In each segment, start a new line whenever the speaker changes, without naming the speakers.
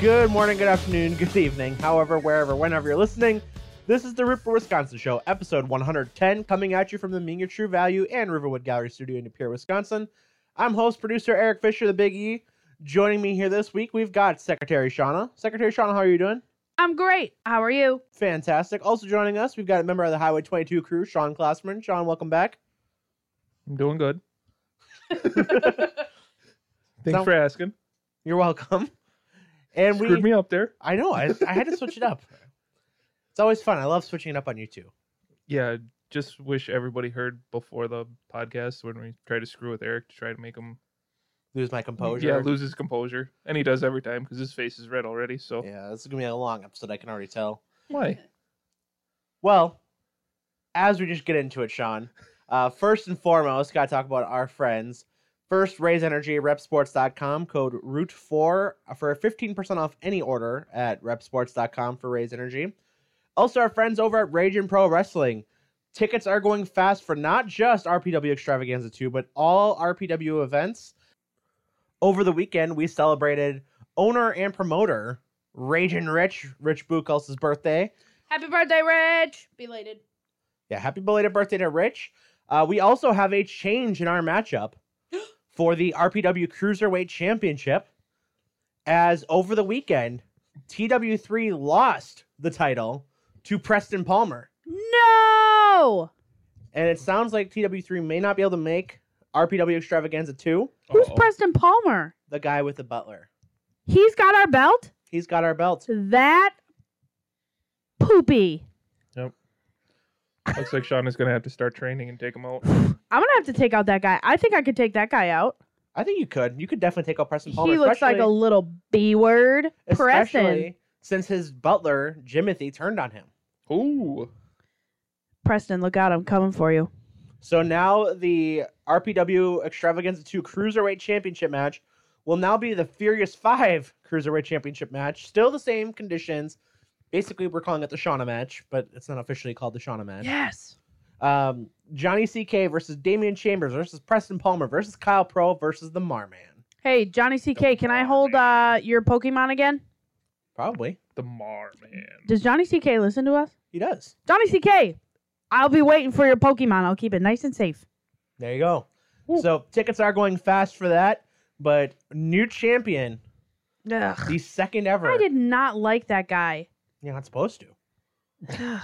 Good morning, good afternoon, good evening, however, wherever, whenever you're listening. This is the Ripper Wisconsin Show, episode 110, coming at you from the Mean Your True Value and Riverwood Gallery Studio in De Pere, Wisconsin. I'm host producer Eric Fisher, the Big E. Joining me here this week, we've got Secretary Shauna. Secretary Shauna, how are you doing?
I'm great. How are you?
Fantastic. Also joining us, we've got a member of the Highway 22 crew, Sean Classman. Sean, welcome back.
I'm doing good. Thanks
So-
for asking.
You're welcome. And we
Screwed me up there.
I know. I, I had to switch it up. It's always fun. I love switching it up on you two.
Yeah, just wish everybody heard before the podcast when we try to screw with Eric to try to make him
Lose my composure.
yeah lose his composure, and he does every time because his face is red already. So
Yeah, this is gonna be a long episode. I can already tell.
why?
Well, as we just get into it, Sean. Uh, first and foremost, gotta talk about our friends. First, Raise Energy, repsports.com, code ROOT4 for 15% off any order at repsports.com for Raise Energy. Also, our friends over at Rage and Pro Wrestling. Tickets are going fast for not just RPW Extravaganza 2, but all RPW events. Over the weekend, we celebrated owner and promoter Raging Rich, Rich Buchholz's birthday.
Happy birthday, Rich. Belated.
Yeah, happy belated birthday to Rich. Uh, we also have a change in our matchup for the RPW Cruiserweight Championship. As over the weekend, TW3 lost the title to Preston Palmer.
No.
And it sounds like TW3 may not be able to make RPW Extravaganza 2,
Who's
Uh-oh.
Preston Palmer?
the guy with the butler.
He's got our belt.
He's got our belt.
That poopy.
Looks like Sean is gonna have to start training and take him out.
I'm gonna have to take out that guy. I think I could take that guy out.
I think you could. You could definitely take out Preston Palmer.
he looks like a
especially-
little B word. Preston.
especially since his butler, Jimothy, turned on him.
Ooh,
Preston, look out! I'm coming for you.
So now the RPW Extravaganza 2 Cruiserweight Championship match will now be the Furious 5 Cruiserweight Championship match. Still the same conditions. Basically, we're calling it the Shauna match, but it's not officially called the Shauna match.
Yes.
Um, Johnny CK versus Damian Chambers versus Preston Palmer versus Kyle Pro versus the Marman.
Hey, Johnny CK, can I hold uh, your Pokemon again?
Probably.
the Mar man.
Does Johnny CK listen to us?
He does.
Johnny CK, I'll be waiting for your Pokemon. I'll keep it nice and safe.
There you go.
Woo.
So tickets are going fast for that, but new champion,
Ugh.
the second ever.
I did not like that guy.
You're not supposed to.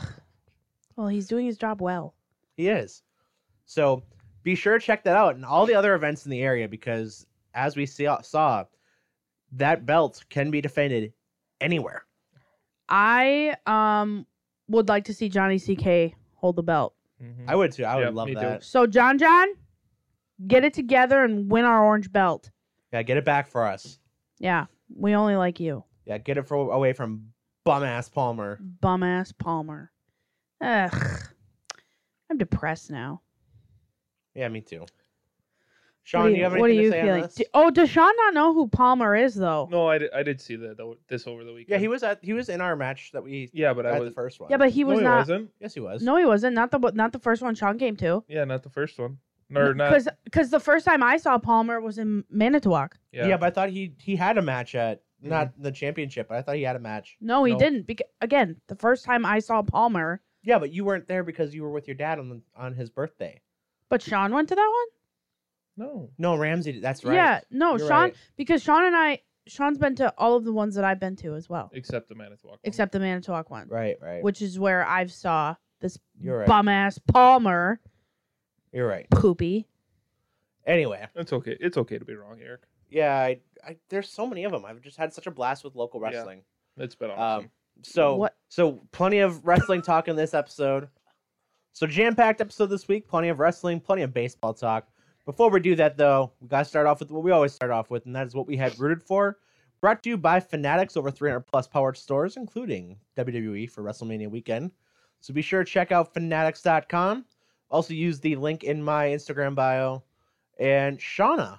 well, he's doing his job well.
He is. So be sure to check that out and all the other events in the area because, as we see, saw, that belt can be defended anywhere.
I um would like to see Johnny CK hold the belt.
Mhm.
I would too. I would
Yeah,
love
me too.
that.
So John John, get it together and win our orange belt.
Yeah, get it back for us.
Yeah, we only like you,
Yeah, get it for, away from bum ass Palmer.
bum ass Palmer. Ugh, I'm depressed now.
Yeah, me too. Sean, do you have
what do
anything
you
to say
feel
on
like?
this?
D- Oh, does Sean not know who Palmer is though?
No, I did, I did see that though, this over the
Yeah,
weekend.
he was at he was in our match that we
Yeah, but I
had
was.
the first one.
Yeah, but he was
no, he
not.
wasn't.
yes, he was.
No, he wasn't. Not the not the first one Sean came to.
Yeah, not the first one. Or not.
because because the first time I saw Palmer was in Manitowoc.
Yeah.
Yeah, Mm-hmm.
but I thought he he had a match at not the championship, but I thought he had a match.
No, he
No.
didn't. Because again, the first time I saw Palmer,
Yeah, but you weren't there because you were with your dad on the, on his birthday.
but Sean went to that
no.
No, Ramsey. did- That's
one.
right.
Yeah, no,
You're
Sean
right.
because Sean and I, Sean's been to all of the ones that I've been to as well,
Except the Manitowoc. one.
except the Manitowoc one,
Right. Right.
which is where I've saw this
You're right.
bum ass Palmer
You're right.
poopy.
Anyway,
It's okay. It's okay to be wrong, Eric.
yeah. I, I, there's so many of them. I've just had such a blast with local
Yeah.
wrestling.
It's been
Um,
awesome.
So
What-
so plenty of wrestling talk in this episode. So jam-packed episode this week, plenty of wrestling, plenty of baseball talk. Before we do that though, we gotta start off with what we always start off with, and that is what we had rooted for. Brought to you by Fanatics over 300 plus powered stores, including WWE for WrestleMania weekend. So be sure to check out fanatics.com. Also use the link in my Instagram bio. And Shauna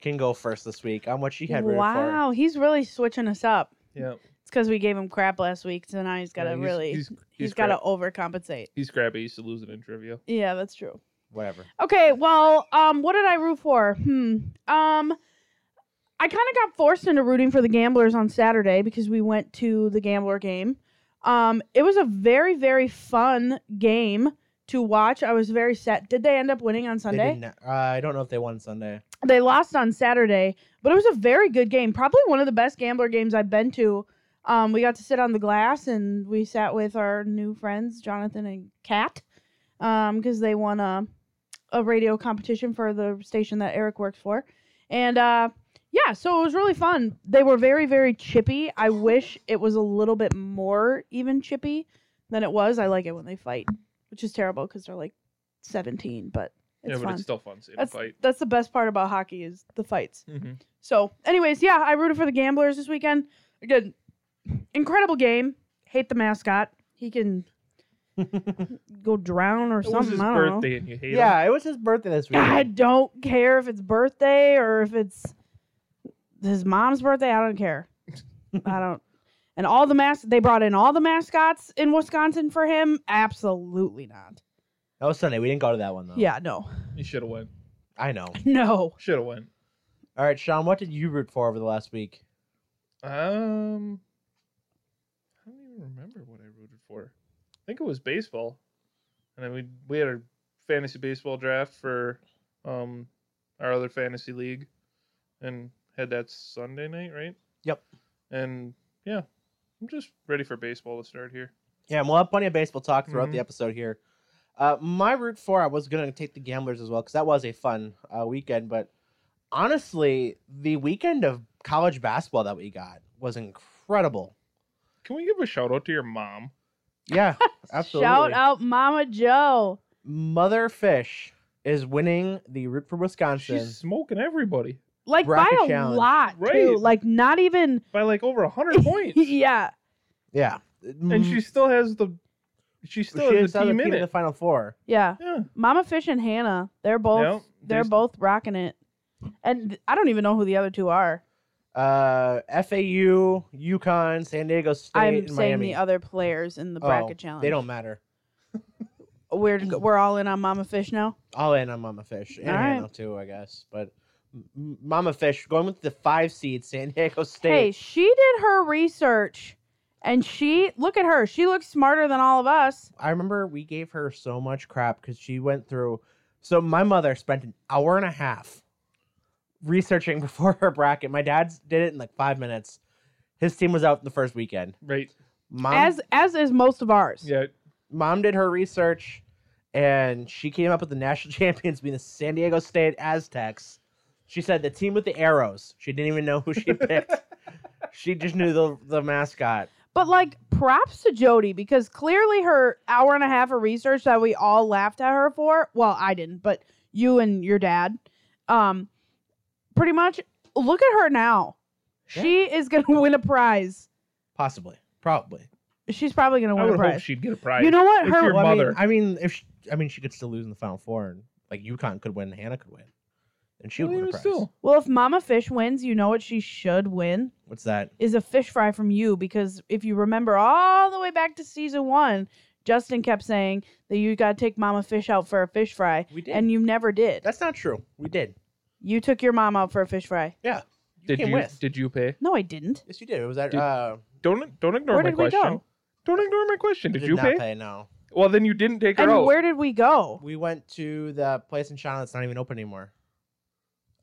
can go first this week on what she had rooted for.
Wow, he's really switching us up.
yeah.
It's because we gave him crap last week, so now he's got to
yeah, he's-
really
He's,
he's got to
crap.
overcompensate.
He's crabby. He used to lose it in trivia.
Yeah, that's true.
Whatever.
Okay, well, um, what did I root for? Hmm. Um, I kind of got forced into rooting for the Gamblers on Saturday because we went to the Gambler game. Um, it was a very, very fun game to watch. I was very set. Did they end up winning on
They
Sunday?
did not- uh, I don't know if they won Sunday.
they lost on Saturday, but it was a very good game. Probably one of the best gambler games I've been to. Um, we got to sit on the glass and we sat with our new friends, Jonathan and Kat, because they won a, a radio competition for the station that Eric works for. And uh, yeah, so it was really fun. They were very, very chippy. I wish it was a little bit more even chippy than it was. I like it when they fight, which is terrible because they're like 17, but it's
yeah, but
fun.
it's still fun seeing a
That's
fight.
that's the best part about hockey is the fights.
Mm-hmm.
So, anyways, yeah, I rooted for the Gamblers this weekend. Again, incredible game. Hate the mascot. He can go drown or
It was
something.
his
I don't
birthday, and you hate him.
yeah, it was his birthday this
know.
week.
I don't care if it's birthday or if it's his mom's birthday. I don't care. I don't. And all the mas they brought in all the mascots in Wisconsin for him. Absolutely not.
That was Sunday. We didn't go to that one though.
Yeah, no,
You should have went.
I know.
no.
Should have went.
All right, Sean, what did you root for over the last week?
Um, I don't even remember what I rooted for. I think it was baseball, and then we we had our fantasy baseball draft for um our other fantasy league, and had that Sunday night, right?
Yep.
And yeah, I'm just ready for baseball to start here.
Yeah, and we'll have plenty of baseball talk throughout the
Mhm.
episode here. Uh, my root for I was gonna take the Gamblers as well because that was a fun uh, weekend. But honestly, the weekend of college basketball that we got was incredible.
Can we give a shout out to your mom?
Yeah, absolutely.
Shout out, Mama Joe.
Mother Fish is winning the root for Wisconsin.
She's smoking everybody
like by
bracket
a
challenge.
lot too.
Right.
Like not even
by like over a hundred points,
yeah.
Yeah, Mm,
and she still has the she still
she
has
is
the
on
team
the
in
team in the
it.
final four.
Yeah.
Yeah,
Mama Fish and Hannah, they're both
Yep,
they're
they-
both rocking it. And th- I don't even know who the other two are.
Uh, FAU, UConn, San Diego State,
I'm
and
saying
Miami.
the other players in the
Oh,
bracket challenge.
They don't matter.
We're we're all in on Mama Fish now.
All in on Mama Fish and
All right.
Hannah too, I guess. But M- M- Mama Fish going with the five seed, San Diego
Hey,
State.
she did her research, and she look at her. She looks smarter than all of us.
I remember we gave her so much crap because she went through. So my mother spent an hour and a half researching before her bracket. My dad's did it in like five minutes. His team was out the first weekend.
right.
Mom,
as as is most of ours.
Yeah,
mom did her research and she came up with the national champions being the San Diego State Aztecs. She said the team with the arrows. She didn't even know who she picked. she just knew the the mascot.
But like props to Jody because clearly her hour and a half of research that we all laughed at her for, well, I didn't, but you and your dad, um, pretty much look at her now. She is gonna win a prize.
Possibly. Probably.
She's probably gonna
I
win a
would hope
prize.
she'd get a prize.
you know what?
if
Her
you're-
Well, I mean-
mother.
I mean, if she, I mean she could still lose in the final four and like UConn could win, Hannah could win. And she would
Well,
win a
even
prize.
still.
well, if Mama Fish wins, you know what she should win
What's that?
is a fish fry from you because if you remember all the way back to season one, Justin kept saying that you gotta take Mama Fish out for a fish fry,
We did.
and you never did.
That's not true. We did.
You took your mom out for a fish fry.
You
Did
came
you
with.
did you pay?
No, I didn't.
Yes, you did. It was at
Did-
uh
Don't don't ignore
Where
my
did we
question.
go?
Don't ignore my question.
we
Did, you
not
pay?
No,
Well, then you didn't take her
And
out.
where did we go?
we went to the place in China that's not even open anymore.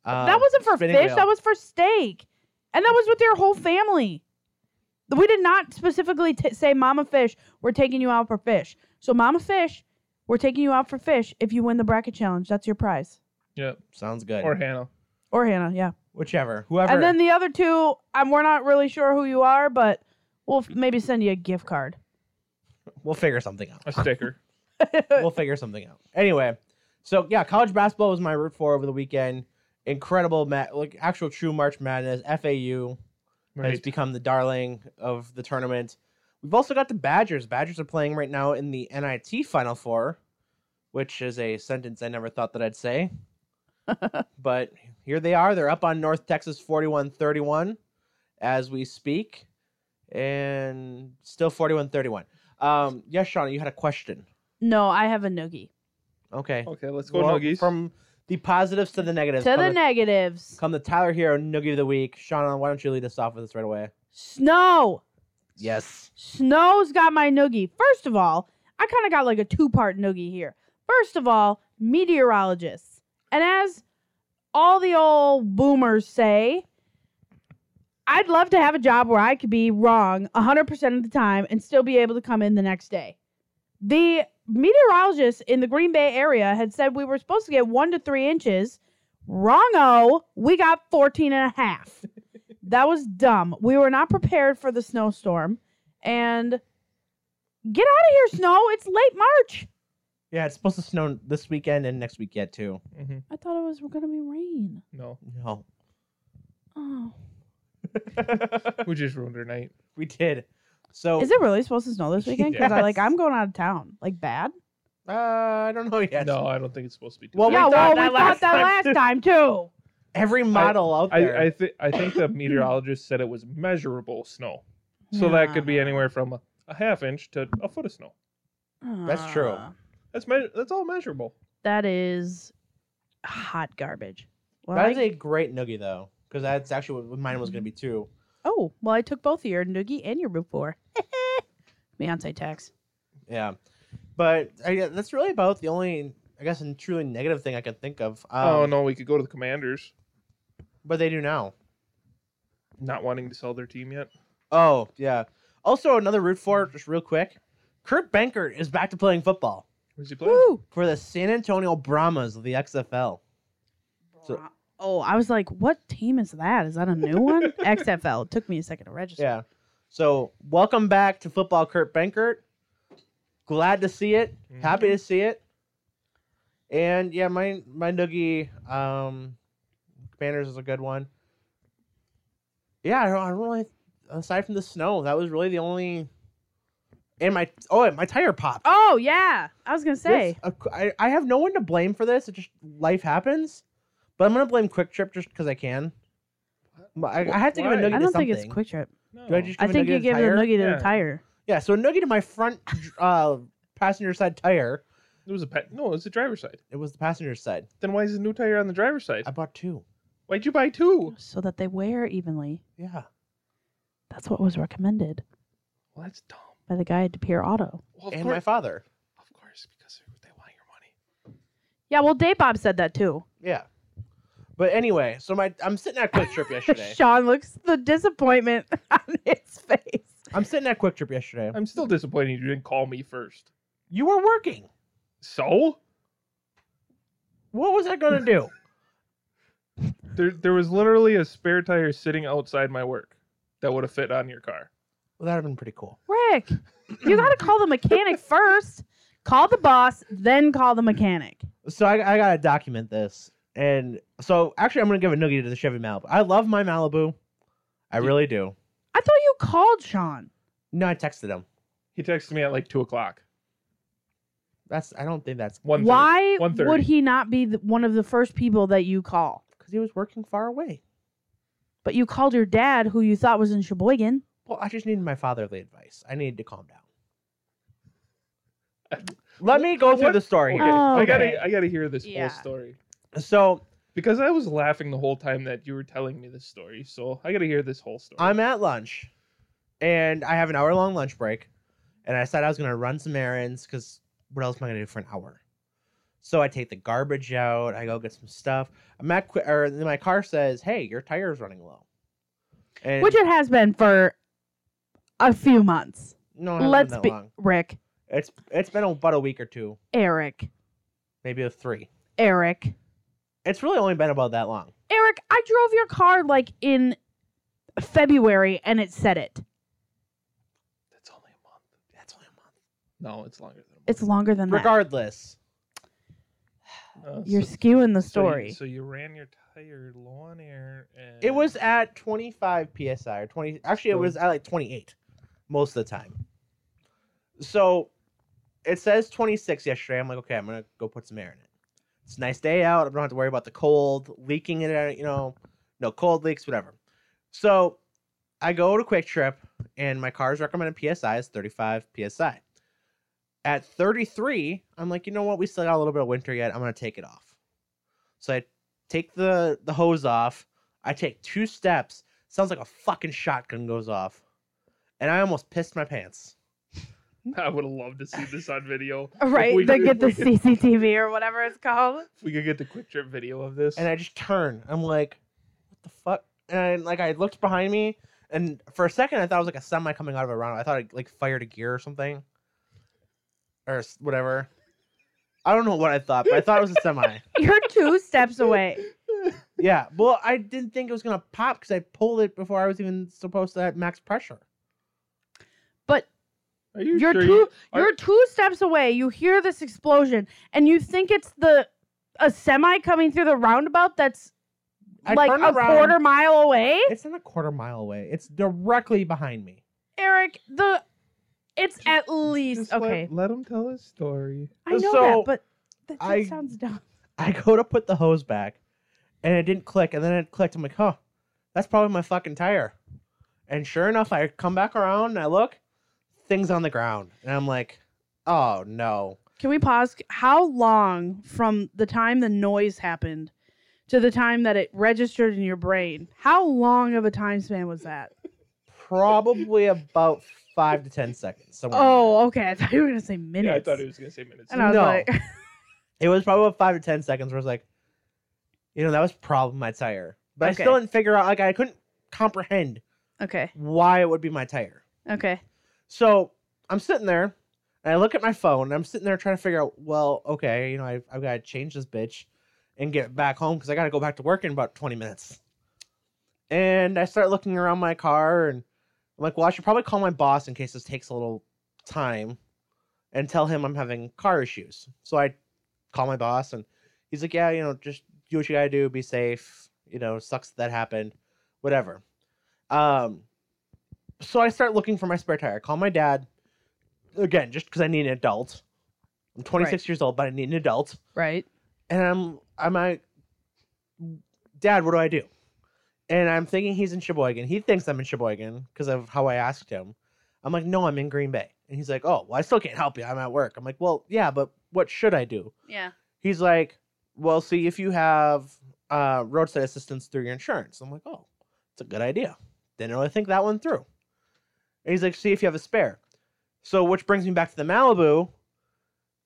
Um,
that wasn't for fish.
spinning wheel.
That was for steak, and that was with your whole family. We did not specifically t- say, "Mama Fish, we're taking you out for fish." So, Mama Fish, we're taking you out for fish if you win the bracket challenge. That's your prize.
Yeah,
Sounds good.
or Hannah.
Or Hannah, yeah.
Whichever, whoever.
And then the other two, um, we're not really sure who you are, but we'll f- maybe send you a gift card.
we'll figure something out.
A sticker.
we'll figure something out. Anyway, so yeah, college basketball was my root for over the weekend. Incredible, ma- like actual true March Madness. FAU has
Right.
become the darling of the tournament. We've also got the Badgers. Badgers are playing right now in the NIT Final Four, which is a sentence I never thought that I'd say. but here they are. They're up on North Texas 41 31 as we speak, and still 41 31. Um, yes, Sean, you had a question.
No, I have a noogie.
Okay.
Okay, Oh, let's go
Well,
Nuggies.
From the positives to the negatives.
To
come,
the negatives.
come the Tyler Hero Noogie of the Week. Sean, why don't you lead us off with this right away?
Snow.
Yes.
Snow's got my noogie. First of all, I kind of got like a two part noogie here. First of all, meteorologists. And as all the old boomers say, I'd love to have a job where I could be wrong 100% of the time and still be able to come in the next day. The meteorologist in the Green Bay area had said we were supposed to get one to three inches. Wrong, oh, we got 14 and a half. that was dumb. We were not prepared for the snowstorm and get out of here, Snow. It's late March.
Yeah, it's supposed to snow this weekend and next week yet too.
Mm-hmm.
I thought it was going to be rain.
No,
No,
Oh.
we just ruined her night.
we did. So
Oh. Is it really supposed to snow this weekend? Because I like I'm going out of town. Like bad.
uh, I don't know yet.
No, I don't think it's supposed to be.
Well,
Well,
we
yeah,
thought
well, we
that
thought
last
that
time,
last
too.
time too.
Every model out there.
I, I think I think the meteorologist said it was measurable snow, so that could be
Yeah.
anywhere from a, a half inch to a foot of snow.
That's true.
Uh,
That's me- that's all measurable.
That is hot garbage. Well,
That is
I-
a great noogie though, because that's actually what mine was gonna be too.
oh, well, I took both of your noogie and your root four. Beyonce tax.
Yeah, but I, guess that's really about the only, I guess, and truly negative thing I can think of. Um,
oh no, we could go to the commanders
But they do now.
not wanting to sell their team yet.
Oh yeah. Also, another root for just real quick. Kurt Benker is back to playing football
Where's he playing?
Woo.
for the San Antonio Brahmas of the XFL. So-
oh, I was like, what team is that? Is that a new one? XFL. It took me a second to register.
Yeah. So welcome back to football, Kurt Benkert. Glad to see it. Happy to see it. And yeah, my my noogie um, Commanders is a good one. Yeah, I don't, I don't really. Aside from the snow, that was really the only. And my oh, and my tire popped.
Oh yeah, I was gonna say.
This- a qu- I, I have no one to blame for this. It just life happens. But I'm gonna blame Quick Trip just because I can. But I, I have to give a
Why?
noogie to
I don't
something.
think it's Quick Trip.
No.
Do I just
I
give a
think
noogie
you
to
give the
tire?
noogie to
Yeah.
the tire.
Yeah, so a noogie to my front uh, passenger side tire.
It was a pet. No, it was the driver's side.
It was the passenger side.
Then why is the new tire on the driver's side?
I bought two.
Why'd you buy two?
So that they wear evenly.
Yeah.
That's what was recommended
Well, that's dumb.
by the guy at DePere Auto.
Well, of,
and my
course,
father.
of course, because they want your money.
Yeah, well, Dave Bob said that too.
Yeah. But anyway, so my I'm sitting at Quick Trip yesterday.
Sean looks the disappointment on his face.
I'm sitting at Quick Trip yesterday.
I'm still disappointed you didn't call me first.
You were working.
So
What was I gonna do?
there, there was literally a spare tire sitting outside my work that would have fit on your car.
well, that'd have been pretty cool.
Rick, you gotta call the mechanic first. Call the boss, then call the mechanic.
So I, I gotta document this. And so actually, I'm gonna give a noogie to the Chevy Malibu. I love my Malibu. I really do.
I thought you called Sean.
No, I texted him.
He texted me at like two o'clock.
That's I don't think that's
One.
Why
One thirty.
would he not be the, one of the first people that you call?
because he was working far away.
But you called your dad, who you thought was in Sheboygan.
Well, I just needed my fatherly advice. I needed to calm down. Let me go through
What?
the story
Okay.
here.
Oh,
I
okay.
gotta, I gotta hear this
Yeah.
whole story
So
because I was laughing the whole time that you were telling me this story. So I gotta hear this whole story.
I'm at lunch, and I have an hour long lunch break, and I decided I was gonna run some errands because what else am I gonna do for an hour? So I take the garbage out. I go get some stuff. I'm at Qui- or then my car says, "Hey, your tire is running low." And
Which it has been for a few months.
no, it hasn't
Let's
been that
be
long.
Rick,
It's it's been about a week or two,
Eric,
maybe a three.
Eric,
It's really only been about that long.
Eric. I drove your car like in February, and it said it.
That's only a month.
That's only a
No, it's longer than a month.
It's longer than
month. Regardless.
Uh,
that. You're
so-
skewing the
so you-
story.
So you, ran your tire lawn air. And
It was at 25 psi or 20. Actually, it was at like 28 most of the time. So it says 26 yesterday. I'm like, okay, I'm gonna go put some air in it. It's a nice day out. I don't have to worry about the cold leaking in it. You know, no cold leaks, whatever. So I go to Quick Trip, and my car's recommended psi is 35 psi. At 33, I'm like, you know what? We still got a little bit of winter yet. I'm gonna take it off. So I take the the hose off. I take two steps. Sounds like a fucking shotgun goes off, and I almost pissed my pants.
I would have loved to see this on video.
Right.
we
They get
could-
the
we could-
CCTV or whatever it's called.
If we could get the quick trip video of this.
and I just turn. I'm like, what the fuck? And like I looked behind me, and for a second I thought it was like a semi coming out of a round. I thought it like fired a gear or something, or s- whatever. I don't know what I thought, but I thought it was a semi.
You're two steps away.
yeah, well I didn't think it was gonna pop because I pulled it before I was even supposed to have max pressure.
But
Are you
you're
sure?
two
you- are-
you're two steps away. You hear this explosion and you think it's the a semi coming through the roundabout that's
I
like
turned
a
around.
quarter mile away.
It's not a quarter mile away. It's directly behind me.
Eric, the it's at least
Just let-
okay.
Let him tell his story.
I know
So,
that, but that just
I-
sounds dumb.
I go to put the hose back, and it didn't click. And then it clicked. I'm like, huh, that's probably my fucking tire. And sure enough, I come back around and I look, things on the ground, and I'm like, oh no.
Can we pause? How long from the time the noise happened to the time that it registered in your brain? How long of a time span was that?
Probably about five to ten seconds. Somewhere. in there.
Oh, okay. I thought you were gonna say
Yeah,
minutes.
I thought he was gonna say minutes.
And I was
No.
like,
it was probably about five to ten seconds. Where I was like, you know, that was probably my tire, but
Okay.
I still didn't figure out. Like, I couldn't comprehend
okay,
why it would be my tire.
okay.
So I'm sitting there and I look at my phone and I'm sitting there trying to figure out, well, okay, you know, I've, I've got to change this bitch and get back home because I got to go back to work in about 20 minutes. And I start looking around my car and I'm like, well, I should probably call my boss in case this takes a little time and tell him I'm having car issues. So I call my boss and he's like, yeah, you know, just do what you got to do, be safe. You know, sucks that happened, whatever. Um, so I start looking for my spare tire. I call my dad again, just because I need an adult. I'm 26 years old, but I need an adult,
Right.
and I'm I'm like, Dad, what do I do? And I'm thinking he's in Sheboygan. He thinks I'm in Sheboygan because of how I asked him. I'm like, no, I'm in Green Bay, and he's like, oh, well, I still can't help you. I'm at work. I'm like, well, yeah, but what should I do?
Yeah.
he's like, well, see if you have uh, roadside assistance through your insurance. I'm like, oh, it's a good idea. Didn't really think that one through. And he's like, see if you have a spare. So, which brings me back to the Malibu.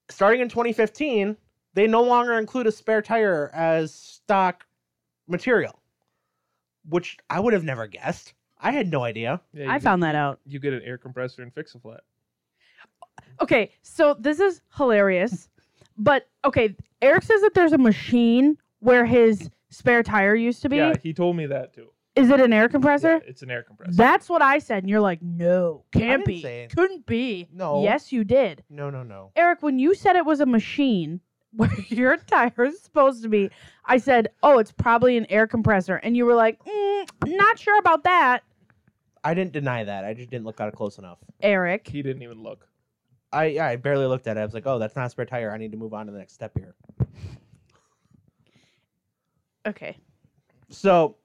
Starting in 2015, they no longer include a spare tire as stock material, which I would have never guessed. I had no idea.
Yeah, you
I
get-
found that out.
you get an air compressor and fix a flat.
Okay, so this is hilarious. But okay, Eric says that there's a machine where his spare tire used to be.
Yeah, he told me that too.
Is it an air
Yeah,
compressor?
it's an air compressor.
That's what I said, and you're like, no, can't
didn't
be,
say it.
couldn't be.
No.
Yes, you did.
No, no, no.
Eric, when you said it was a machine where your tire is supposed to be, I said, oh, it's probably an air compressor. And you were like, mm, not sure about that,
I didn't deny that. I just didn't look at it close enough.
Eric.
he didn't even look.
I I barely looked at it. I was like, oh, that's not a spare tire. I need to move on to the next step here.
Okay.
So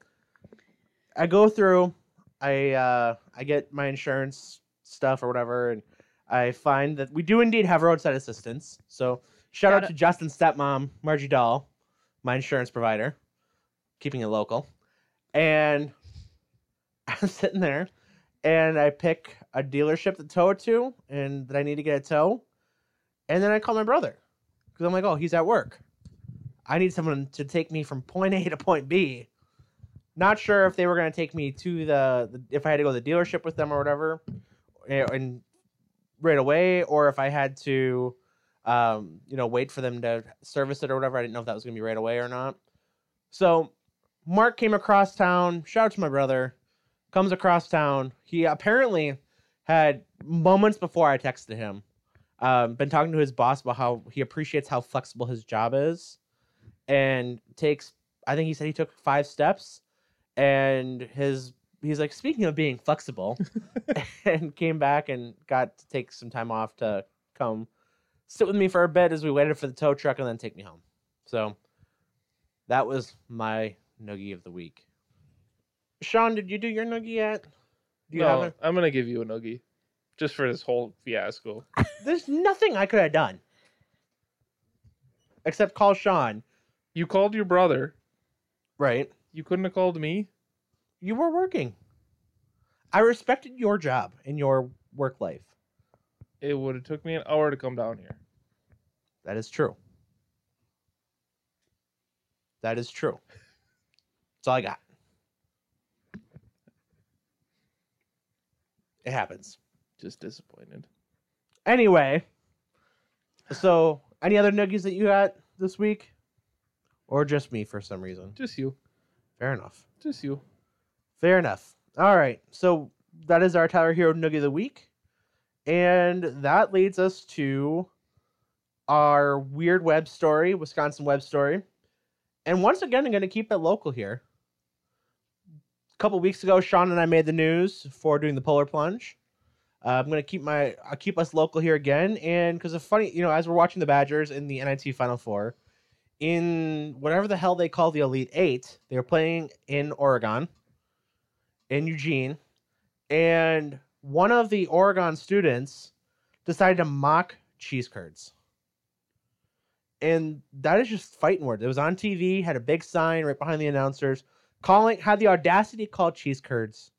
I go through, I uh, I get my insurance stuff or whatever, and I find that we do indeed have roadside assistance. So shout
Got
out
it.
to Justin's stepmom, Margie Dahl, my insurance provider, keeping it local. And I'm sitting there and I pick a dealership to tow it to and that I need to get a tow. And then I call my brother because I'm like, oh, he's at work. I need someone to take me from point A to point B. Not sure if they were going to take me to the, the if I had to go to the dealership with them or whatever, eh, and right away, or if I had to, um, you know, wait for them to service it or whatever. I didn't know if that was going to be right away or not. So, Mark came across town. Shout out to my brother. Comes across town. He apparently had moments before I texted him, um, been talking to his boss about how he appreciates how flexible his job is and takes I think he said he took five steps and his he's like speaking of being flexible and came back and got to take some time off to come sit with me for a bit as we waited for the tow truck and then take me home. So that was my noogie of the week. Sean, did you do your noogie yet? Do you
no,
have
I'm gonna give you a noogie, just for this whole fiasco.
a- There's nothing I could have done except call Sean
You called your brother.
Right.
You couldn't have called me.
You were working. I respected your job and your work life.
It would have took me an hour to come down here.
That is true. That is true. That's all I got. It happens.
Just disappointed.
Anyway, so any other noogies that you got this week? Or just me for some reason?
Just you.
Fair enough.
Just you.
Fair enough. All right. So that is our Tyler Hero Noogie of the Week. And that leads us to our weird web story, Wisconsin web story. And once again, I'm going to keep it local here. A couple weeks ago, Sean and I made the news for doing the polar plunge. Uh, I'm going to keep my I'll keep us local here again, and because of funny, you know, as we're watching the Badgers in the NIT Final Four, in whatever the hell they call the Elite Eight, they're playing in Oregon in Eugene, and one of the Oregon students decided to mock cheese curds. And that is just fighting words. It was on TV, had a big sign right behind the announcers, calling had the audacity to call cheese curds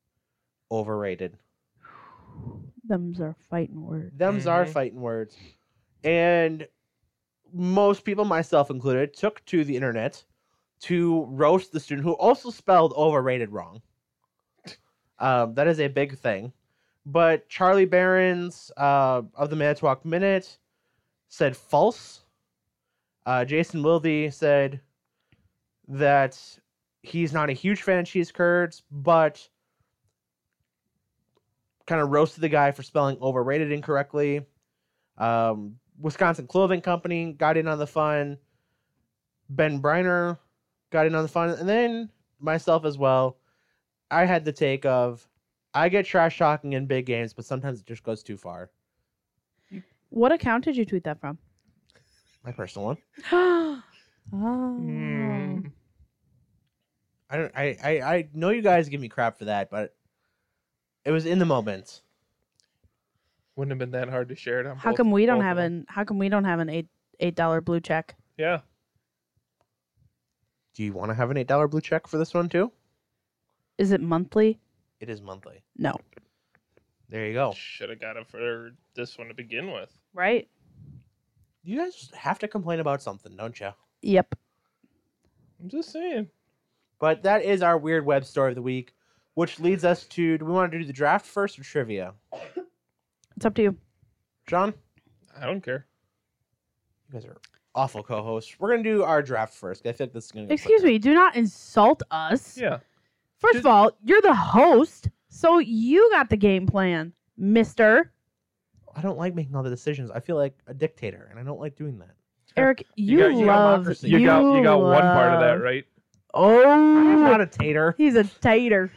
overrated.
Them's are fighting words.
Them's are
Mhm.
fighting words. And most people, myself included, took to the internet to roast the student who also spelled overrated wrong. Um, that is a big thing. But Charlie Barons uh, of the Manitowoc Minute said false. Uh, Jason Wilde said that he's not a huge fan of cheese curds, but kind of roasted the guy for spelling overrated incorrectly. Um, Wisconsin Clothing Company got in on the fun. Ben Briner got in on the fun. And then myself as well. I had the take of I get trash talking in big games, but sometimes it just goes too far.
What account did you tweet that from?
My personal one.
oh. Hmm.
Mm.
I don't I, I, I know you guys give me crap for that, but it was in the moment.
Wouldn't have been that hard to share it. On
How
both-
come we don't
both of
have
them.
an how come we don't have an eight eight dollar blue check?
Yeah.
Do you want to have an eight dollar blue check for this one too?
Is it monthly?
It is monthly.
No.
There you go.
Should have got it for this one to begin with.
Right?
You guys have to complain about something, don't you?
Yep.
I'm just saying.
But that is our weird web story of the week, which leads us to do we want to do the draft first or trivia?
It's up to you.
John,
I don't care.
you guys are awful co hosts. We're going to do our draft first. I feel like this is going to
Excuse me, do not insult us.
Yeah.
First of all, you're the host, so you got the game plan, mister.
I don't like making all the decisions. I feel like a dictator, and I don't like doing that.
Eric, you,
got- you got
love
democracy.
You, got you got one part of
love-
that right.
I'm
Oh,
not a tater.
he's a tater.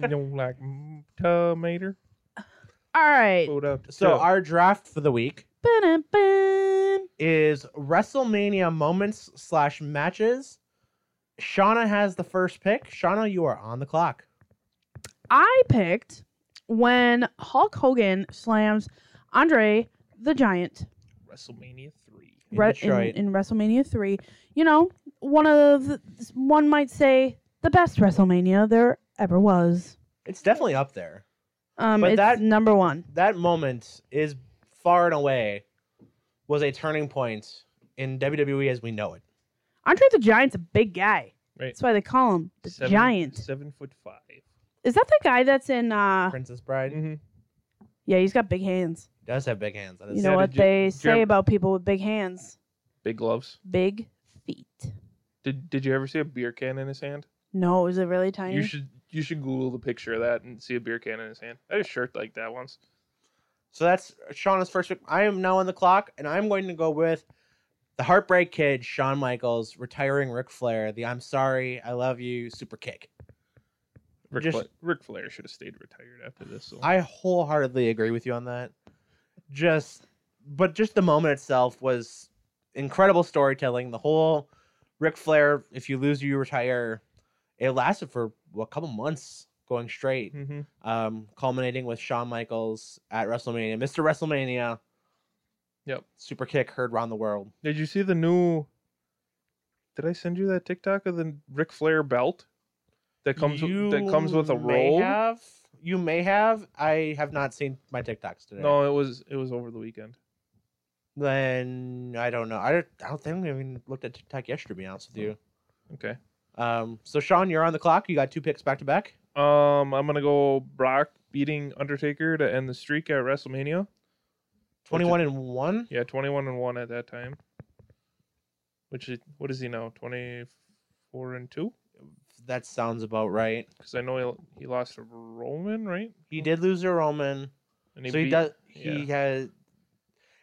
You don't like mm, tomato?
All right.
Potato.
So our draft for the week
Ba-dum-bum.
is WrestleMania moments slash matches. Shauna has the first pick. Shauna, you are on the clock.
I picked when Hulk Hogan slams Andre the Giant
WrestleMania three.
In
re- in,
Detroit.
in WrestleMania 3. You know, one of the, one might say the best WrestleMania there ever was.
It's definitely up there.
Um
But
it's
that-
number 1.
that moment is far and away was a turning point in WWE as we know it.
Andre the Giant's a big guy.
Right.
That's why they call him the Giant.
Seven foot 5
Is that the guy that's in uh
Princess Bride
Mm-hmm.
Yeah, he's got big hands.
does have big hands. That is
You
Yeah,
know what
did you-
they
did you
say
ever-
about people with big hands?
Big gloves.
Big feet.
Did Did you ever see a beer can in his hand?
No, is it really tiny?
You should You should Google the picture of that and see a beer can in his hand. I had a shirt like that once.
So that's Shauna's first pick. I am now on the clock, and I'm going to go with the Heartbreak Kid, Shawn Michaels, retiring Ric Flair, the I'm sorry, I love you, super kick.
Rick,
Just-
Flair, Ric Flair should have stayed retired after this. So.
I wholeheartedly agree with you on that. Just, but just the moment itself was incredible storytelling. The whole Ric Flair, if you lose, you retire. It lasted for well, a couple months going straight,
Mhm.
um, culminating with Shawn Michaels at WrestleMania, Mr. WrestleMania.
Yep.
Super kick heard around the world.
Did you see the new Did I send you that TikTok of the Ric Flair belt that comes
You
with, that comes with a
may
roll?
Have, you may have. I have not seen my TikToks today.
No, it was it was over the weekend.
Then I don't know. I don't, I don't think I even looked at TikTok yesterday. To be honest with
Hmm.
you.
Okay.
Um. So Sean, you're on the clock. You got two picks back to back.
Um, I'm gonna go Brock beating Undertaker to end the streak at WrestleMania.
Twenty-one and one.
Yeah, 21 and one at that time. Which is what is he now? 24 and two?
That sounds about right.
Because I know he, he lost to Roman, right?
He did lose to Roman.
Hmm. And he
so he
beat-
does. He has.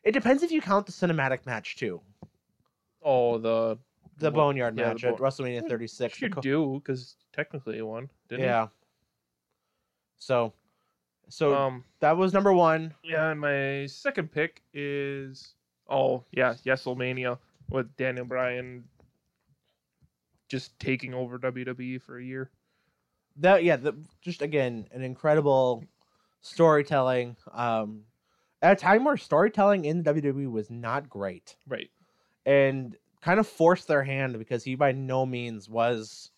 It depends if you count the cinematic match too.
Oh, the
The
Well,
boneyard
yeah, the
match at
Bone-
WrestleMania
What
36.
you
the co-
do because technically he won, didn't he?
yeah. So, so
Um.
that was number one.
Yeah, and my second pick is oh yeah, Yeselmania with Daniel Bryan just taking over WWE for a year.
that yeah the, just again an incredible storytelling um at a time where storytelling in the wwe was not great
Right.
and kind of forced their hand because he by no means was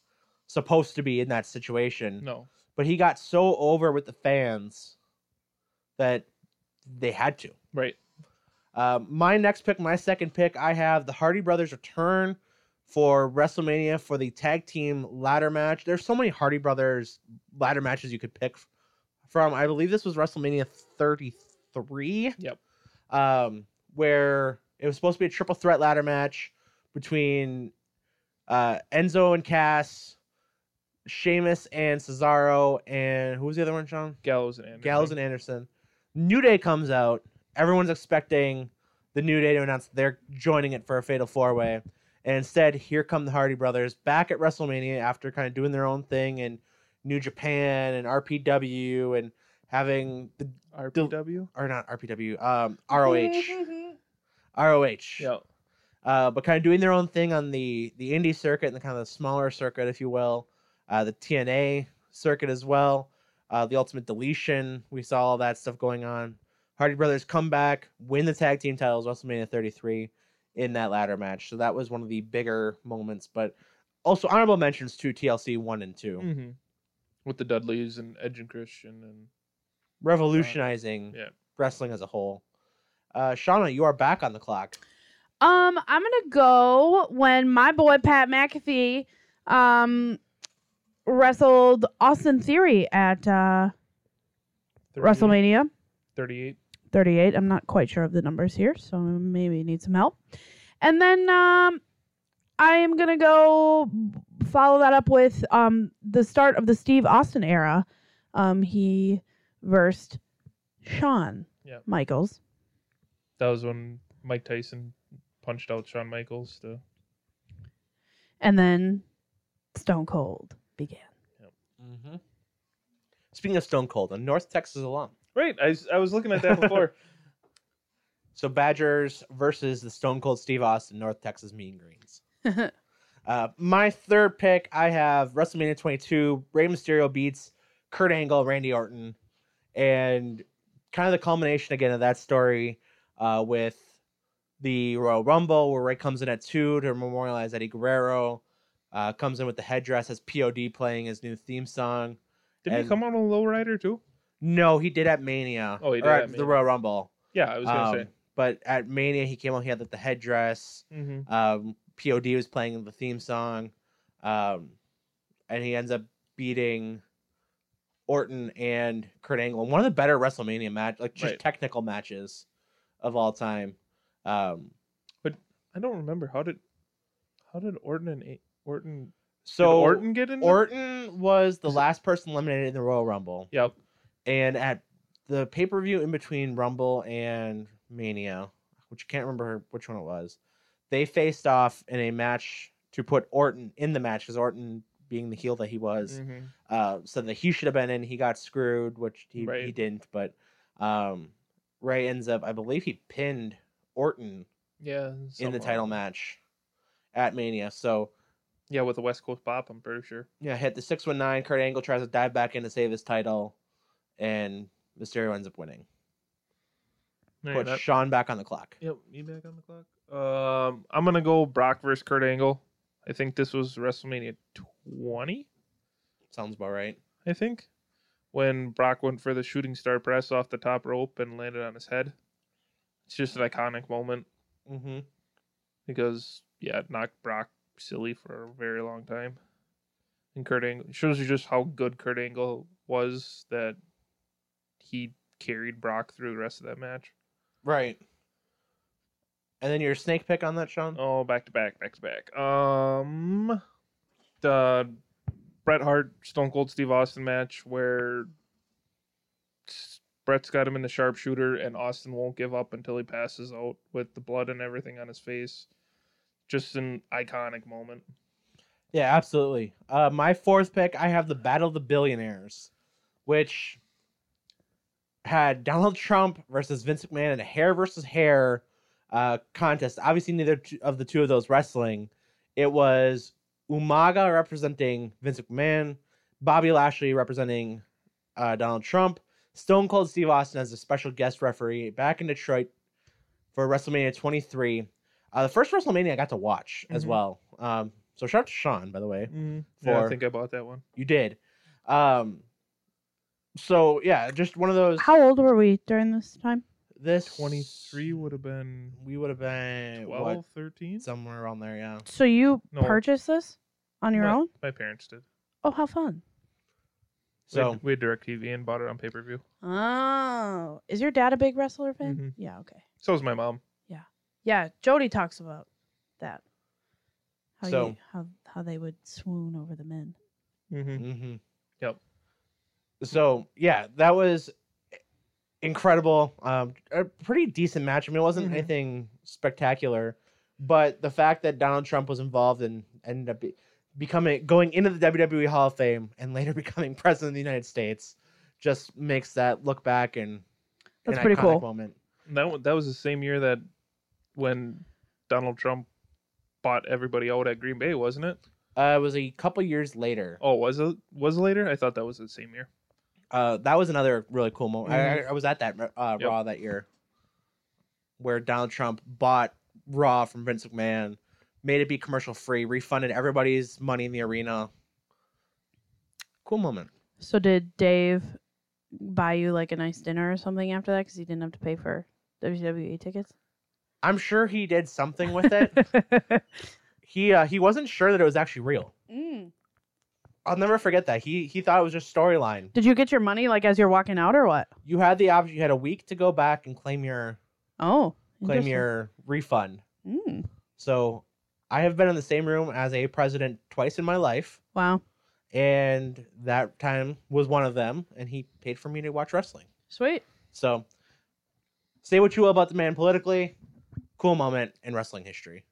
supposed to be in that situation
Mm-hmm. No.
but he got so over with the fans that they had to
Right.
uh, my next pick, my second pick, I have the Hardy Brothers return for WrestleMania for the tag team ladder match. There's so many Hardy Brothers ladder matches you could pick f- from. I believe this was WrestleMania 33.
Yep.
Um, where it was supposed to be a triple threat ladder match between uh, Enzo and Cass, Sheamus and Cesaro, and who was the other one, Sean?
Gallows and Anderson.
Gallows and Anderson. New Day comes out. Everyone's expecting the New Day to announce they're joining it for a Fatal Four Way, and instead, here come the Hardy Brothers back at WrestleMania after kind of doing their own thing and New Japan and RPW and having the
RPW.
or not RPW um, ROH ROH
Yeah.
uh, but kind of doing their own thing on the the indie circuit and the kind of the smaller circuit, if you will, uh, the TNA circuit as well. Uh, the Ultimate Deletion, we saw all that stuff going on. Hardy Brothers come back, win the tag team titles, WrestleMania 33 in that ladder match. So that was one of the bigger moments, but also honorable mentions to TLC one and two,
Mm-hmm. With the Dudleys and Edge and Christian and
revolutionizing
yeah.
wrestling as a whole. Uh, Shauna, you are back on the clock.
Um, I'm gonna go when my boy Pat McAfee um wrestled Austin Theory at uh,
30
WrestleMania.
38.
38. I'm not quite sure of the numbers here, so maybe need some help. And then um, I am going to go follow that up with um, the start of the Steve Austin era. Um, he versed Shawn
Yep.
Michaels.
That was when Mike Tyson punched out Shawn Michaels. To,
And then Stone Cold began.
Mm-hmm. Speaking of Stone Cold, a North Texas alum.
right. I, s- I was looking at that before.
So Badgers versus the Stone Cold Steve Austin North Texas Mean Greens. Uh, my third pick, I have WrestleMania 22. Rey Mysterio beats Kurt Angle, Randy Orton, and kind of the culmination again of that story uh, with the Royal Rumble, where Rey comes in at two to memorialize Eddie Guerrero. Uh, comes in with the headdress, has POD playing his new theme song.
Didn't
And-
he come on a lowrider too?
No, he did at Mania.
Oh, he did
or
at
at the
Mania.
Royal Rumble.
Yeah, I was going to
Um, But at Mania, he came on. He had like the headdress.
say. Mm-hmm.
Um, POD was playing the theme song, um, and he ends up beating Orton and Kurt Angle. in One of the better WrestleMania match, like just
Right.
technical matches of all time. Um,
I don't remember how did how did Orton and A- Orton
so
did Orton get in? there?
Orton was the
Is it-
last person eliminated in the Royal Rumble,
Yep.
and at the pay per view in between Rumble and Mania, which I can't remember which one it was, they faced off in a match to put Orton in the match because Orton, being the heel that he was,
Mhm.
uh, said that he should have been in. He got screwed, which he, he
Right.
didn't. But um, Ray ends up, I believe he pinned Orton
Yeah.
in the
somewhat.
title match at Mania. So
Yeah, with the West Coast Bop, I'm pretty sure.
yeah, hit the six one nine. Kurt Angle tries to dive back in to save his title, and Mysterio ends up winning.
There you
Put
go.
Sean back on the clock.
Yep, me back on the clock. Um, I'm gonna go Brock versus Kurt Angle. I think this was WrestleMania 20,
Sounds about right.
I think, when Brock went for the shooting star press off the top rope and landed on his head. It's just an iconic moment
Mm-hmm.
because yeah, it knocked Brock silly for a very long time. And Kurt Angle it shows you just how good Kurt Angle was that he carried Brock through the rest of that match.
Right. And then your snake pick on that, Sean?
Oh, back to back, back to back. Um, the Bret Hart Stone Cold Steve Austin match where s- Bret's got him in the sharpshooter and Austin won't give up until he passes out with the blood and everything on his face. Just an iconic moment.
Yeah, absolutely. Uh, my fourth pick, I have the Battle of the Billionaires, which had Donald Trump versus Vince McMahon in a hair versus hair uh, contest. Obviously, neither t- of the two of those wrestling. It was Umaga representing Vince McMahon, Bobby Lashley representing uh, Donald Trump, Stone Cold Steve Austin as a special guest referee back in Detroit for WrestleMania 23. Uh, the first WrestleMania I got to watch as
Mhm.
well. Um, so shout out to Sean, by the way.
Yeah, I
For-
think I bought that one.
You did. Um, so yeah, just one of those.
How old were we during this time?
This
23 would have been
We would have been
12,
what,
13.
somewhere around there. Yeah.
So you
No.
purchased this on your
My-
own?
My parents did.
Oh, how fun!
We had-
So
we had DirecTV and bought it on pay per view.
Oh, is your dad a big wrestler fan?
Mhm.
Yeah. Okay.
So was my mom.
Yeah, Jody talks about that. How
So-
you, how how they would swoon over the men.
Mm-hmm.
Mm-hmm.
Yep.
So yeah, that was incredible. Um, a pretty decent match. I mean, it wasn't
Mhm.
Mm-hmm.
anything spectacular, but the fact that Donald Trump was involved and ended up be- becoming going into the WWE Hall of Fame and later becoming president of the United States just makes that look back and
That's
an
pretty
iconic
cool.
moment.
That wa- that was the same year that when Donald Trump bought everybody out at Green Bay, wasn't it?
Uh, it was a couple years later.
Oh, was it was it later? I thought that was the same year.
Uh, that was another really cool moment. I- I, I was at that uh,
Yep.
Raw that year, where Donald Trump bought Raw from Vince McMahon, made it be commercial free, refunded everybody's money in the arena. Cool moment.
So did Dave buy you like a nice dinner or something after that because he didn't have to pay for WWE tickets?
I'm sure he did something with it. he uh, he wasn't sure that it was actually real.
Mm.
I'll never forget that. He he thought it was just storyline.
Did you get your money like as you're walking out or what?
You had the option. You had a week to go back and claim your
Oh,
claim
interesting.
your refund.
Mm.
So I have been in the same room as a president twice in my life.
Wow,
and that time was one of them and he paid for me to watch wrestling
sweet.
so say what you will about the man politically cool moment in wrestling history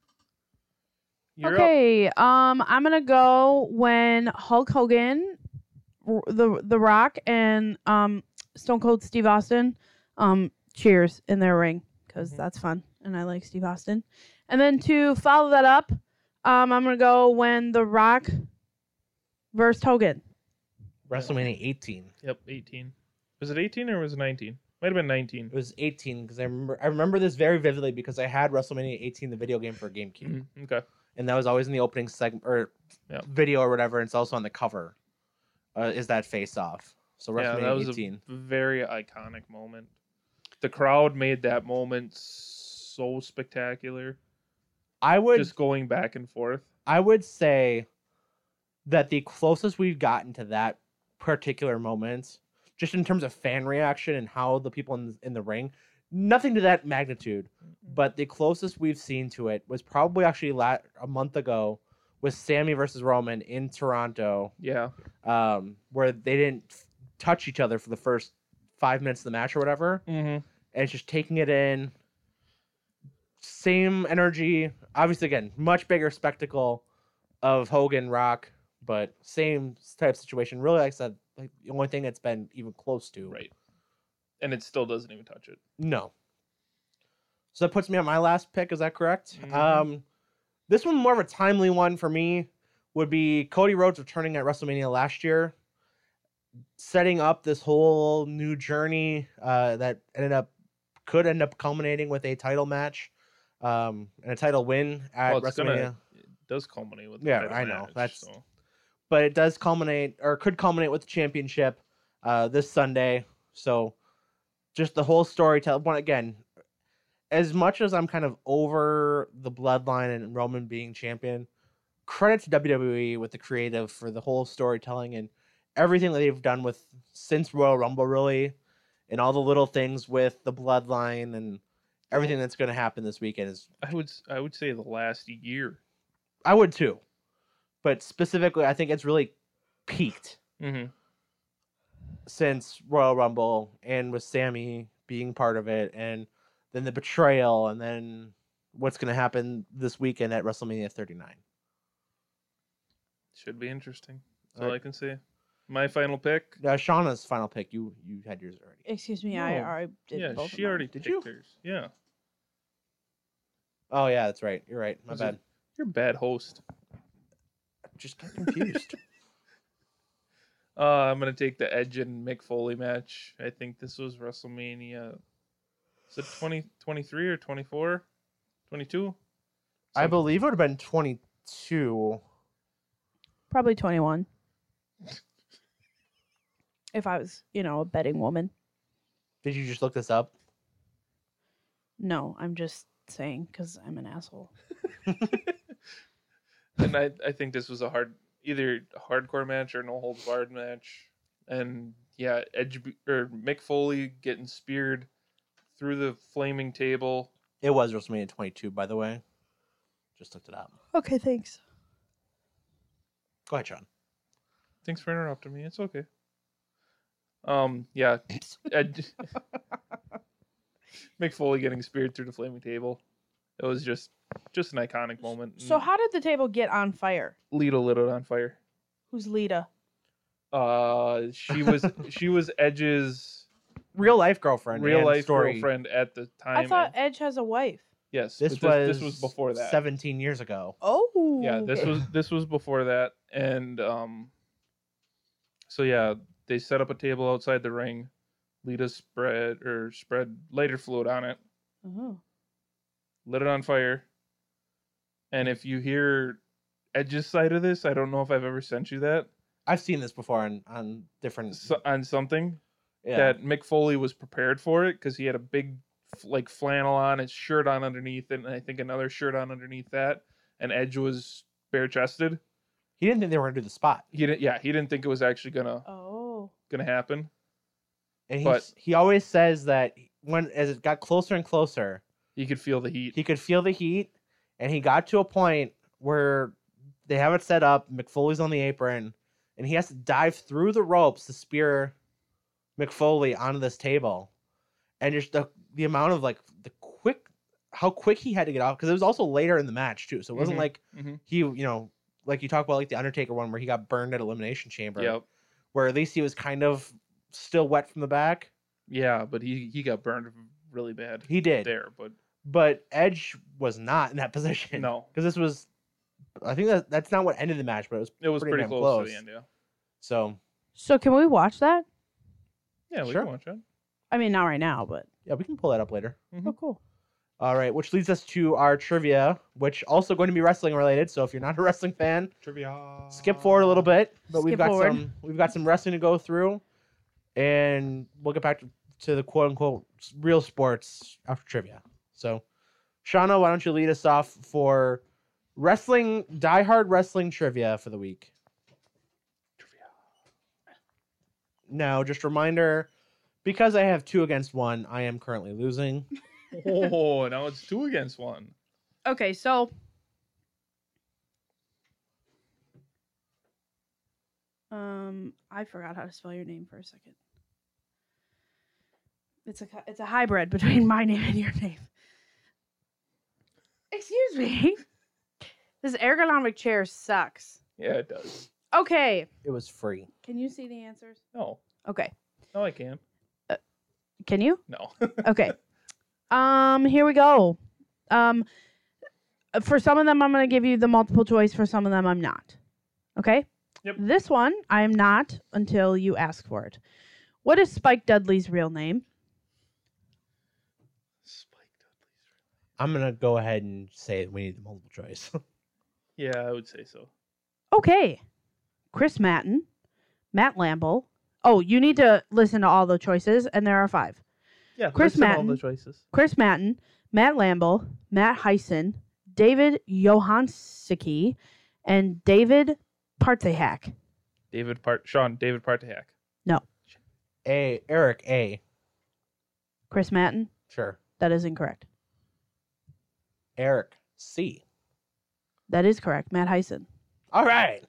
You're up.
okay, um, I'm gonna go when Hulk Hogan, R- the The Rock, and um, Stone Cold Steve Austin, um, cheers in their ring because
Mm-hmm.
Mhm.
that's fun and I like Steve Austin. And then to follow that up, um, I'm gonna go when The Rock versus Hogan.
wrestlemania 18
Yep, eighteen. Was it eighteen or was it nineteen? Might have been nineteen.
it was 18 because i remember i remember this very vividly because i had wrestlemania 18 the video game for gamecube
Mhm, Okay.
and that was always in the opening segment or
Yeah.
video or whatever and it's also on the cover uh, is that face off so
Yeah,
wrestlemania
that was
18
a very iconic moment. The crowd made that moment so spectacular.
I would
Just going back and forth.
I would say that the closest we've gotten to that particular moment, just in terms of fan reaction and how the people in, in the ring, nothing to that magnitude, but the closest we've seen to it was probably actually la- a month ago with Sammy versus Roman in Toronto,
Yeah.
um, where they didn't f- touch each other for the first five minutes of the match or whatever
Mm-hmm.
and it's just taking it in. Same energy, obviously. Again, much bigger spectacle of Hogan Rock, but same type situation. Really, like I said, like the only thing that's been even close to
Right. And it still doesn't even touch it.
no. So that puts me on my last pick. Is that correct?
Mhm.
Um, this one more of a timely one for me would be Cody Rhodes returning at WrestleMania last year, setting up this whole new journey uh, that ended up could end up culminating with a title match, um, and a title win at
Well, it's
WrestleMania.
gonna- does culminate with the
Yeah,
title
I know.
match,
That's-
so.
but it does culminate or could culminate with the championship uh, this Sunday. So just the whole story tell one again. As much as I'm kind of over the bloodline and Roman being champion, credit to WWE with the creative for the whole storytelling and everything that they've done with since Royal Rumble really and all the little things with the bloodline and everything that's going to happen this weekend is
I would s- I would say the last year.
I would too. But specifically, I think it's really peaked
Mm-hmm.
since Royal Rumble and with Sammy being part of it, and then the betrayal, and then what's going to happen this weekend at WrestleMania 39.
Should be interesting. That's all
Alright.
I can say. My final pick.
Uh, Shauna's final pick. You you had yours already.
Excuse me, I,
No.
I did
yeah,
both of
she
mine.
already
Did
picked
you?
hers. Yeah,
Oh yeah, that's right. You're right. My
Was it-
bad.
you're a bad host.
Just got confused.
Uh, I'm gonna take the Edge and Mick Foley match. I think this was WrestleMania. Is it 20, 23 or 24? 22?
I
Some-
believe it would have been 22.
Probably 21. if I was, you know, a betting woman.
Did you just look this up?
No, I'm just saying because I'm an asshole.
and I, I think this was a hard either a hardcore match or no holds barred match. And yeah, Edge b- or Mick Foley getting speared through the flaming table.
It was WrestleMania 22, by the way. Just looked it up.
Okay, thanks.
Go ahead, Sean.
Thanks for interrupting me. It's okay. Um, yeah, Ed, Mick Foley getting speared through the flaming table. It was just just an iconic moment.
So,
and
how did the table get on fire?
Lita lit it on fire.
Who's Lita?
Uh, she was she was Edge's
Real life girlfriend.
real
and
life
story.
girlfriend at the time.
I, thought
and-
Edge has a wife.
Yes,
This
but
was
this was before that.
17 years ago.
Oh.
Yeah, this was this was before that, and um, so yeah, they set up a table outside the ring. Lita spread or spread lighter fluid on it,
Oh.
lit it on fire. And if you hear Edge's side of this, I don't know if I've ever sent you that
I've seen this before on on different.
so, on something
yeah.
that Mick Foley was prepared for it because he had a big f- like flannel on, his shirt on underneath, it, and I think another shirt on underneath that, and Edge was bare chested.
He didn't think they were gonna do the spot,
He didn't, yeah, he didn't think it was actually gonna
Oh.
gonna happen.
and he
But-
he always says that when as it got closer and closer,
You could feel the heat.
he could feel the heat, and he got to a point where they have it set up. McFoley's on the apron, and he has to dive through the ropes to spear McFoley onto this table, and just the the amount of like the quick how quick he had to get off because it was also later in the match too, so it wasn't
Mhm.
like
Mhm.
he you know like you talk about like the Undertaker one where he got burned at Elimination Chamber.
Yep.
where at least he was kind of still wet from the back.
Yeah, but he he got burned really bad
He did,
there. But
but Edge was not in that position.
no,
because this was, I think that that's not what ended the match, but it was
it was
Pretty
pretty,
damn
close, to
close.
the end. Yeah.
so
So, can we watch that?
Yeah, we
Sure.
can watch it.
I mean, not right now, but.
yeah, we can pull that up later.
Oh, cool.
All right, which leads us to our trivia, which also going to be wrestling related. So if you're not a wrestling fan,
Trivia.
skip forward a little bit, but we've
Skip
got
forward.
some we've got some wrestling to go through, and we'll get back to, to the quote unquote s- real sports after trivia. So, Shauna, why don't you lead us off for wrestling diehard wrestling trivia for the week?
Trivia.
Now, just a reminder, because I have two against one, I am currently losing.
Oh, now it's two against one.
Okay, so. Um, I forgot how to spell your name for a second. It's a it's a hybrid between my name and your name. Excuse me. This ergonomic chair sucks.
Yeah, it does.
Okay.
It was free.
Can you see the answers?
No,
Okay.
no, I can.
Can you?
No.
Okay. Um, here we go. Um, for some of them, I'm going to give you the multiple choice. For some of them, I'm not. Okay.
Yep.
This one, I am not until you ask for it. What is Spike Dudley's real name?
Spike Dudley's.
I'm gonna go ahead and say we need the multiple choice.
Yeah, I would say so.
Okay. Chris Matten, Matt Lamble. Oh, you need to listen to all the choices, and there are five.
Yeah,
Chris
listen to all
Madden.
the choices.
Chris Matten, Matt Lamble, Matt Heisen, David Johansicki, and David Partehak.
David Part Sean David Partahak.
A Eric A.
Chris Matten,
Sure.
that is incorrect.
Eric C.
That is correct. Matt Heisen.
All right.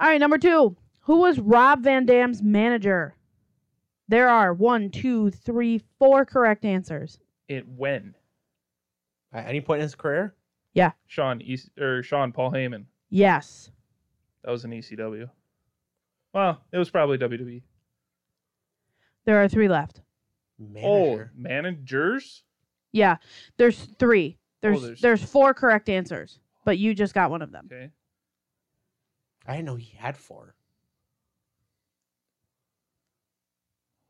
All right, number two. Who was Rob Van Dam's manager? There are one, two, three, four correct answers.
It when
At any point in his career?
Sean East or Sean Paul Heyman.
Yes.
That was an ECW. Well, it was probably E. WWE.
There are three left.
Manager.
Oh, managers.
Yeah, there's three. There's
there's-
there's, four correct answers, but you just got one of them.
Okay.
I didn't know he had four.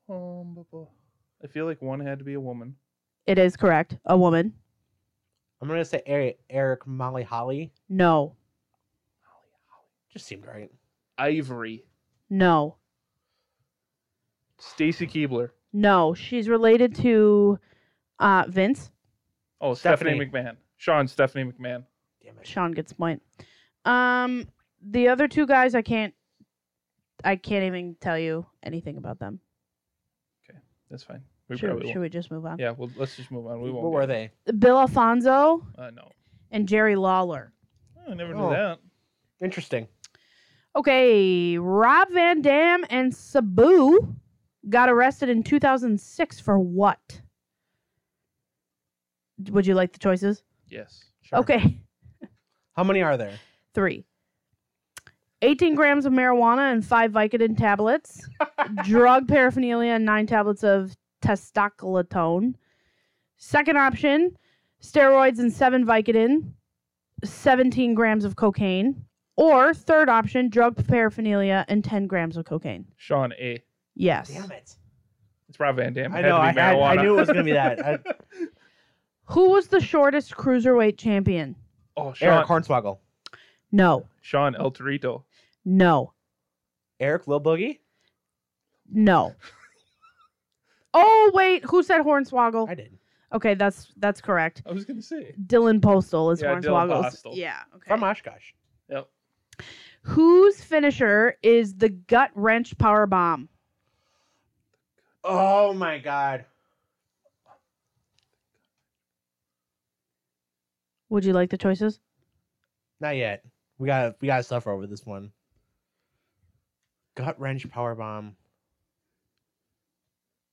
Um, bu- bu- I feel like one had to be a woman.
It is correct. A woman.
I'm gonna say Eric, Eric Molly Holly.
No.
Just seemed right.
Ivory.
No.
Stacy Keebler.
No. She's related to uh Vince.
Oh, Stephanie.
Stephanie.
McMahon. Sean Stephanie McMahon.
Damn it.
Sean gets a point. Um the other two guys I can't I can't even tell you anything about them.
That's fine. We
should,
probably
should
won't.
we just move on?
Yeah, well, let's just move on. We won't.
What
get-
were they?
Bill Alfonso
Uh, no.
and Jerry Lawler.
I never knew
Oh.
that.
Interesting.
Okay, Rob Van Dam and Sabu got arrested in 2006 for what? Would you like the choices?
Yes.
Sure.
Okay,
How many are there?
three. 18 grams of marijuana and five Vicodin tablets, drug paraphernalia and nine tablets of testosterone. Second option, steroids and seven Vicodin, 17 grams of cocaine. Or third option, drug paraphernalia and 10 grams of cocaine.
Sean A.
Yes.
Damn it.
It's Rob Van Dam. It
I
had to
know. I,
be
had, I
marijuana.
knew it was gonna be that. I,
Who was the shortest cruiserweight champion?
oh, Sean.
Eric Hornswoggle.
No,
Sean El Torito.
no,
Eric Lil Boogie.
no. oh wait, who said Hornswoggle?
I did.
Okay, that's that's correct.
I was gonna say.
Dylan Postal is
Yeah, Dylan
Hornswoggle's.
Postal.
Yeah. Okay.
From Oshkosh.
Yep.
Whose finisher is the gut wrench power bomb?
Oh my god.
Would you like the choices?
Not yet. We gotta we gotta suffer over this one. Gut wrench power bomb.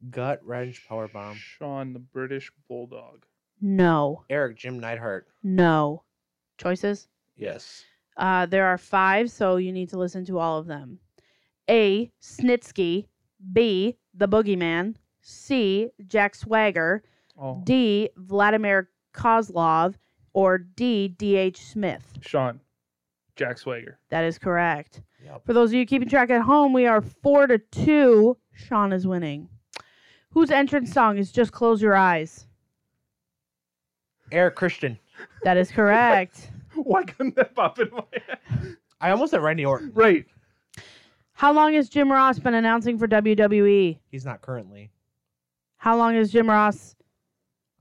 Gut wrench power bomb.
Sean the British Bulldog.
No,
Eric Jim Neidhart.
no. Choices?
Yes.
Uh, there are five, so you need to listen to all of them. A. Snitsky. B. The Boogeyman. C. Jack Swagger.
Oh.
D. Vladimir Kozlov. Or D. D.H. Smith.
Sean. Jack Swagger.
That is correct.
Yep.
For those of you keeping track at home, we are four to two. Sean is winning. Whose entrance song is Just Close Your Eyes?
Eric Christian.
That is correct.
Why couldn't that pop in my head?
I almost said Randy Orton.
Right.
How long has Jim Ross been announcing for WWE?
He's not currently.
How long has Jim Ross?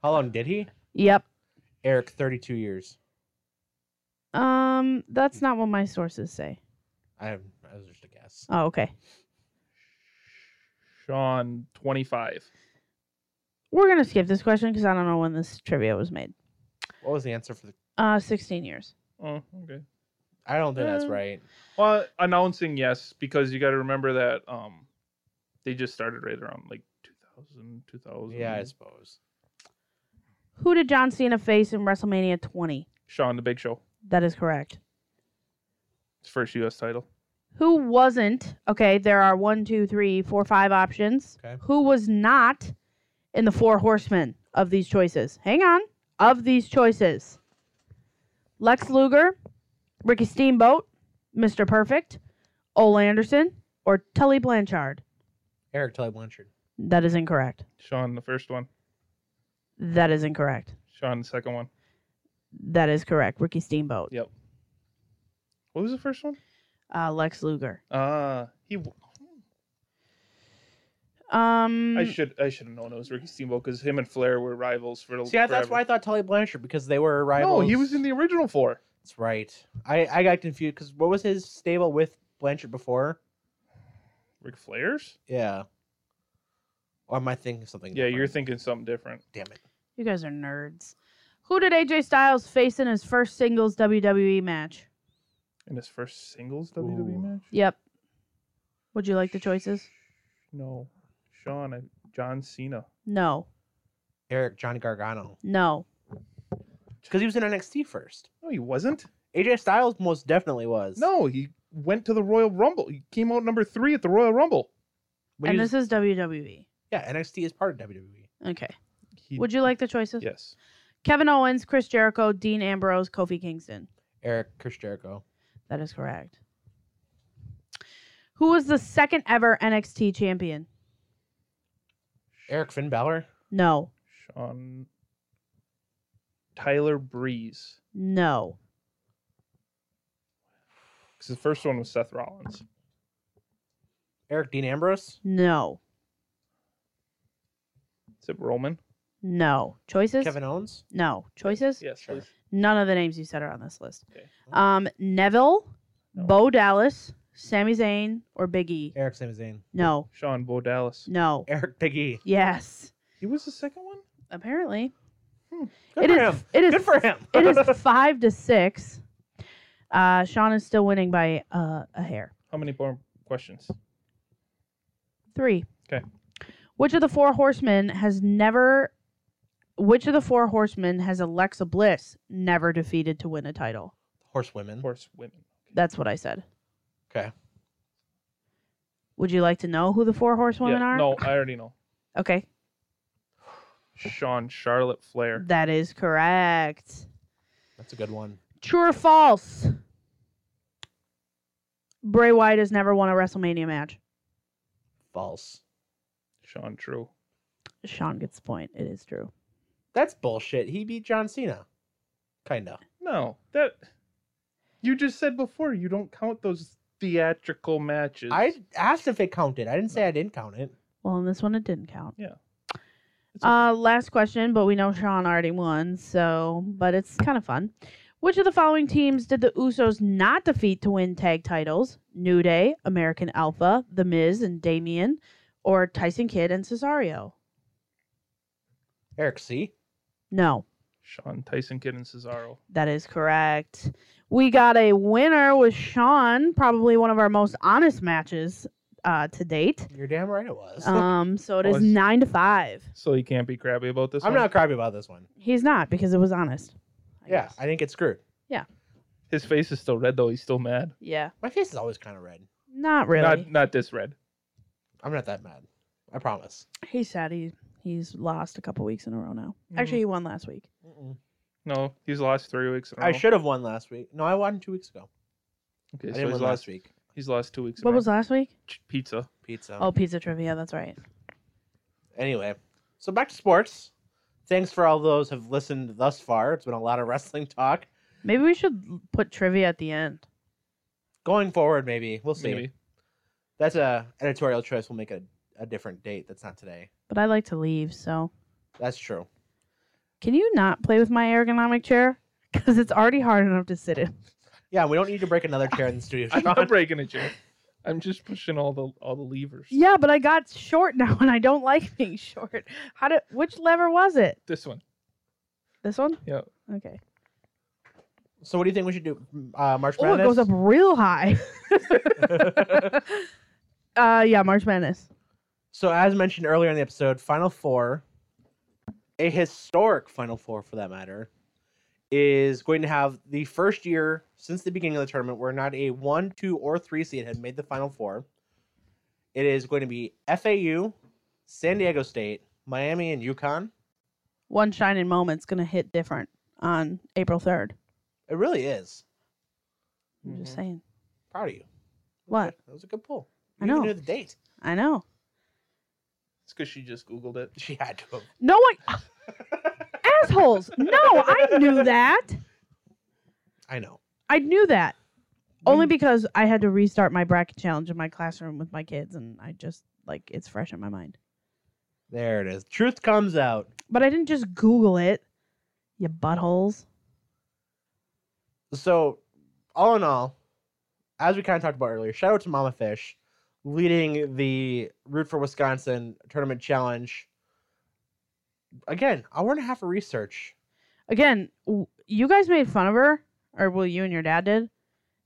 How long did he?
Yep.
Eric, 32 years.
Um, that's not what my sources say.
I, I was just a guess.
Oh, okay.
Sean twenty five.
We're gonna skip this question because I don't know when this trivia was made.
What was the answer for the?
Uh, sixteen years.
Oh, okay.
I don't think that's
Uh,
right.
Well, announcing yes, because you got to remember that um, they just started right around like 2000, 2000.
Yeah, I suppose.
Who did John Cena face in WrestleMania 20?
Sean the Big Show,
That is correct.
his first U.S. title.
Who wasn't? Okay, there are one, two, three, four, five options.
Okay.
Who was not in the Four Horsemen of these choices? Hang on. Of these choices, Lex Luger, Ricky Steamboat, Mr. Perfect, Ole Anderson, or Tully Blanchard?
Eric Tully Blanchard.
That is incorrect.
Sean the first one.
That is incorrect.
Sean the second one.
That is correct. Ricky Steamboat.
Yep. What was the first one?
Uh, Lex Luger.
Ah, he. w-
Um,
I should I should have known it was Ricky Steamboat because him and Flair were rivals for the.
See, I, that's why I
forever.
thought Tully Blanchard because they were rivals.
No, he was in the original four.
That's right. I I got confused because what was his stable with Blanchard before?
Ric Flair's.
Yeah. Or am I thinking something?
Yeah, you're
different?
thinking something different.
Damn it.
you guys are nerds. Who did AJ Styles face in his first singles WWE match?
In his first singles WWE
Ooh.
match.
Yep. Would you like the choices?
No, Sean, I, John Cena.
No.
Eric Johnny Gargano
No.
because he was in NXT first.
No, he wasn't.
AJ Styles most definitely was.
No, he went to the Royal Rumble. He came out number three at the Royal Rumble.
When he
and
was-
this is WWE.
yeah, NXT is part of E. WWE.
Okay.
He,
Would you like the choices?
Yes.
Kevin Owens, Chris Jericho, Dean Ambrose, Kofi Kingston.
Eric Chris Jericho.
That is correct. Who was the second ever NXT champion?
Eric Finn Balor.
No.
Sean. Tyler Breeze.
No.
Because the first one was Seth Rollins.
Eric Dean Ambrose.
No.
Is it Roman?
No. Choices?
Kevin Owens.
No. Choices?
Yes,
Sure.
please.
None of the names you said are on this list.
Okay.
Um, Neville,
No.
Bo Dallas, Sami Zayn, or Big E?
Eric Sami Zayn.
No.
Sean Bo Dallas.
No.
Eric Big E.
Yes.
He was the second one?
Apparently.
Hmm. Good
It
for
is-
him.
It is
Good for him.
it is five to six. Uh, Sean is still winning by uh, a hair.
How many more questions?
Three.
Okay.
Which of the four horsemen has never? Which of the four horsemen has Alexa Bliss never defeated to win a title?
Horsewomen.
Of course, women.
That's what I said.
Okay.
Would you like to know who the four horsewomen
Yeah,
are?
No, I already know.
Okay,
Sean Charlotte Flair.
that is correct.
That's a good one.
True or false? Bray Wyatt has never won a WrestleMania match.
False.
Sean True.
Sean gets the point. It is true.
That's bullshit. He beat John Cena. Kinda.
No, that you just said before you don't count those theatrical matches.
I asked if it counted. I didn't say I didn't count it.
Well, in this one, it didn't count.
It's okay.
Uh, last question, but we know Sean already won, so but it's kind of fun. Which of the following teams did the Usos not defeat to win tag titles? New Day, American Alpha, The Miz, and Damien, or Tyson Kidd and Cesario?
Eric C.
No,
Sean Tyson Kidd and Cesaro.
that is correct. We got a winner with Sean, probably one of our most honest matches uh, to date.
You're damn right it was.
Um, so it is
Was-
nine to five.
So you can't be crabby about this.
I'm
one?
not crappy about this one.
He's not because it was honest. I
yeah,
guess.
I didn't get screwed.
His face is still red though. He's still mad.
yeah,
My face is always kind of red.
not really.
Not not this red.
I'm not that mad. I promise.
He's sad. He he's lost a couple weeks in a row now.
Mhm.
Actually, he won last week.
No, he's lost three weeks. In a
I
row.
should have won last week. No, I won two weeks ago.
Okay,
I
so
didn't
he's
win
lost.
last week.
He's lost two weeks. in
What
a
was
row.
last week?
Ch- Pizza.
Pizza.
Oh, pizza trivia. That's right.
Anyway, so back to sports. Thanks for all those who have listened thus far. It's been a lot of wrestling talk.
Maybe we should l- put trivia at the end.
Going forward, maybe we'll see.
Maybe.
That's a editorial choice. We'll make a, a different date. That's not today.
But I like to leave, so
That's true.
can you not play with my ergonomic chair? Because it's already hard enough to sit in.
Yeah, we don't need to break another chair in the studio.
I'm
Sean.
not breaking a chair. I'm just pushing all the all the levers.
Yeah, but I got short now, and I don't like being short. How did? Which lever was it?
This one.
This one?
Yeah.
Okay.
So what do you think we should do? Uh, March
Oh, it
Madness.
goes up real high. uh, yeah, March Madness.
so as mentioned earlier in the episode, Final Four, a historic Final Four for that matter, is going to have the first year since the beginning of the tournament where not a one, two, or three seed had made the Final Four. It is going to be FAU, San Diego State, Miami, and UConn.
One shining moment's gonna hit different on April third.
It really is.
I'm
Mm-hmm.
just
Mhm.
saying.
Proud of you.
What?
That was a good pull.
I
You even
know.
knew the date.
I know.
It's because she just googled it.
She had to. have.
No one. Assholes. No, I knew that.
I know.
I knew that.
Mm.
Only because I had to restart my bracket challenge in my classroom with my kids, and I just like it's fresh in my mind.
There it is. Truth comes out.
But I didn't just Google it, you buttholes.
So, all in all, as we kind of talked about earlier, shout out to Mama Fish leading the Root for Wisconsin tournament challenge. Again, hour and a half of research.
Again, w- you guys made fun of her, or well, you and your dad did.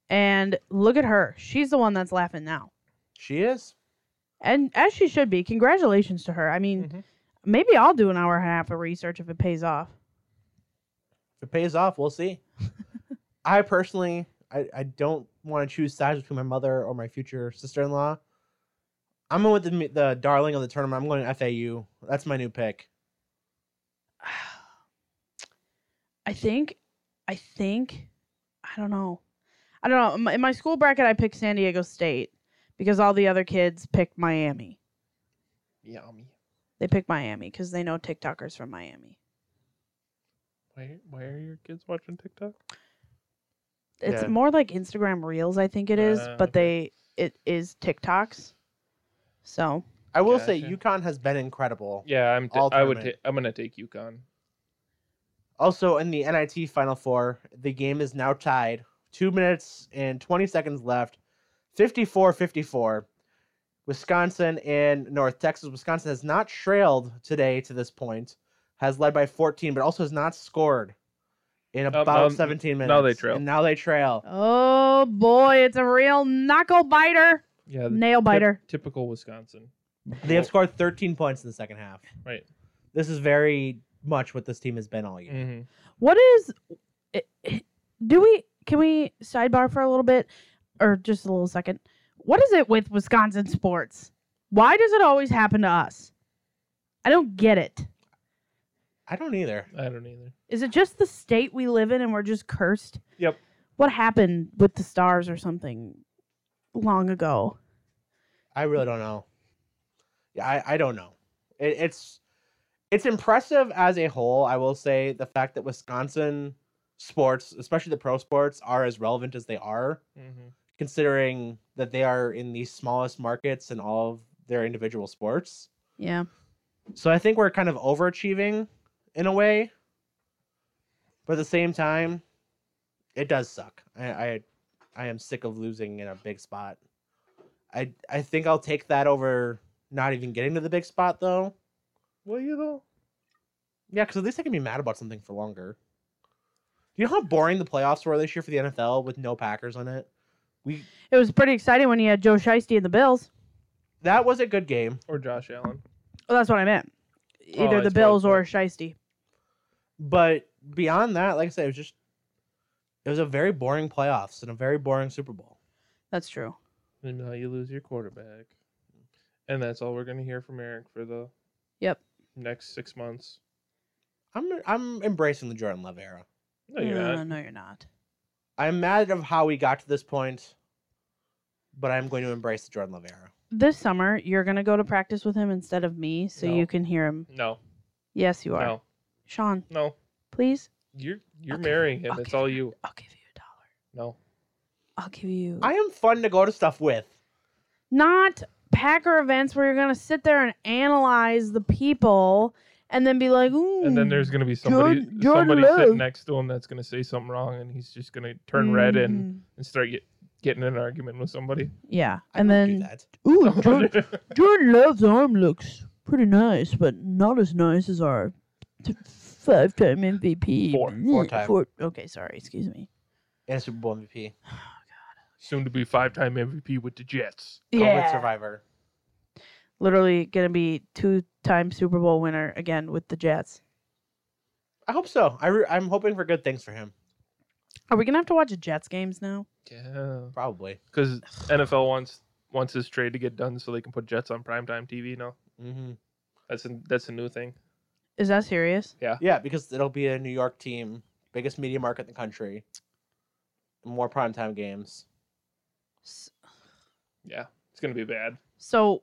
And look at her; she's the one that's laughing now,
She is.
and as she should be. Congratulations to her. I mean,
Mhm.
maybe I'll do an hour and a half of research if it pays off.
If it pays off, we'll see. I personally, I, I don't want to choose sides between my mother or my future sister in law. I'm going with the, the darling of the tournament. I'm going to FAU. That's my new pick.
I think, I think, I don't know. I don't know. In my- In my school bracket, I picked San Diego State because all the other kids picked Miami.
Yummy.
They picked Miami because they know TikTokers from Miami.
Why, why are your kids watching TikTok?
It's
Yeah.
more like Instagram Reels, I think it is,
Ah,
but they it is TikToks. So
I will say
Gotcha.
UConn has been incredible.
Yeah, I'm. T-
All
I would. Ta-
tournament.
I'm gonna take UConn.
Also, in the NIT Final Four, the game is now tied. Two minutes and 20 seconds left. 54 54. Wisconsin and North Texas. Wisconsin has not trailed today to this point, has led by 14, but also has not scored in about
um,
17 minutes.
now they trail.
And now they trail.
oh boy, it's a real knuckle biter,
Yeah, the
nail biter.
typ- typical Wisconsin.
They have scored 13 points in the second half.
Right.
This is very much what this team has been all year.
hmm
What is? i- i- Do we can we sidebar for a little bit, or just a little second? What is it with Wisconsin sports? Why does it always happen to us? I don't get it.
I don't either.
I don't either.
Is it just the state we live in and we're just cursed?
Yep.
What happened with the stars or something long ago?
I really don't know. Yeah, I, I don't know. It, it's it's impressive as a whole. I will say the fact that Wisconsin sports, especially the pro sports, are as relevant as they are,
hmm
considering that they are in the smallest markets in all of their individual sports.
Yeah.
So I think we're kind of overachieving in a way, but at the same time, it does suck. I I, I am sick of losing in a big spot. I I think I'll take that over not even getting to the big spot though.
Will you though?
Yeah, because at least I can be mad about something for longer. Do you know how boring the playoffs were this year for the NFL with no Packers on it? We
It was pretty exciting when you had Joe Shiesty and the Bills.
that was a good game,
Or Josh Allen?
Well, that's what I meant.
Oh,
Either
I
the
see.
Bills or Shiesty.
but beyond that, like I said, it was just it was a very boring playoffs and a very boring Super Bowl.
That's true.
And now you lose your quarterback, and that's all we're gonna hear from Eric for the.
Yep.
Next six months.
I'm I'm embracing the Jordan Love era.
No, you're
no,
not.
no, you're not.
I'm mad of how we got to this point, but I'm going to embrace the Jordan Love era.
This summer, you're going to go to practice with him instead of me so
No.
you can hear him.
No,
Yes, you are.
no,
Sean,
no.
please.
You're you're
Okay,
marrying him. It's
okay.
all you.
I'll give you a dollar.
No.
I'll give you.
I am fun to go to stuff with.
not Packer events where you're going to sit there and analyze the people and then be like, ooh.
And then there's gonna be somebody
Jordan- Jordan
somebody
Love.
sitting next to him that's gonna say something wrong, and he's just gonna turn red and,
mm."
and start get, getting in an argument with somebody.
Yeah.
I
and
don't do
then,
that.
ooh, Jordan, Jordan Love's arm looks pretty nice, but not as nice as our t- five-time MVP.
Four-
four-time.
Mm, Four- okay, sorry, excuse me.
and a Super Bowl MVP,
Soon to be five time MVP with the Jets.
yeah. Survivor.
literally gonna be two-time Super Bowl winner again with the Jets.
I hope so. I re- I'm hoping for good things for him.
Are we gonna have to watch the Jets games now?
Yeah.
Probably.
Because NFL wants wants his trade to get done so they can put Jets on primetime TV now.
hmm
That's a, that's a new thing.
Is that serious?
Yeah, because it'll be a New York team, biggest media market in the country, more primetime games.
S-
Yeah. It's gonna be bad.
So,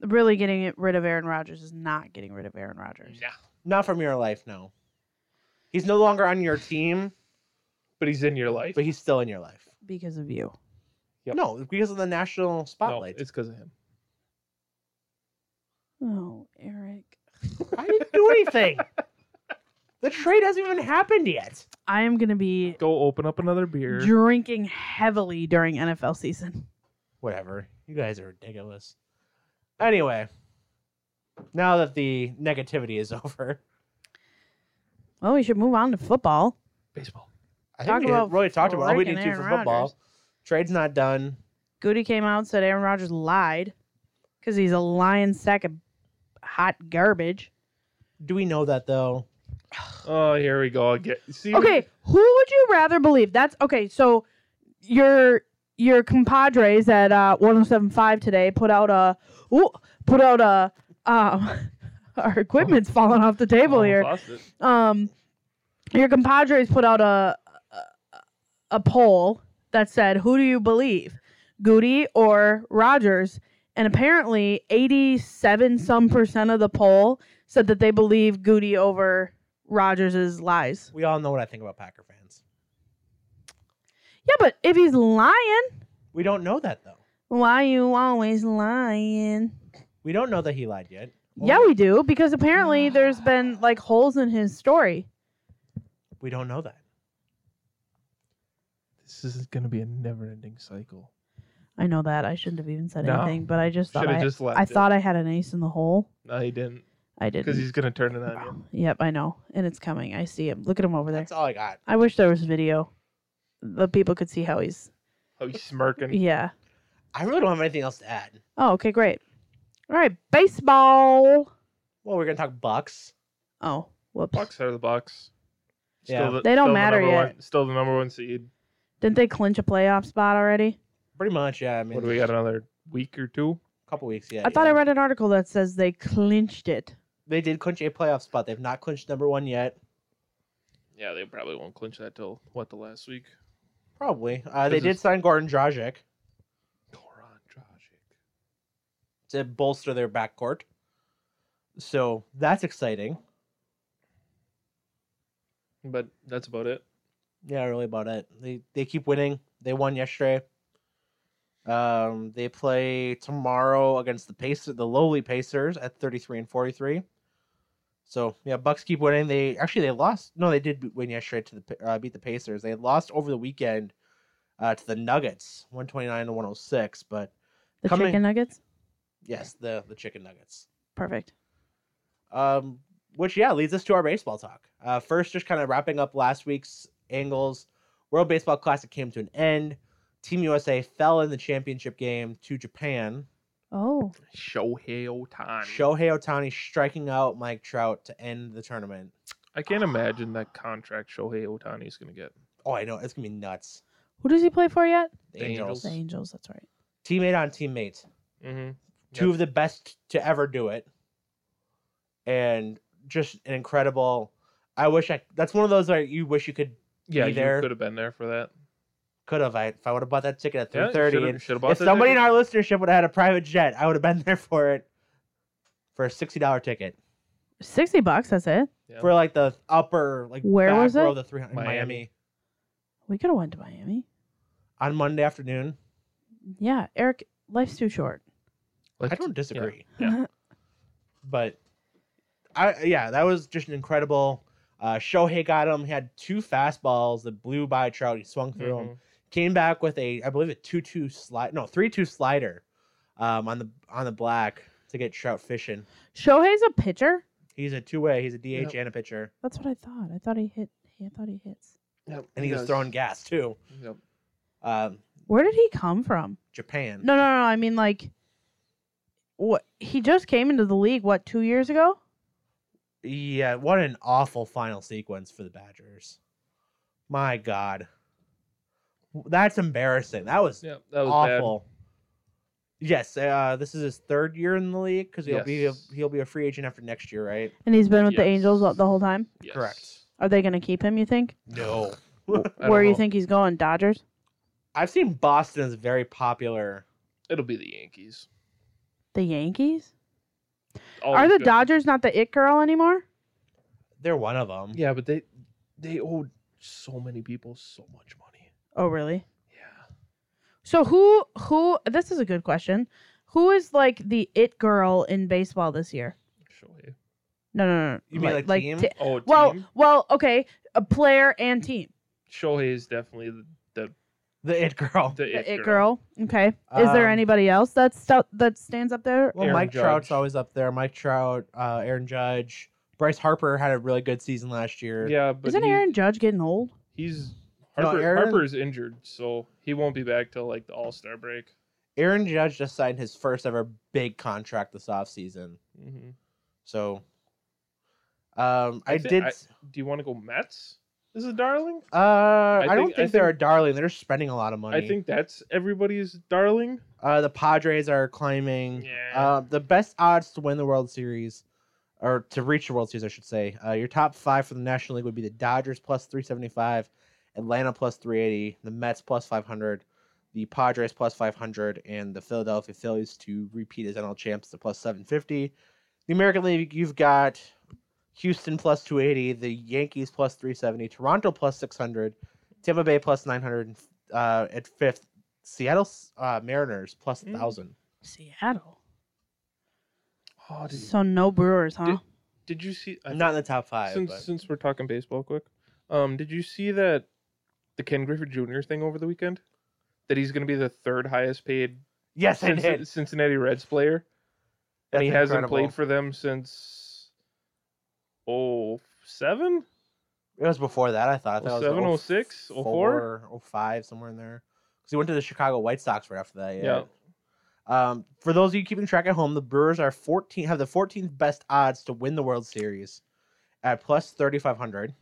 really getting it- rid of Aaron Rodgers is not getting rid of Aaron Rodgers.
Yeah.
Not from your life, no. He's no longer on your team,
But he's in your life.
but he's still in your life.
because of you.
Yep.
No, because of the national spotlight.
No, it's because of him.
Oh, Eric.
I didn't do anything. the trade hasn't even happened yet.
I am going to be
Go open up another beer.
drinking heavily during NFL season.
Whatever. You guys are ridiculous. Anyway, now that the negativity is over,
Well, we should move on to football.
Baseball.
I
Talk
think we
about
really talked about all we
Florick
need to
and
for
Aaron Rodgers.
football. Trade's not done.
Goody came out and said Aaron Rodgers lied because he's a lying sack of hot garbage.
Do we know that though?
Oh, here we go again. See,
Okay, who would you rather believe? That's okay. So your your compadres at uh, 107.5 today put out a ooh, put out a um, our equipment's falling off the table
Almost
here.
lost it.
um, your compadres put out a, a a poll that said, "Who do you believe, Goody or Rogers?" And apparently, eighty-seven some percent of the poll said that they believe Goody over Rogers' lies.
We all know what I think about Packer fans.
Yeah, but if he's lying,
We don't know that though.
why you always lying?
We don't know that he lied yet.
Yeah, we do because apparently there's been like holes in his story.
We don't know that.
This is going to be a never-ending cycle.
I know that I shouldn't have even said
No.
anything, but I just thought
Should have
I,
just left.
I
it.
thought I had an ace in the hole.
No, he didn't.
I didn't.
Because he's going to turn it on you.
Yep, I know. And it's coming. I see him. Look at him over there.
That's all I got.
I wish there was video. The people could see how he's.
Oh, he's smirking.
Yeah.
I really don't have anything else to add.
Oh, okay, great. All right, baseball.
Well, we're gonna talk Bucks.
Oh, whoops.
Bucks are the Bucks.
Yeah.
They don't
the
matter
number
yet.
One, still the number one seed.
Didn't they clinch a playoff spot already?
Pretty much, yeah. I mean,
What do we got? Another week or two?
a couple weeks yet.
I thought
yeah.
I read an article that says they clinched it.
they did clinch a playoff spot. They've not clinched number one yet.
Yeah, they probably won't clinch that till what the last week.
Probably. Uh, they
This
did
is-
sign Gordon Dragic
Goran Dragic.
to bolster their backcourt. So that's exciting.
But that's about it.
Yeah, really about it. They they keep winning. They won yesterday. Um, they play tomorrow against the Pacers, the lowly Pacers at thirty three and forty three. So yeah, Bucks keep winning. They actually they lost. No, they did win yesterday to the Pa- uh, beat the Pacers. They lost over the weekend uh, to the Nuggets, one twenty nine to one hundred six. But
The
Coming.
chicken nuggets?
yes, the the chicken Nuggets.
Perfect.
Um, which yeah leads us to our baseball talk. Uh, first, just kind of wrapping up last week's angles. World Baseball Classic came to an end. Team USA fell in the championship game to Japan.
Oh,
Shohei Otani.
Shohei Otani striking out Mike Trout to end the tournament.
I can't imagine that contract Shohei Otani is going to get.
Oh, I know it's gonna be nuts.
who does he play for yet?
The
The
Angels.
The Angels. That's right.
teammate on teammate,
Mm-hmm.
two of the best to ever do it, and just an incredible. I wish I. That's one of those where you wish you could
Yeah,
be
you
there.
could have been there for that.
could have. I if I would have bought that ticket at three
Yeah, you
thirty
should've-
and
should've bought
if
that
somebody in
ticket.
our listenership would have had a private jet, I would have been there for it for a sixty dollar ticket
60 bucks. That's it.
Yeah.
for like the upper like
Where
back
was
row
it?
of the three hundred Miami.
Miami.
Miami
We could have went to Miami.
on Monday afternoon.
Yeah, Eric, life's too short.
Like,
I don't disagree,
Yeah.
but I yeah that was just an incredible. Uh, Shohei got him. He had two fastballs that blew by Trout. He swung through him.
Mhm.
Came back with a I believe a two two slide no three two slider, um on the on the black to get Trout fishing.
Shohei's a pitcher?
He's a two way. He's a DH
Yep.
and a pitcher,
That's what I thought. I thought he hit. I thought he hits.
Yep,
and he was
does.
throwing gas too.
Yep.
Um,
Where did he come from?
Japan.
No, no, no. I mean, like, what? He just came into the league what two years ago?
Yeah, what an awful final sequence for the Badgers. My God, that's embarrassing. That was,
Yep, that was
awful. Yes, uh, this is his third year in the league because he'll be a,
Yes.
he'll be a free agent after next year, right?
And he's been with the
Yes.
Angels the whole time.
bad. Yes.
Correct.
Are they going to keep him? You think?
No,
I
Where
don't
you
know.
think he's going? Dodgers.
I've seen Boston is very popular.
It'll be the Yankees.
The Yankees. Are
Always
the
good.
Dodgers not the it girl anymore?
They're one of them.
Yeah, but they they owe so many people so much money.
Oh, really?
Yeah.
So who who this is a good question. Who is like the it girl in baseball this year?
Surely.
No, no, no.
You mean, like, team?
t-
Oh, team?
well, well, okay, a player and team.
Shohei is definitely the the,
The it girl.
the
The it girl. Okay. Is there
Um,
anybody else that's stu- that stands up there?
Well,
Aaron
Mike
Judge.
Trout's always up there. Mike Trout, uh, Aaron Judge, Bryce Harper had a really good season last year.
Yeah, but
Isn't
he-
Aaron Judge getting old?
He's
No,
Harper,
Oh, Aaron-
Harper's injured, so he won't be back till like the All Star break.
Aaron Judge just signed his first ever big contract this offseason.
hmm
So, um, I,
I thi-
did.
Do you want to go Mets? Is a darling?
uh, I, don't
think-
think,
I
they're
think-
a darling. They're spending a lot of money.
I think that's everybody's darling.
uh, the Padres are climbing.
Yeah.
Uh, the best odds to win the World Series, or to reach the World Series, I should say. Uh, your top five for the National League would be the Dodgers plus 375, Atlanta plus 380, the Mets plus 500, the Padres plus 500, and the Philadelphia Phillies to repeat as NL champs to plus 750. The American League, you've got Houston plus 280, the Yankees plus 370, Toronto plus 600, Tampa Bay plus 900, and, uh, at fifth, Seattle uh, Mariners plus
Mm.
1,000.
Seattle.
Oh, did,
So no Brewers, huh?
did you see? I
I'm not in the top five.
since
but-
since we're talking baseball, quick. Um, did you see that the Ken Griffey Jr. thing over the weekend? That he's going to be the third highest paid
Yes, I
Cinci-
did.
Cincinnati Reds player,
That's
and he hasn't
incredible.
played for them since oh seven.
It was before that. I thought. I thought it
07,
was
06, 04?
04, 05, somewhere in there. Because he went to the Chicago White Sox right after that. Yeah.
Yeah.
Um, for those of you keeping track at home, the Brewers are 14 have the 14th best odds to win the World Series at plus 3500.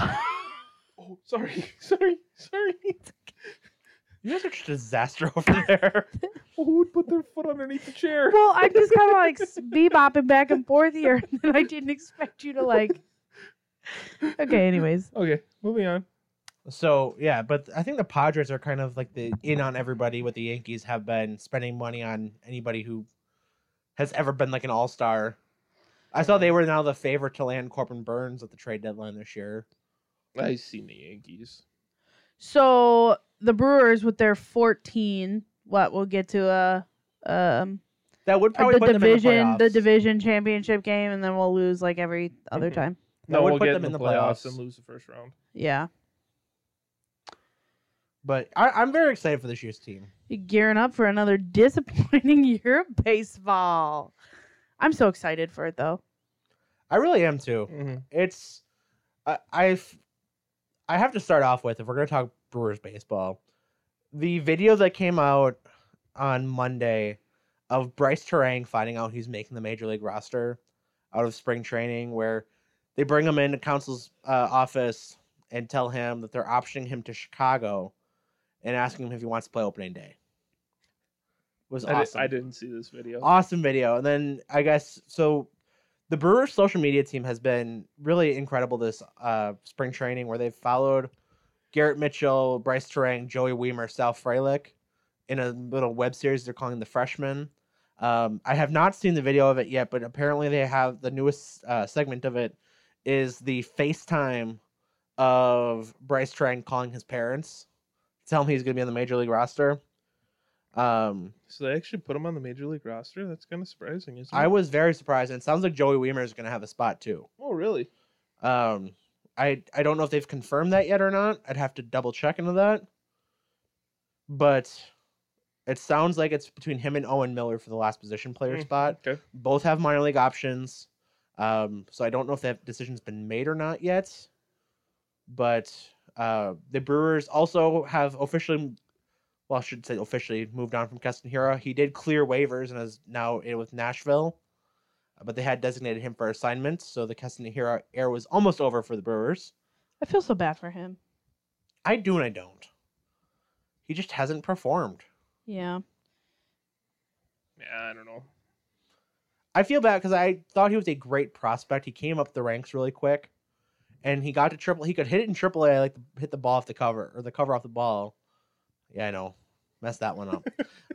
Oh, sorry, sorry, sorry.
You guys are just a disaster over there.
Who would put their foot underneath the chair?
well, I'm just kind of like s- bebopping back and forth here, and I didn't expect you to like. Okay. Anyways,
Okay, moving on.
so yeah, but I think the Padres are kind of like the in on everybody. What the Yankees have been spending money on anybody who has ever been like an All Star. I saw they were now the favorite to land Corbin Burns at the trade deadline this year.
I seen the Yankees.
so the Brewers with their 14, what we'll get to a um
That would probably
the
put them
division
in
the,
the playoffs.
division championship game, and then we'll lose like every other
Mm-hmm.
Mhm.
time.
That
No,
would
we'll
put
get
them
in the, playoffs, and lose the first round.
Yeah,
But I, I'm very excited for this year's team.
you gearing up for another disappointing year of baseball. I'm so excited for it though.
I really am too.
Mm-hmm.
It's I I've, I have to start off with if we're gonna talk Brewers baseball, the video that came out on Monday of Bryce Terang finding out he's making the major league roster out of spring training, where they bring him into counsel's uh, office and tell him that they're optioning him to Chicago and asking him if he wants to play opening day. was
I,
awesome.
did, I didn't see this video.
Awesome video. And then I guess so the Brewers social media team has been really incredible this uh, spring training where they've followed Garrett Mitchell, Bryce Terang, Joey Weimer, Sal Freilich in a little web series they're calling The Freshman. Um, I have not seen the video of it yet, but apparently they have the newest uh, segment of it is the FaceTime of Bryce Terang calling his parents, tell him he's going to be on the major league roster. Um,
So they actually put him on the major league roster. That's kind of surprising, isn't it?
I was very surprised. And it sounds like Joey Weimer is going to have a spot too.
oh, really?
Um, I I don't know if they've confirmed that yet or not. I'd have to double check into that. But it sounds like it's between him and Owen Miller for the last position player
Mm,
spot.
Okay.
Both have minor league options. Um, so I don't know if that decision's been made or not yet. But uh, the Brewers also have officially, well, I should say officially moved on from Keston Hira. He did clear waivers and is now in with Nashville. But they had designated him for assignments, so the Keston Hira era was almost over for the Brewers.
I feel so bad for him.
I do and I don't. He just hasn't performed.
Yeah.
Yeah, I don't know.
I feel bad because I thought he was a great prospect. He came up the ranks really quick, and he got to triple. He could hit it in triple A, like hit the ball off the cover or the cover off the ball. Yeah, I know, messed that one up.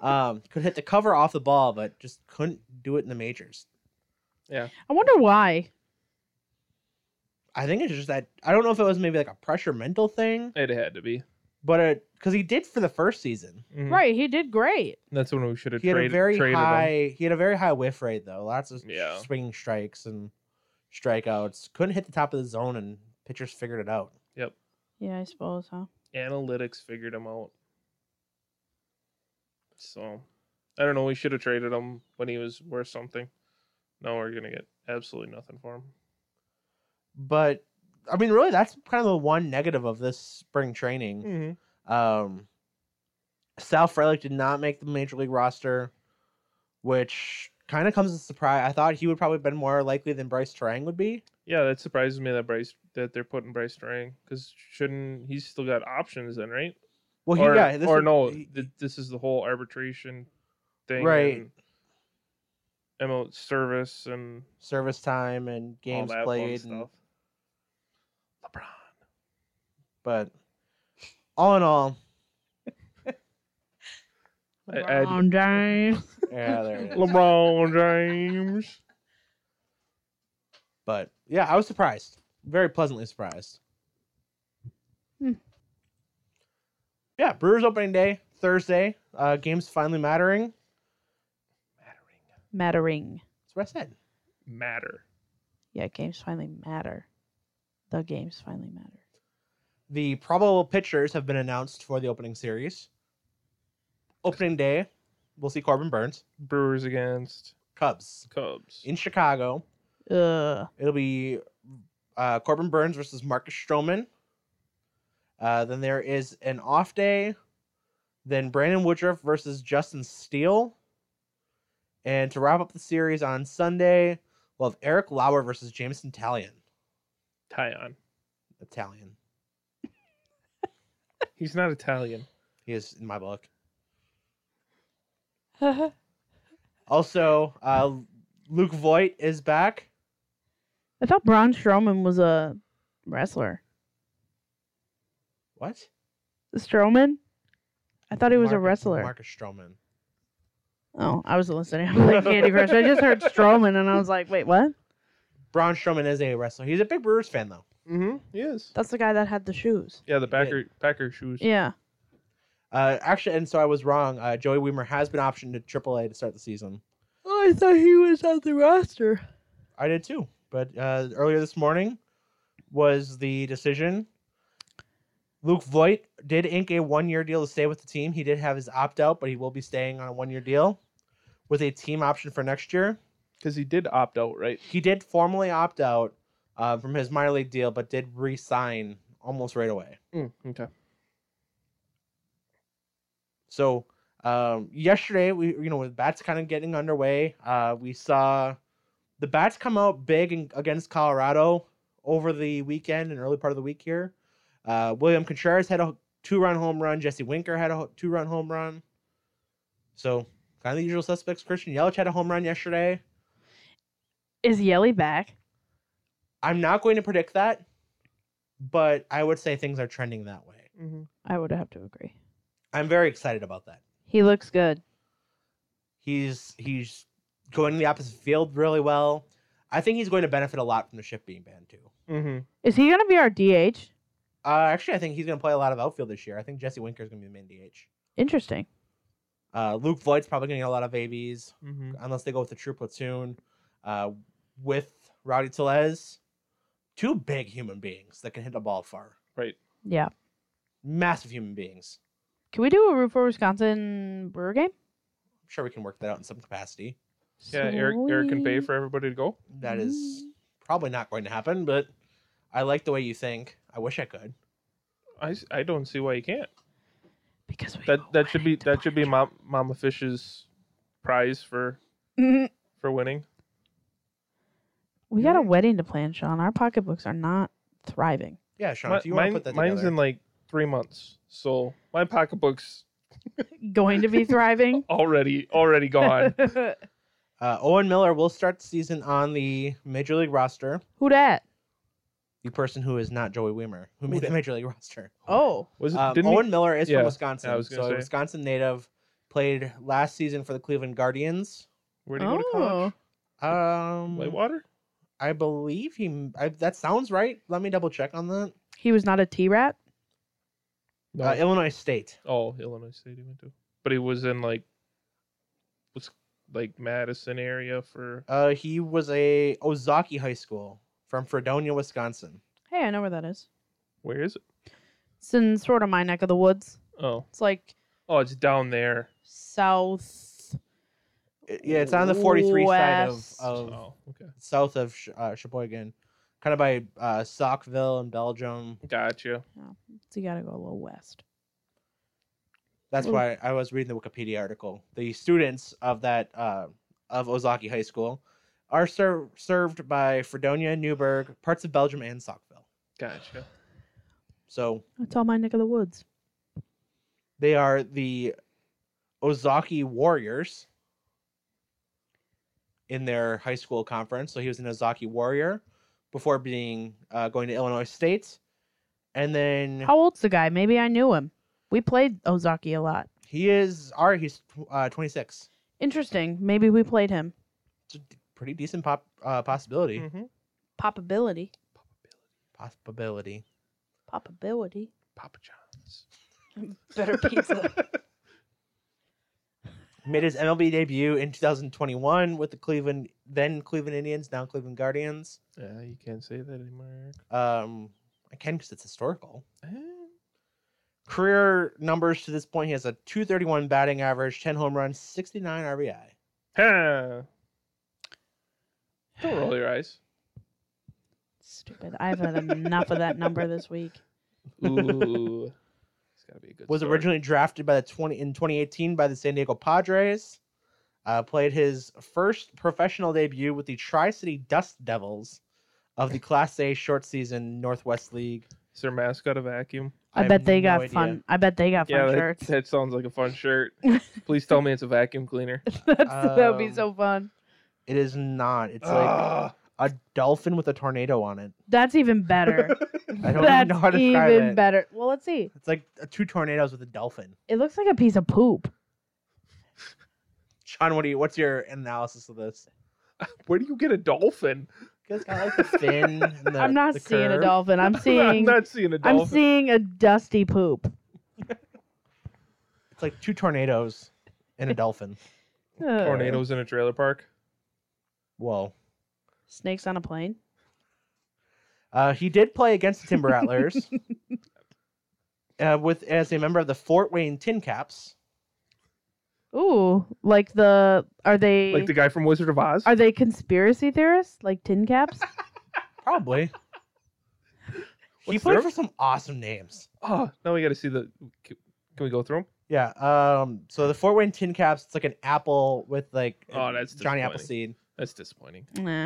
um, could hit the cover off the ball, but just couldn't do it in the majors.
I wonder why.
I think it's just that I don't know if it was maybe like a pressure mental thing
It had to be.
but because he did for the first season,
Mhm.
Right, he did great.
That's when we should have
he had a
traded.
very
traded him.
high. He had a very high whiff rate though. Lots of
Yeah.
swinging strikes and strikeouts. Couldn't hit the top of the zone, and pitchers figured it out.
Yeah, I suppose, huh?
Analytics figured him out. So, I don't know. We should have traded him when he was worth something. Now we're gonna get absolutely nothing for him.
But I mean, really, that's kind of the one negative of this spring training.
Mm-hmm.
Um, Sal Frelick did not make the major league roster, which kind of comes as a surprise. I thought he would probably been more likely than Bryce Terang would be.
Yeah, that surprises me that Bryce that they're putting Bryce Strang because shouldn't he's still got options then, right?
Well, he,
or
yeah, this
or
is-
no,
he-
th- this is the whole arbitration thing,
Right.
and ML service and
service time and
all
games
that fun
played, and-
stuff. LeBron.
but all in all,
I- I had-
LeBron James.
yeah, there it is.
LeBron James.
But yeah, I was surprised, very pleasantly surprised.
Hmm.
Yeah, Brewers opening day Thursday. Uh, games finally mattering.
Mattering.
That's what I said.
Matter.
Yeah, games finally matter. The games finally matter.
The probable pitchers have been announced for the opening series. Opening day, we'll see Corbin Burns,
Brewers against
Cubs
Cubs.
in Chicago.
Ugh.
It'll be uh, Corbin Burns versus Marcus Stroman. Uh, then there is an off day. Then Brandon Woodruff versus Justin Steele. And to wrap up the series on Sunday, we'll have Eric Lauer versus Jameson Italian.
Tie on.
Italian.
He's not Italian.
He is in my book.
I
Also, uh, Luke Voigt is back.
thought Braun Strowman was a wrestler.
What?
Strowman? I thought he was a
Marcus-
wrestler.
Marcus Stroman.
Oh, I was listening. I'm like Candy Crush. I just heard Strowman and I was like, wait, what?
Braun Stroman is a wrestler. He's a big Brewers fan, though.
Mm-hmm. He is.
That's the guy that had the shoes.
Yeah, the Packer Packer shoes.
Yeah.
Uh, actually, and so I was wrong. Uh, Joey Weimer has been optioned to AAA to start the season.
Oh, I thought he was on the roster.
I did too, but uh, earlier this morning was the decision. Luke Voigt did ink a one-year deal to stay with the team. He did have his opt-out, but he will be staying on a one-year deal with a team option for next year.
Because he did opt out, right?
He did formally opt out uh, from his minor league deal, but did re-sign almost right away.
Mm, okay.
So um, yesterday, we you know with bats kind of getting underway, uh, we saw the bats come out big in, against Colorado over the weekend and early part of the week here. Uh, William Contreras had a two-run home run. Jesse Winker had a ho- two-run home run. So kind of the usual suspects. Christian Yelich had a home run yesterday.
Is Yelly back?
I'm not going to predict that, but I would say things are trending that way.
Mm-hmm.
I would have to agree.
I'm very excited about that.
He looks good.
He's he's going to the opposite field really well. I think he's going to benefit a lot from the shift being banned too.
Mm-hmm.
Is he going to be our DH?
Uh, actually, I think he's going to play a lot of outfield this year. I think Jesse Winker is going to be the main DH.
Interesting.
Uh, Luke Voigt's probably going to get a lot of ABs
Mm-hmm.
unless they go with the true platoon uh, with Rowdy Telez. Two big human beings that can hit the ball far.
Right.
Yeah.
Massive human beings.
Can we do a Root for Wisconsin Brewer game?
I'm sure we can work that out in some capacity.
Yeah, Eric Eric can pay for everybody to go.
That is
Mm-hmm.
probably not going to happen, but I like the way you think. I wish I could.
I, s- I don't see why you can't.
Because we
That that should be that should be Mom, Mama Fish's prize for
my.
for winning.
We got a
Really?
wedding to plan, Sean. Our pocketbooks are not thriving.
Yeah, Sean,
Mi-
if you want to
mine-
put that
mine's
together.
in like three months, so my pocketbook's
Going to be thriving.
already already gone.
Who
uh, Owen Miller will start the season on the Major League roster.
dat?
The person who is not Joey Weimer, who
Who
made the
dat?
Major League roster.
Oh,
Was it,
Um,
didn't he-
Owen Miller is
Yeah,
from Wisconsin,
I was gonna
so a
say.
Wisconsin native. Played last season for the Cleveland Guardians.
where did he go to college?
Oh.
Um,
Whitewater.
I believe Uh, he. I, that sounds right. Let me double check on that.
he was not a T rat.
No.
Uh, Illinois State.
oh, Illinois State he went to, but he was in like, was like Madison area for.
Uh, he was a Ozaki High School from Fredonia, Wisconsin.
Hey, I know where that is.
Where is it?
It's in sort of my neck of the woods.
Oh,
It's like
oh, it's down there.
south.
I- Yeah, it's on the 43
West.
side of, of
Oh, okay,
south of Sh- uh, Sheboygan, kind of by uh, Sockville and Belgium.
gotcha.
So you gotta go a little west.
That's
Ooh.
why I was reading the Wikipedia article. The students of that uh, of Ozaki High School are ser- served by Fredonia, Newburgh, parts of Belgium, and Sockville.
Gotcha.
So
That's all my neck of the woods.
they are the Ozaki Warriors in their high school conference. So he was an Ozaki Warrior before being uh, going to Illinois State, and then
How old's the guy? Maybe I knew him. We played Ozaki a lot.
he is all right. He's tw- uh, twenty six.
Interesting. Maybe we played him.
It's a d- pretty decent pop uh, possibility.
Mm-hmm.
Popability.
Possibility.
Popability.
Papa John's.
Better pizza.
made his MLB debut in 2021 with the Cleveland, then Cleveland Indians, now Cleveland Guardians.
Yeah, you can't say that anymore, Eric.
Um, I can because it's historical.
Eh,
Career numbers to this point, he has a 231 batting average, 10 home runs, 69 RBI.
Ha! Don't roll your eyes.
Stupid. I've had enough of that number this week.
Ooh, it's gotta be a good.
Was
start.
originally drafted by the 20 in 2018 by the San Diego Padres. Uh, played his first professional debut with the Tri City Dust Devils of the Class A short season Northwest League.
Is their mascot a vacuum?
I,
have
bet they
no
got
idea.
fun. I bet they got fun
yeah, that,
shirts.
that sounds like a fun shirt. Please tell me it's a vacuum cleaner.
That's- that would be
Um,
so fun.
It is not. It's like
Ah,
a dolphin with a tornado on it.
That's even better.
I don't
That's
even know how to describe
even
it.
better. Well, let's see.
It's like uh, two tornadoes with a dolphin.
It looks like a piece of poop.
Sean, what do you? What's your analysis of this?
where do you get a dolphin?
You guys got like the fin. And the,
I'm not
Uh, the
seeing a
curve.
dolphin. I'm
I'm
seeing
not seeing a
I'm
dolphin.
seeing a dusty poop.
It's like two tornadoes and a dolphin.
Ugh.
Tornadoes in a trailer park.
Whoa.
Snakes on a plane.
Uh, he did play against the Timber Rattlers uh, with as a member of the Fort Wayne Tin Caps.
Ooh, like the are they
Like the guy from Wizard of Oz.
are they conspiracy theorists like tin caps?
Probably. he
What's
played
their-
for some awesome names.
Oh, now we got to see the. Can can we go through them?
Yeah. Um. So the Fort Wayne Tin Caps, it's like an apple with like
Oh, that's
Johnny
disappointing.
Appleseed.
That's disappointing.
nah,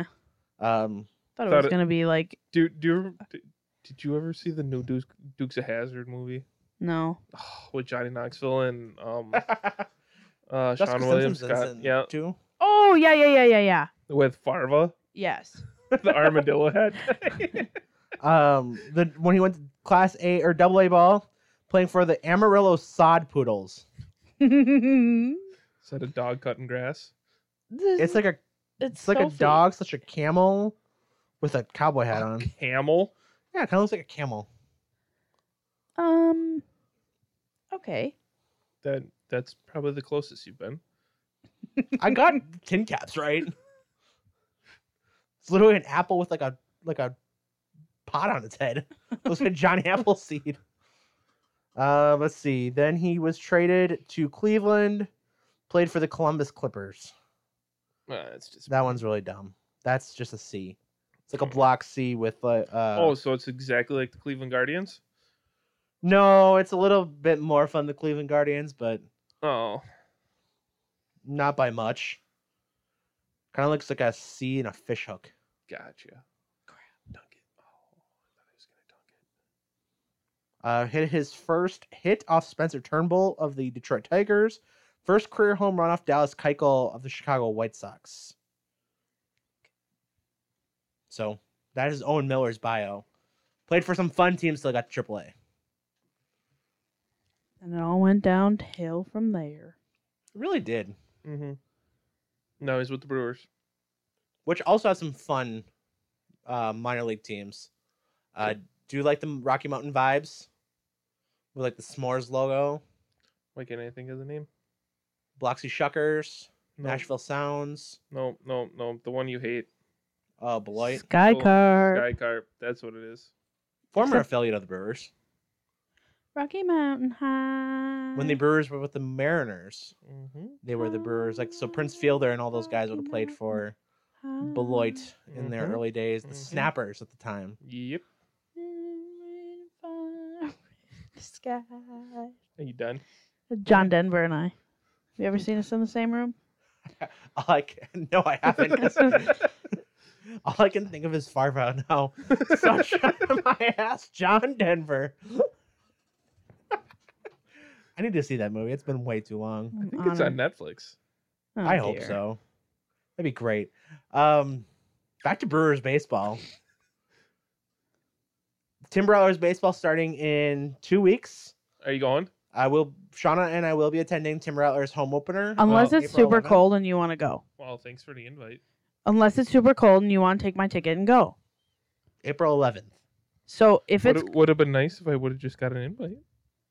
Um.
thought it
Thought
was
it-
gonna be like
Do do you, did- did you ever see the new Dukes, Dukes of Hazard movie
no.
oh, with Johnny Knoxville and um
Jessica
uh, Sean William
Simpson's in
Scott?
it
Yeah,
Too.
Oh yeah yeah yeah yeah yeah.
with Farva,
Yes.
the armadillo head.
um the when he went to class A or double A ball playing for the Amarillo Sod Poodles.
it's
Is that a dog cutting grass?
It's like a it's like a dog such a camel with a cowboy hat on.
Camel.
Yeah, it kind of looks like a camel.
Um. Okay.
That that's probably the closest you've been.
I got tin caps right. It's literally an apple with like a like a pot on its head. Looks like Johnny Appleseed. Uh, let's see. Then he was traded to Cleveland, played for the Columbus Clippers.
Uh, it's just
That one's really dumb. That's just a C. It's like a block C with like uh
oh, so it's exactly like the Cleveland Guardians.
no, it's a little bit more fun than Cleveland Guardians, but
Oh,
not by much. Kind of looks like a C and a fish hook.
gotcha. Crap, dunk it. Oh, I thought I was
Uh,
gonna dunk it.
hit his first hit off Spencer Turnbull of the Detroit Tigers. First career home run off Dallas Keuchel of the Chicago White Sox. So that is Owen Miller's bio. Played for some fun teams till I got to AAA.
And it all went downhill from there.
Really did.
Mm-hmm. No, he's with the Brewers.
which also has some fun uh, minor league teams. Uh, do you like the Rocky Mountain vibes? with like the S'mores logo,
Why can't I think of the name?
Bloxy Shuckers,
No,
Nashville Sounds,
no, no, no. The one you hate.
uh, Beloit,
Sky
Oh,
Car.
Sky Carp. That's what it is.
former
Except-
affiliate of the Brewers.
Rocky Mountain High.
When the Brewers were with the Mariners,
Mm-hmm.
they were the Brewers. Like so, Prince Fielder and all those guys would have played for Beloit in their
Mhm.
early days. The
Mhm.
Snappers at the time.
Yep.
The sky.
Are you done?
John Denver and I. Have you ever seen us in the same room?
Like no, I haven't. all I can think of is Farvo now. Sunshine on my ass, John Denver. I need to see that movie. It's been way too long.
I think it's on Netflix.
Oh,
I hope
dear.
so. That'd be great. Um, back to Brewers baseball. Timberwolves baseball starting in two weeks.
Are you going?
I will, Shauna and I will be attending Tim Rattler's home opener.
Unless
Well,
it's
April
super
11th.
cold and you want to go.
Well, thanks for the invite.
Unless it's super cold and you want to take my ticket and go.
April 11th.
So if
Would
it's
it would have been nice if I would have just got an invite.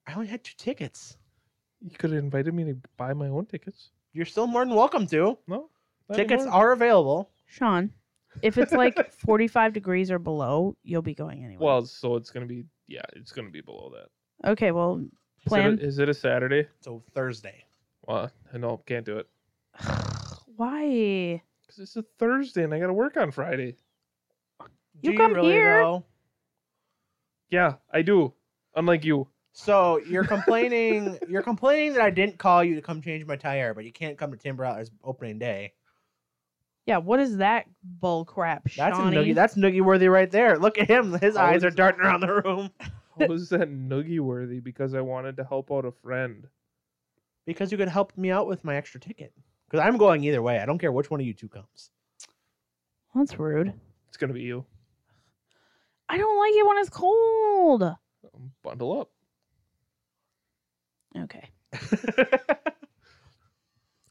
I only had two tickets.
You could have invited me to buy my own tickets.
You're still more than welcome to.
No, Not
Tickets
anymore?
are available.
Sean, if it's like 45 degrees or below, you'll be going anyway.
Well, so it's gonna be yeah, it's gonna be below that.
okay, well,
Is it a-
Plan.
Is it a Saturday?
So Thursday.
Well, no, can't do it
why?
because it's a Thursday and I gotta work on Friday.
You come here.
though?
Yeah, I do. Unlike you,
So you're complaining. you're complaining that I didn't call you to come change my tire, but you can't come to Tim Rattler's opening day.
Yeah, what is that bull crap,
That's a
Shawnee?
noogie. That's noogie worthy right there. Look at him. His
How
eyes are
is-
darting around the room
How was that noogie worthy? Because I wanted to help out a friend.
because you could help me out with my extra ticket. Because I'm going either way. I don't care which one of you two comes.
That's rude.
It's gonna be you.
I don't like it when it's cold.
Um, Bundle up.
Okay.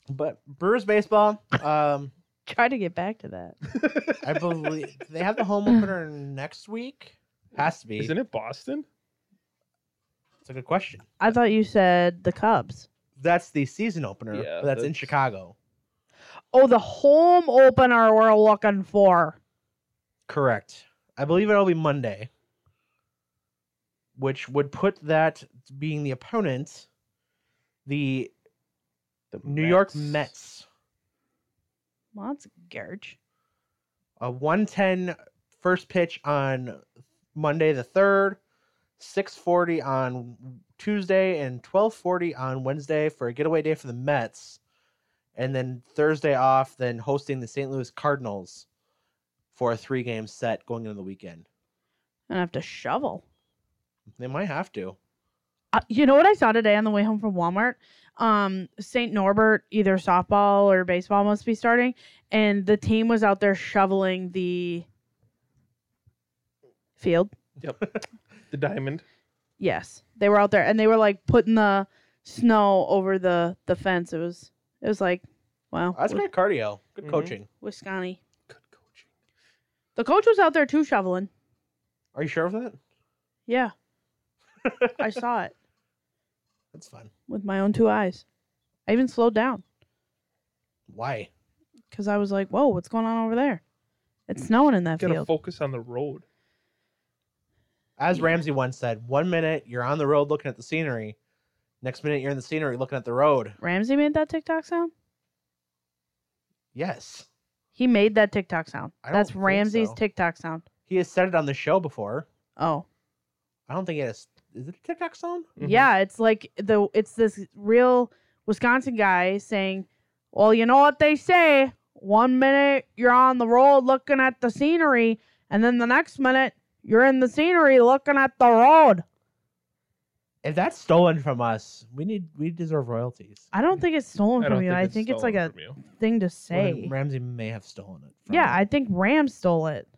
But Brewers baseball. Um,
Try to get back to that.
I believe do they have the home opener next week. Has to be.
Isn't it Boston?
It's a good question.
I thought you said the Cubs.
That's the season opener.
Yeah,
but that's in
that's-
Chicago.
Oh, the home opener we're looking for.
Correct. I believe it'll be Monday, which would put that being the opponent, the
The
New York Mets,
Well, that's garge.
a 110 first pitch on Monday the 3rd, 640 on Tuesday, and 1240 on Wednesday for a getaway day for the Mets. And then Thursday off, then hosting the St. Louis Cardinals for a three game set going into the weekend.
And I have to shovel.
They might have to.
Uh, you know what I saw today on the way home from Walmart? Um, St. Norbert, either softball or baseball must be starting, and the team was out there shoveling the field.
The Diamond.
Yes, they were out there, and they were like putting the snow over the the fence. It was it was like, wow,
That's great cardio. Good
Mhm.
coaching.
Wisconsin.
Good coaching.
The coach was out there too shoveling.
Are you sure of that?
Yeah, I saw it
That's fine.
with my own two eyes. I even slowed down
Why?
because I was like, whoa, what's going on over there? It's snowing in that
Gotta
field.
focus on the road.
As
Yeah.
Ramsey once said, one minute you're on the road looking at the scenery, next minute you're in the scenery looking at the road.
Ramsey made that TikTok sound.
Yes.
He made that TikTok sound.
I don't
That's
think
Ramsey's
so.
TikTok sound.
He has said it on the show before.
Oh,
I don't think it is. Is it a TikTok song?
Mhm.
yeah. It's like the it's this real Wisconsin guy saying, "Well, you know what they say. One minute you're on the road looking at the scenery, and then the next minute you're in the scenery looking at the road."
If that's stolen from us, we need we deserve royalties.
I don't think it's stolen
Mm-hmm. I
from
don't
you.
think
I think it's like
stolen
a
from you.
thing to
Ram-
say.
Ramsey may have stolen it. from
Yeah,
us.
I think Ram stole it.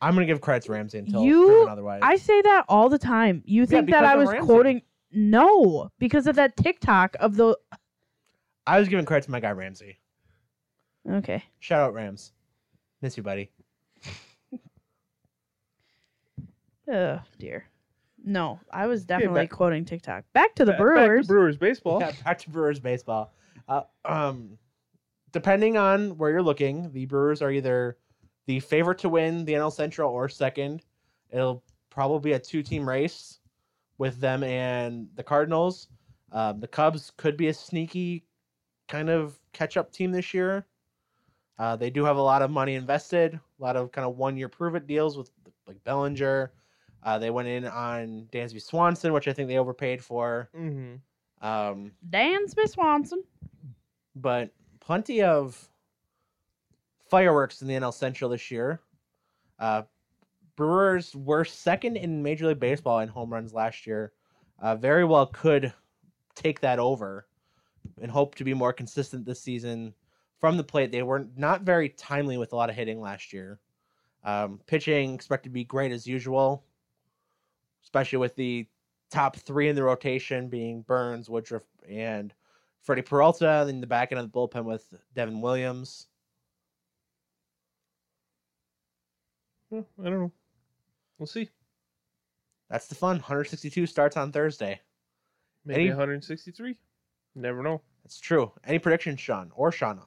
I'm gonna give credit to Ramsey until
You-
proven otherwise.
I say that all the time. You think that
because
I
of
was
Ramsey.
quoting? No, because of that TikTok of the.
I was giving credit to my guy Ramsey.
Okay.
Shout out Rams. Miss you, buddy.
Oh dear. No, I was definitely
back-
quoting TikTok. Back to the
Back- back to
Brewers.
Brewers baseball.
Yeah, back to Brewers baseball. Uh, um, depending on where you're looking, the Brewers are either the favorite to win the NL Central or second. It'll probably be a two-team race with them and the Cardinals. Um, the Cubs could be a sneaky kind of catch-up team this year. Uh, they do have a lot of money invested, a lot of kind of one-year prove-it deals with like Bellinger. Uh, they went in on Dansby Swanson, which I think they overpaid for.
Mm-hmm.
Um,
Dan Smith Swanson.
but plenty of fireworks in the NL Central this year. Uh, Brewers were second in Major League Baseball in home runs last year. Uh, very well could take that over and hope to be more consistent this season from the plate. They were not very timely with a lot of hitting last year. Um, pitching expected to be great as usual, especially with the top three in the rotation being Burns, Woodruff, and Freddie Peralta, then the back end of the bullpen with Devin Williams.
I don't know. We'll see.
That's the fun. 162 starts on Thursday.
Maybe
Any-
163. Never know.
That's true. Any predictions, Sean or Shauna?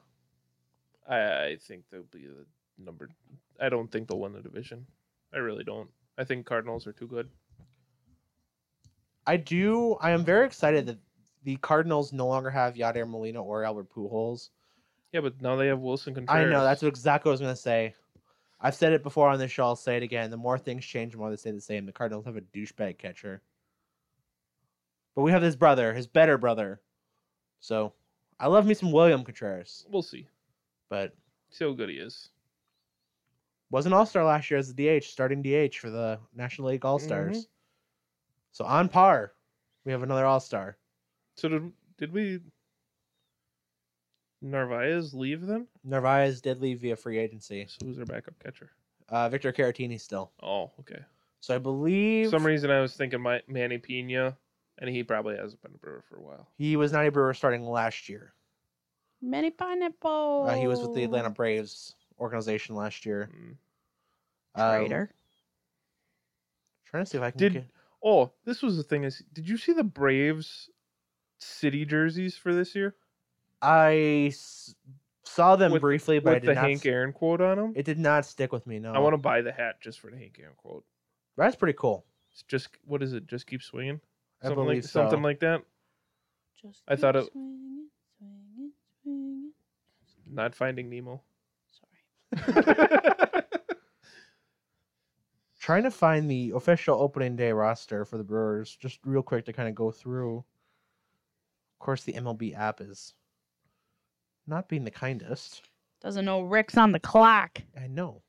I, I think they'll be the number. I don't think they'll win the division. I really don't. I think Cardinals are too good.
I do. I am very excited that the Cardinals no longer have Yadier Molina or Albert Pujols.
Yeah, but now they have Wilson Contreras.
I know that's exactly what I was going to say. I've said it before on this show. I'll say it again. The more things change, the more they stay the same. The Cardinals have a douchebag catcher, but we have his brother, his better brother. So, I love me some William Contreras,
We'll see.
but
See how good he is.
was an All Star last year as the DH, starting DH for the National League All Stars.
Mm-hmm.
So on par, we have another All Star.
So did did we? Narvaez leave then?
Narvaez did leave via free agency.
So who's their backup catcher?
Uh, Victor Caratini still.
Oh, okay.
So I
For
believe
some reason I was thinking my Manny Pena, and he probably hasn't been a Brewer for a while.
he was not a Brewer starting last year.
Many pineapple.
Uh, he was with the Atlanta
Oh.
Braves organization last year.
Mm.
Um,
Traitor.
trying to see if I can.
Did-
get-
Oh, this was the thing. Is did you see the Braves city jerseys for this year
I s- saw them
With-
briefly, but I
with
did
the
not.
Hank Aaron quote on them?
it did not stick with me. No,
I want to buy the hat just for the Hank Aaron quote.
That's pretty cool.
It's just what is it? Just keep swinging.
I
Something
believe
like,
so.
Something like that.
Just
I thought
keep
it-
swinging, swinging, swinging.
Not finding Nemo.
Sorry.
trying to find the official opening day roster for the Brewers, just real quick to kind of go through. Of course, the MLB app is not being the kindest.
Doesn't know Rick's on the clock.
I know.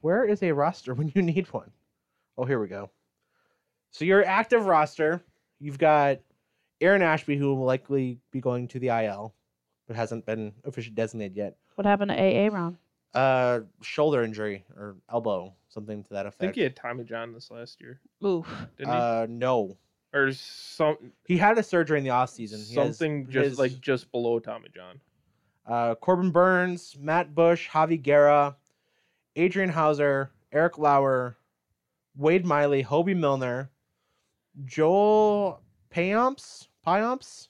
Where is a roster when you need one? Oh, here we go. So your active roster, you've got Aaron Ashby, who will likely be going to the IL, but hasn't been officially designated yet.
What happened to AA Ron?
Uh, shoulder injury or elbow, something to that
I
effect.
think he had Tommy John this last year,
Oof.
didn't he?
Uh, no.
or some
He had a surgery in the offseason. He has
something just
his,
like just below Tommy John.
uh, Corbin Burns, Matt Bush, Javi Guerra, Adrian Hauser, Eric Lauer, Wade Miley, Hobie Milner, Joel Payamps, Payamps,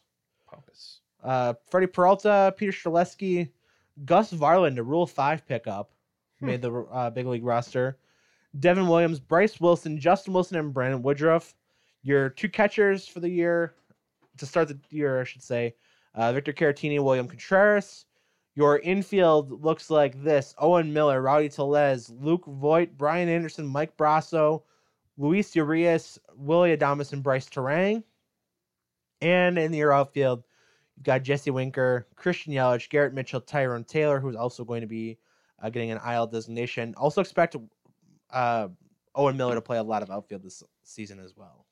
Pompous.
uh, Freddie Peralta, Peter Strelesky, Gus Varland, a Rule 5 pickup,
Hmm.
made the uh, big league roster. Devin Williams, Bryce Wilson, Justin Wilson, and Brandon Woodruff. Your two catchers for the year, to start the year, I should say, uh, Victor Caratini, William Contreras. Your infield looks like this Owen Miller, Rowdy Telez, Luke Voigt, Brian Anderson, Mike Brasso, Luis Urias, Willie Adamas, and Bryce Terang. And in your outfield, You've got Jesse Winker, Christian Yelich, Garrett Mitchell, Tyrone Taylor, who's also going to be uh, getting an IL designation. Also expect uh, Owen Miller to play a lot of outfield this season as well.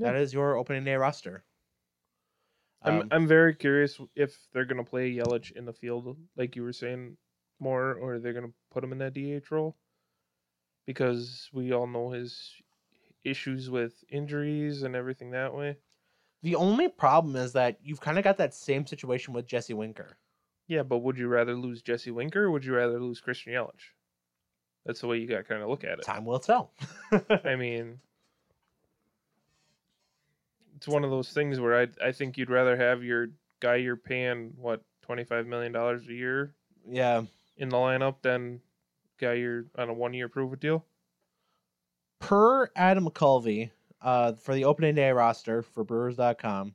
That is your opening day roster.
I'm
Um,
I'm very curious if they're gonna play Yelich in the field like you were saying more, or they're gonna put him in that DH role because we all know his issues with injuries and everything that way.
the only problem is that you've kind of got that same situation with Jesse Winker.
Yeah, but would you rather lose Jesse Winker? or Would you rather lose Christian Yelich? That's the way you got to kind of look at it.
Time will tell.
I mean, it's one of those things where I I think you'd rather have your guy you're paying what twenty five million dollars a year
yeah.
in the lineup than guy you're on a one year prove it deal.
per Adam McCulvey, uh, for the opening day roster for Brewers.com,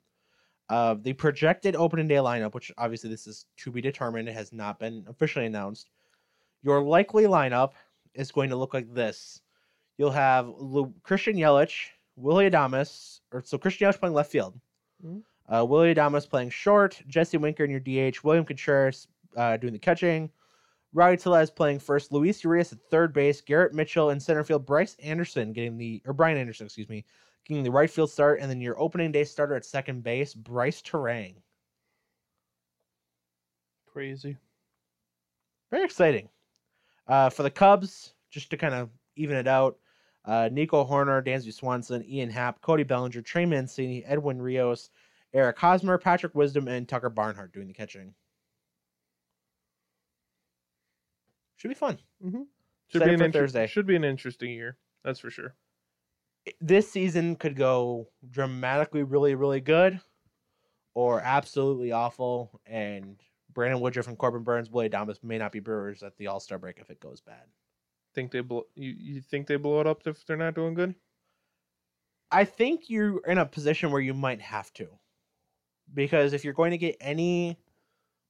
uh, the projected opening day lineup, which obviously this is to be determined, it has not been officially announced. Your likely lineup is going to look like this. You'll have Lu- Christian Yelich, Willie Adamas, or so Christian Yelich playing left field.
Mhm.
Uh, Willie Adamas playing short, Jesse Winker in your DH, William Contreras uh, doing the catching, Rowdy Tellez playing first, Luis Urias at third base, Garrett Mitchell in center field, Bryce Anderson getting the or Brian Anderson, excuse me, getting the right field start, and then your opening day starter at second base, Bryce Terang.
Crazy.
Very exciting. Uh, for the Cubs, just to kind of even it out, uh, Nico Horner, Dansby Swanson, Ian Happ, Cody Bellinger, Trey Mancini, Edwin Rios, Eric Hosmer, Patrick Wisdom, and Tucker Barnhart doing the catching. Should be fun.
Should
Save
be an
for
inter-
Thursday.
Should be an interesting year. That's for sure.
this season could go dramatically really really good or absolutely awful and brandon woodruff and corbin burns willie Adamas may not be brewers at the all-star break if it goes bad
Think they blow? You, you think they blow it up if they're not doing good?
i think you're in a position where you might have to because if you're going to get any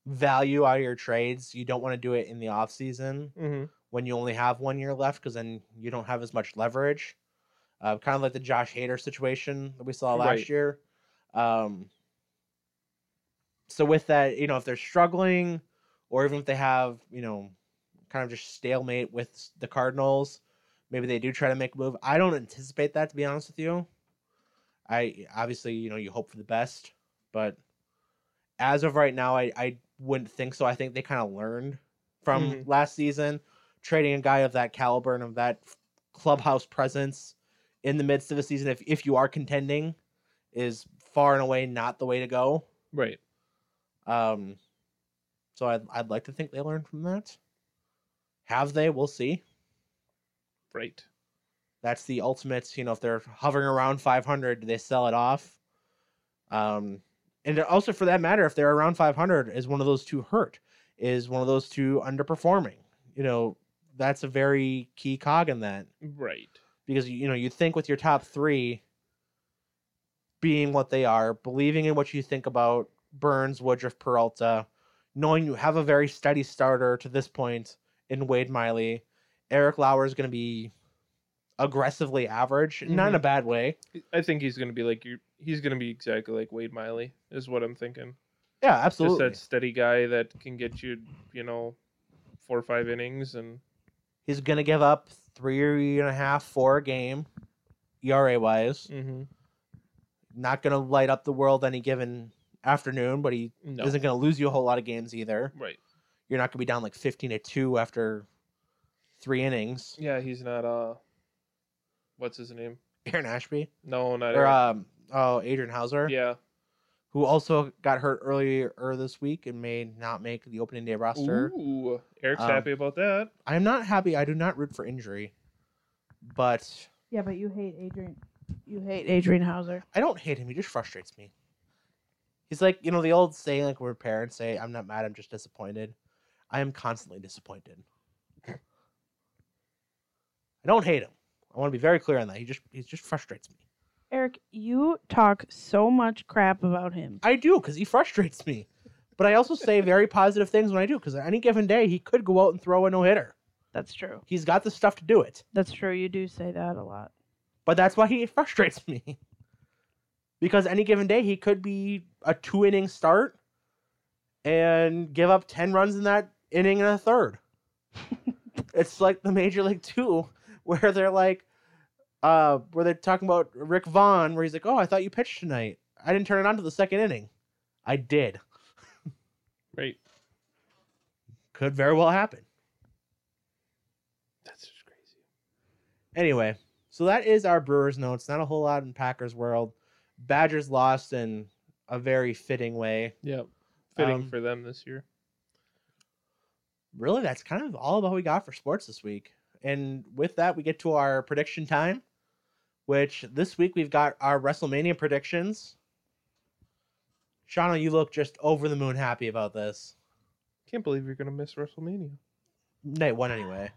value out of your trades you don't want to do it in the off season
Mm-hmm.
when you only have one year left because then you don't have as much leverage. Uh, kind of like the Josh Hader situation that we saw last
Right.
year. Um, so with that, you know, if they're struggling, or even if they have, you know, kind of just stalemate with s- the Cardinals, maybe they do try to make a move. I don't anticipate that to be honest with you. I obviously, you know, you hope for the best, but as of right now, I, I wouldn't think so. I think they kind of learned from
Mhm.
last season trading a guy of that caliber and of that clubhouse presence in the midst of a season if if you are contending is far and away not the way to go.
Right.
Um so I'd I'd like to think they learned from that. Have they? We'll see.
Right.
That's the ultimate, you know, if they're hovering around 500, do they sell it off? Um and also for that matter if they're around 500 is one of those two hurt? Is one of those two underperforming? You know, that's a very key cog in that.
Right.
because you know you think with your top three being what they are, believing in what you think about Burns, Woodruff, Peralta, knowing you have a very steady starter to this point in Wade Miley, Eric Lauer is going to be aggressively average, not in a bad way.
I think he's gonna be like you. He's gonna be exactly like Wade Miley is what I'm thinking.
Yeah, absolutely.
Just that steady guy that can get you, you know, four or five innings and
He's going to give up three and a half, four a game, ERA wise.
mm-hmm.
Not going to light up the world any given afternoon, but he
no
isn't going to lose you a whole lot of games either.
right.
you're not going to be down like 15 to 2 after three innings.
Yeah, he's not. Uh, what's his name?
Aaron Ashby
No, not.
or
Eric.
um oh Adrian Hauser,
yeah.
who also got hurt earlier this week and may not make the opening day roster.
Ooh, Eric's
Um,
happy about that.
I'm not happy. I do not root for injury, but
Yeah, but you hate Adrian. You hate Adrian Hauser.
I don't hate him. He just frustrates me. He's like you know the old saying like where parents say, "I'm not mad. I'm just disappointed." I am constantly disappointed. I don't hate him. I want to be very clear on that. He just he just frustrates me.
Eric, you talk so much crap about him.
I do because he frustrates me. But I also say very positive things when I do because on any given day he could go out and throw a no hitter.
That's true.
He's got the stuff to do it.
That's true. You do say that a lot.
But that's why he frustrates me. Because any given day he could be a two inning start and give up ten runs in that inning and a third. it's like the major league two where they're like uh where they're talking about Rick Vaughn where he's like, Oh, I thought you pitched tonight. I didn't turn it on to the second inning. I did.
Right.
Could very well happen.
That's just crazy.
Anyway, so that is our Brewers notes. Not a whole lot in Packers world. Badgers lost in a very fitting way.
Yeah. Fitting
Um,
for them this year.
Really, that's kind of all about we got for sports this week. And with that, we get to our prediction time, which this week we've got our WrestleMania predictions. Shauna, you look just over the moon happy about this.
Can't believe you're gonna miss WrestleMania.
Night one, anyway.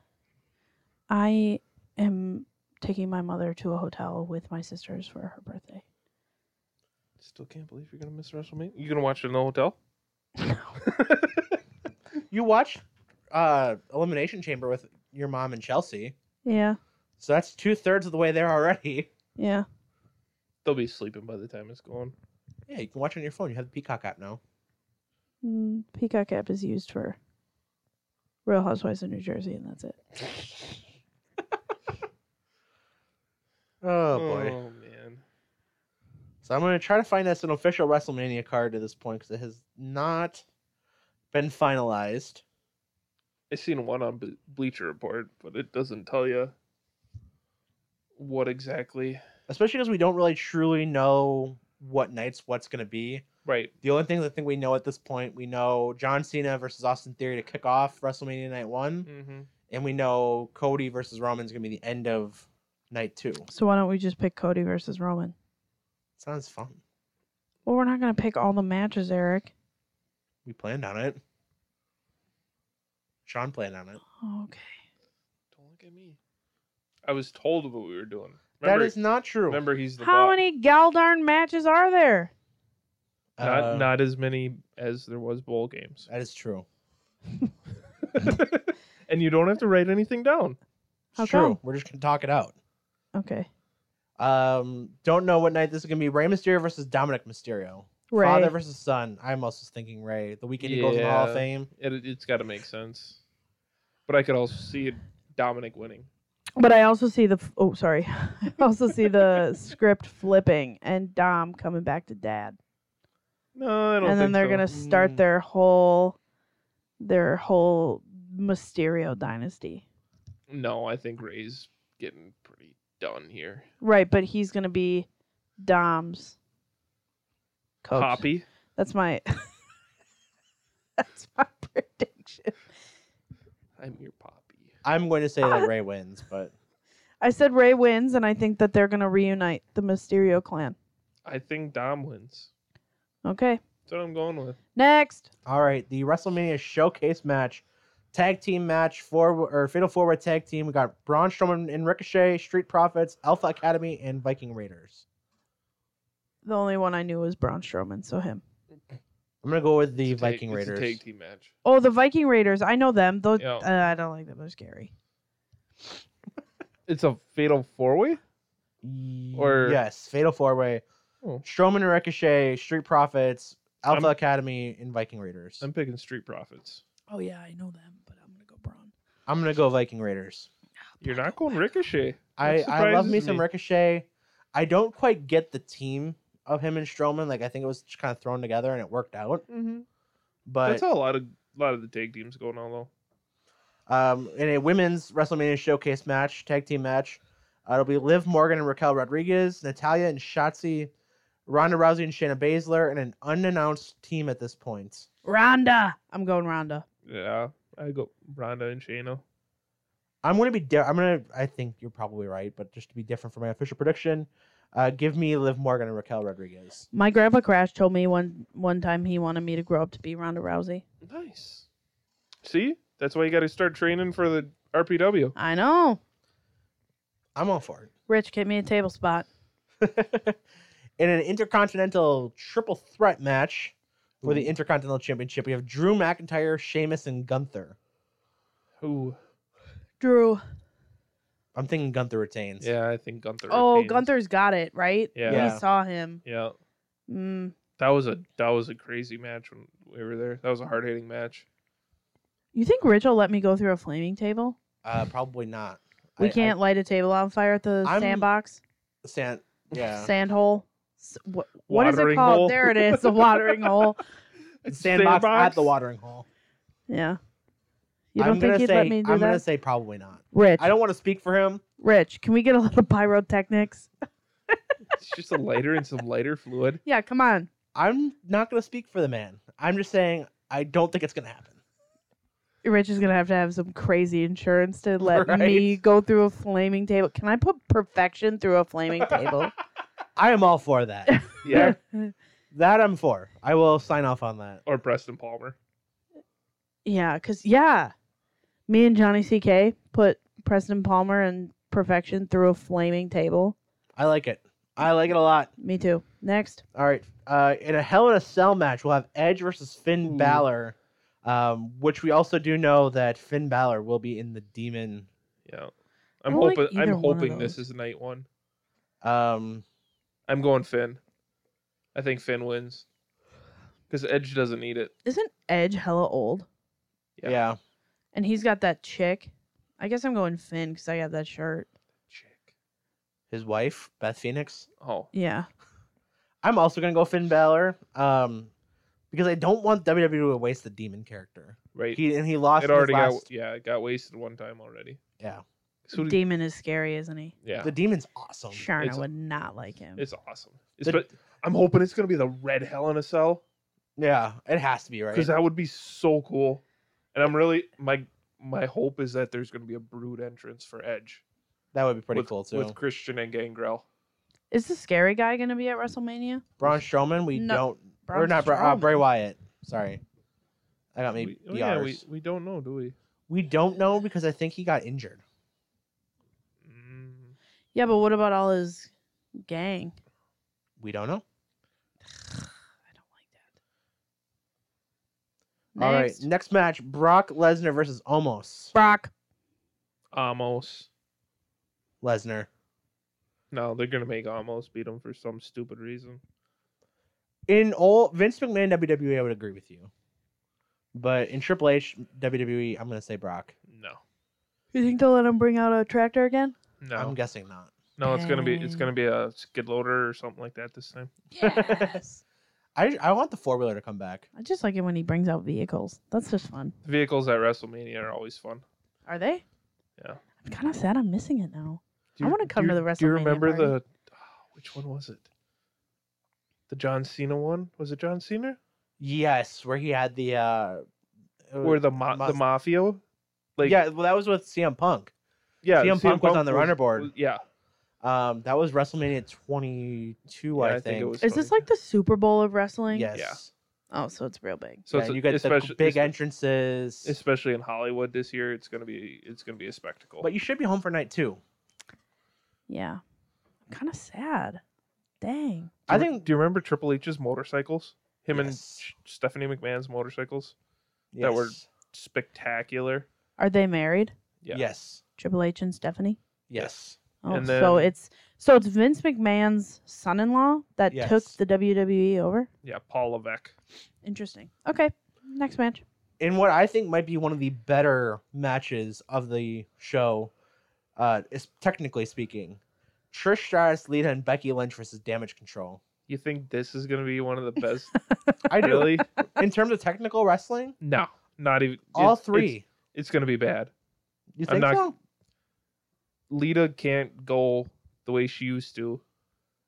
I am taking my mother to a hotel with my sisters for her birthday.
Still can't believe you're gonna miss WrestleMania. You gonna watch it in the hotel?
You watched uh, Elimination Chamber with your mom and Chelsea,
Yeah,
so that's two thirds of the way there already.
yeah.
They'll be sleeping by the time it's gone.
Yeah, you can watch it on your phone. You have the Peacock app now.
Mm, Peacock app is used for Real Housewives of New Jersey, and that's it.
Oh
Hmm.
boy!
man.
So I'm gonna try to find us an official WrestleMania card to this point because it has not been finalized.
I seen one on Ble- Bleacher Report, but it doesn't tell you what exactly.
especially because we don't really truly know what nights what's going to be.
Right.
The only things I think we know at this point, we know John Cena versus Austin Theory to kick off WrestleMania Night One,
Mm-hmm.
and we know Cody versus Roman's going to be the end of Night Two.
So why don't we just pick Cody versus Roman?
Sounds fun.
Well, we're not gonna pick all the matches, Eric.
We planned on it. Sean planned on it.
Okay.
Don't look at me. I was told what we were doing.
that is not true.
Remember, he's the
How
boss.
many Galdarn matches are there?
Not
Uh,
not as many as there was bowl games.
That is true.
and you don't have to write anything down.
It's
How
true.
come?
We're just going to talk it out.
Okay.
Um, don't know what night this is going to be. Rey Mysterio versus Dominic Mysterio.
Ray.
Father versus son. I'm also thinking Ray. The weekend he goes in the Hall of
Yeah.
Fame.
It, it's got to make sense. But I could also see it, Dominic winning.
But I also see the f- oh sorry, I also see the script flipping and Dom coming back to Dad,
No, I don't.
and then
think
they're
so.
gonna
Mm.
start their whole, their whole Mysterio dynasty.
No, I think Ray's getting pretty done here.
Right, but he's gonna be Dom's coach.
Poppy.
That's my. that's my prediction.
I'm your Poppy.
I'm going to say that Ray wins, but
I said Ray wins, and I think that they're gonna reunite the Mysterio clan.
I think Dom wins.
Okay,
That's what I'm going with.
next.
all right. The WrestleMania Showcase match, tag team match, four or Fatal Four Way tag team. We got Braun Strowman and Ricochet, Street Profits, Alpha Academy, and Viking Raiders.
The only one I knew was Braun Strowman, so him.
I'm gonna go with the
It's a tag-
Viking
it's a
Raiders.
tag team match.
Oh, the Viking Raiders. I know them. Those
Yeah.
uh, I don't like them. They're scary.
It's a fatal four way.
Y-
Or-
yes, Fatal Four Way.
Oh.
Strowman and Ricochet, Street Profits, Alpha
I'm-
Academy, and Viking Raiders.
I'm picking Street Profits.
Oh yeah, I know them, but I'm gonna go Braun.
I'm gonna go Viking Raiders.
You're not going Ricochet.
I,
That
I love
surprises
me, some
me.
Ricochet. I don't quite get the team of him and Strowman. Like I think it was just kind of thrown together and it worked out.
Mm-hmm.
But
That's how a lot of a lot of the tag teams going on though.
um, in a women's WrestleMania showcase match, tag team match, uh, it'll be Liv Morgan and Raquel Rodriguez, Natalia and Shotzi, Ronda Rousey and Shayna Baszler, and an unannounced team at this point.
Rhonda. I'm going Rhonda.
Yeah, I go Ronda and Shayna.
I'm gonna be. Di- I'm gonna. I think you're probably right, but just to be different from my official prediction, uh, give me Liv Morgan and Raquel Rodriguez.
My grandpa Crash told me one one time he wanted me to grow up to be Ronda Rousey.
Nice. See, that's why you got to start training for the RPW.
I know.
I'm all for it.
Rich, get me a table spot.
in an intercontinental triple threat match for the Intercontinental Championship, we have Drew McIntyre, Sheamus, and Gunther.
Ooh,
Drew.
I'm thinking Gunther retains.
yeah, I think Gunther.
Oh,
retains.
Gunther's got it right.
Yeah.
Yeah.
We saw him.
yeah,
Mm.
that was a that was a crazy match when we were there. That was a hard hitting match.
You think Rich will let me go through a flaming table?
Uh, probably not.
We
I- I-
can't light a table on fire at the
I'm-
sandbox,
San- yeah.
sand hole. S- What, what is it
Watering
called?
hole.
There it is, the watering hole.
It's sandbox,
Sandbox?
at the watering hole.
Yeah. You
I'm
don't think
gonna
he'd
say
let me do
I'm gonna
that?
say probably not.
Rich,
I don't want to speak for him.
Rich, can we get a little pyrotechnics?
It's just a lighter and some lighter fluid.
Yeah, come on.
I'm not gonna speak for the man. I'm just saying I don't think it's gonna happen.
Rich is gonna have to have some crazy insurance to let me
Right.
go through a flaming table. Can I put perfection through a flaming table?
I am all for that.
Yeah.
that I'm for. I will sign off on that.
or Preston Palmer.
yeah, cause yeah, me and Johnny C.K. put Preston Palmer and perfection through a flaming table.
I like it. I like it a lot.
Me too. Next,
All right. Uh, in a Hell in a Cell match, we'll have Edge versus Finn
Ooh.
Balor, um, which we also do know that Finn Balor will be in the Demon.
Yeah. I'm
I like
hoping
either
I'm
one of
hoping this
those.
is night one.
Um,
I'm going Finn. I think Finn wins. Because Edge doesn't need it.
isn't Edge hella old?
yeah.
Yeah.
And he's got that chick. I guess I'm going Finn because I got that shirt.
Chick.
his wife Beth Phoenix.
Oh.
Yeah.
I'm also gonna go Finn Balor, um, because I don't want WWE to waste the Demon character.
Right.
He and he lost. in
it
his
already
last-
got yeah, it got wasted one time already.
Yeah.
'Cause who did-
Demon is scary, isn't he?
yeah.
The Demon's awesome.
Sharna
It's-
would not like him.
It's awesome. It's,
The-
but I'm hoping it's gonna be the red Hell in a Cell
Yeah, it has to be right.
because that would be so cool. And I'm really my my hope is that there's gonna be a brood entrance for Edge.
That would be pretty
with,
cool too.
With Christian and Gangrel.
Is the scary guy going to be at WrestleMania?
Braun Strowman, we
No,
don't.
Braun
we're not Bra- uh,
Strowman.
Bray Wyatt. Sorry, I got me.
We, oh
the
yeah,
Rs.
we, we don't know, do we?
We don't know because I think he got injured.
Mm,
Yeah, but what about all his gang?
We don't know.
I don't like that.
All right,
Next.
next match: Brock Lesnar versus Omos
Brock.
Amos.
Lesnar.
No, they're gonna make Amos beat him for some stupid reason.
In all Vince McMahon WWE, I would agree with you, but in Triple H WWE, I'm gonna say Brock.
No,
You think they'll let him bring out a tractor again?
no,
I'm guessing not.
no. It's gonna be it's
Dang.
gonna be a skid loader or something like that this time.
Yes.
I I want the four wheeler to come back.
I just like it when he brings out vehicles. That's just fun.
The vehicles at WrestleMania are always fun.
Are they?
Yeah.
I'm kind of sad I'm missing it now.
Do
I
you-
wanna come
do
to
you-
the
Do you
WrestleMania
remember
party.
the ah, which one was it? The John Cena one was it John Cena
Yes, where he had the uh,
or the ma- the
Mas-
mafia? Like
yeah, well, that was with CM Punk.
yeah.
CM Punk was on the runner board.
was- yeah,
Um, that was WrestleMania 22,
Yeah,
I,
I
think.
think it was-
Is this like the Super Bowl of wrestling?
Yes.
Yeah.
Oh, so it's real big.
So
Yeah,
it's
and you get the
especially
big
it's-
entrances,
especially in Hollywood this year. It's gonna be it's gonna be a spectacle.
but you should be home for night two.
Yeah. I'm kind of sad. Dang.
I
Do you-
think-
Do you remember Triple H's motorcycles? Him and
Yes.
Sh- Stephanie McMahon's motorcycles,
Yes.
That were- spectacular.
Are they married?
Yeah.
Yes.
Triple H and Stephanie?
Yes.
Oh,
And
so
then-
it's so it's Vince McMahon's son-in-law that took
Yes.
the WWE over.
Yeah. Paul Levesque.
Interesting. Okay, next match.
In what I think might be one of the better matches of the show, uh, is technically speaking, Trish Stratus, Lita, and Becky Lynch versus Damage Control.
You think this is gonna be one of the best?
I do.
really?
In terms of technical wrestling,
No, not even
all
it's-
three.
It's, it's gonna be bad.
you think
I'm not-
so?
Lita can't go the way she used to.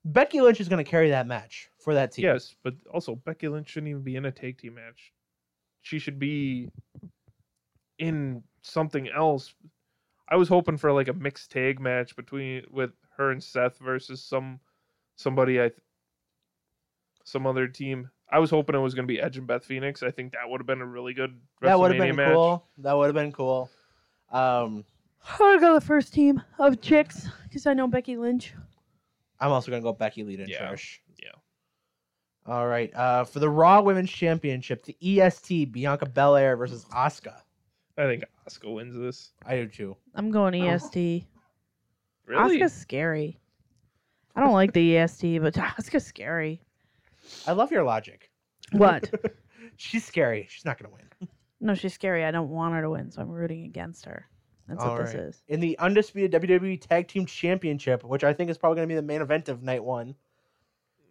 Becky Lynch is going to carry that match for that team.
Yes, but also Becky Lynch shouldn't even be in a tag team match. She should be in something else. I was hoping for like a mixed tag match between with her and Seth versus some somebody I th- some other team. I was hoping it was going to be Edge and Beth Phoenix. I think that would have been a really good
that would have
WrestleMania
been
match.
cool. That would have been cool. Um,
I'm gonna go the first team of chicks because I know Becky Lynch.
I'm also gonna go Becky Lita and
Yeah.
Trish.
Yeah.
All right. Uh, for the Raw Women's Championship, the EST Bianca Belair versus Asuka.
I think Oscar wins this.
I do too.
I'm going EST.
Really?
Asuka's scary. I don't like the EST, but Asuka's scary.
I love your logic.
What?
She's scary. She's not gonna win.
no, she's scary. I don't want her to win, so I'm rooting against her. That's
All
what this
right.
is.
In the undisputed WWE Tag Team Championship, which I think is probably gonna be the main event of night one,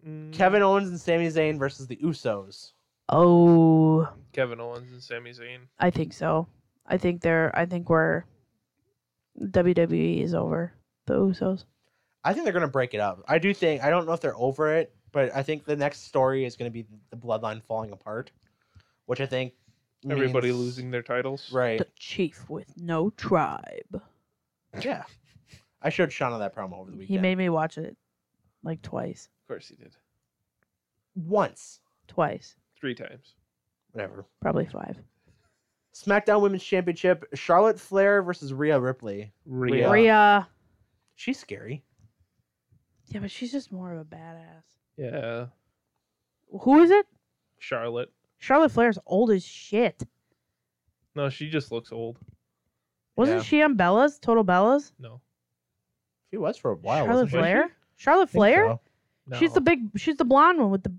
Mm,
Kevin Owens and Sami Zayn versus the Usos.
Oh,
Kevin Owens and Sami Zayn.
I think so. I think they're. I think we're. WWE is over. The Usos.
I think they're gonna break it up. I do think I don't know if they're over it, but I think the next story is gonna be the bloodline falling apart, which I think
Everybody
means-
losing their titles.
Right.
The chief with no tribe.
Yeah. I showed Shauna that promo over the weekend.
He made me watch it like twice.
Of course he did.
once.
Twice.
Three times.
Whatever.
Probably five.
SmackDown Women's Championship: Charlotte Flair versus Rhea Ripley.
Rhea.
Yeah.
Rhea.
She's scary.
Yeah, but she's just more of a badass.
Yeah.
Who is it?
Charlotte.
Charlotte Flair's old as shit.
No, she just looks old.
Wasn't
Yeah.
she on Bella's? Total Bella's?
No.
She was for a while.
Charlotte
wasn't she?
Flair? Charlotte
I think
Flair?
so.
no.
She's the big she's the blonde one with the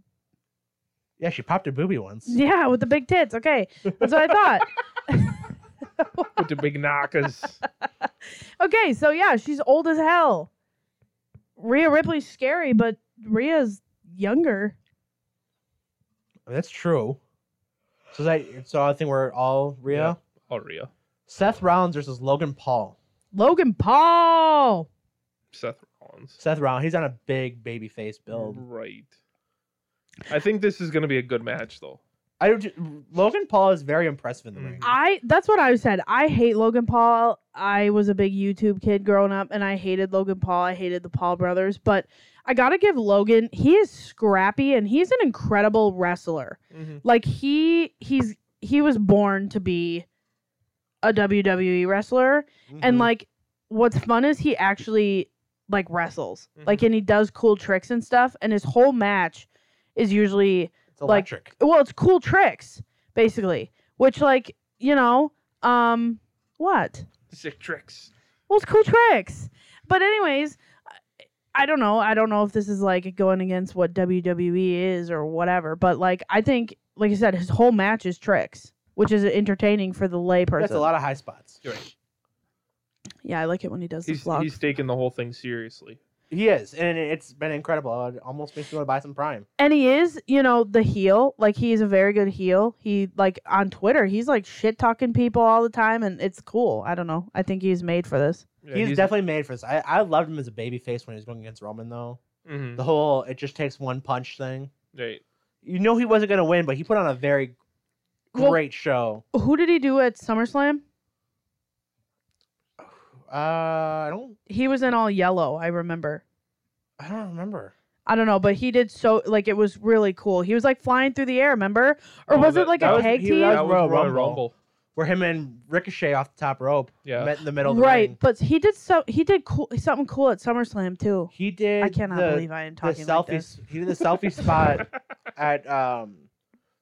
Yeah, she popped her boobie once.
Yeah, with the big tits. Okay. That's what I thought.
with the big knockers.
Okay, so yeah, she's old as hell. Rhea Ripley's scary, but Rhea's younger.
That's true. So is that so I think we're all Rhea.
Yeah. Oh, Rhea.
Seth Rollins versus Logan Paul.
Logan Paul.
Seth Rollins.
Seth Rollins, he's on a big babyface build.
Right. I think this is going to be a good match, though.
I don't ju- Logan Paul is very impressive in the
Mhm.
ring.
I that's what I said. I hate Logan Paul. I was a big YouTube kid growing up and I hated Logan Paul. I hated the Paul brothers, but I got to give Logan, he is scrappy and he's an incredible wrestler.
Mm-hmm.
Like he he's he was born to be a WWE wrestler. and
Mm-hmm.
Mhm.
like what's fun is he actually like wrestles
Mhm.
like and he does cool tricks and stuff and his whole match is usually
it's
like-
electric.
well it's cool tricks basically which like you know um what
Sick tricks.
well it's cool tricks but anyways I- i don't know i don't know if this is like going against what wwe is or whatever but like i think like i said his whole match is tricks which is entertaining for the layperson.
That's a lot of high spots.
You're right.
yeah i like it when he does
He's,
the vlog
he's taking the whole thing seriously.
He is, and it's been incredible. It almost makes me want to buy some Prime.
and he is, you know, the heel. Like he is a very good heel. He like on Twitter, he's like shit talking people all the time, and it's cool. I don't know. I think he's made for this.
Yeah,
he's, definitely made for this. I, I loved him as a babyface when he was going against Roman, though.
Mhm.
The whole it just takes one punch thing.
Right.
You know he wasn't going to win, but he put on a very
Well-
great show.
Who did he do at SummerSlam?
Uh, I don't,
He was in all yellow. I remember.
I don't remember.
I don't know, but he did so like it was really cool. He was like flying through the air. Remember, or
Oh,
was
that-
it like
that
a
was-
tag
he-
team?
that
That was
Royal
Royal
Rumble.
Rumble.
Where him and Ricochet off the top rope
Yeah.
met in the middle of the
right,
ring.
but he did so. He did cool something cool at SummerSlam too.
He did.
I cannot
the,
believe I am
the
talking like
selfie.
this.
s- he did the selfie spot at um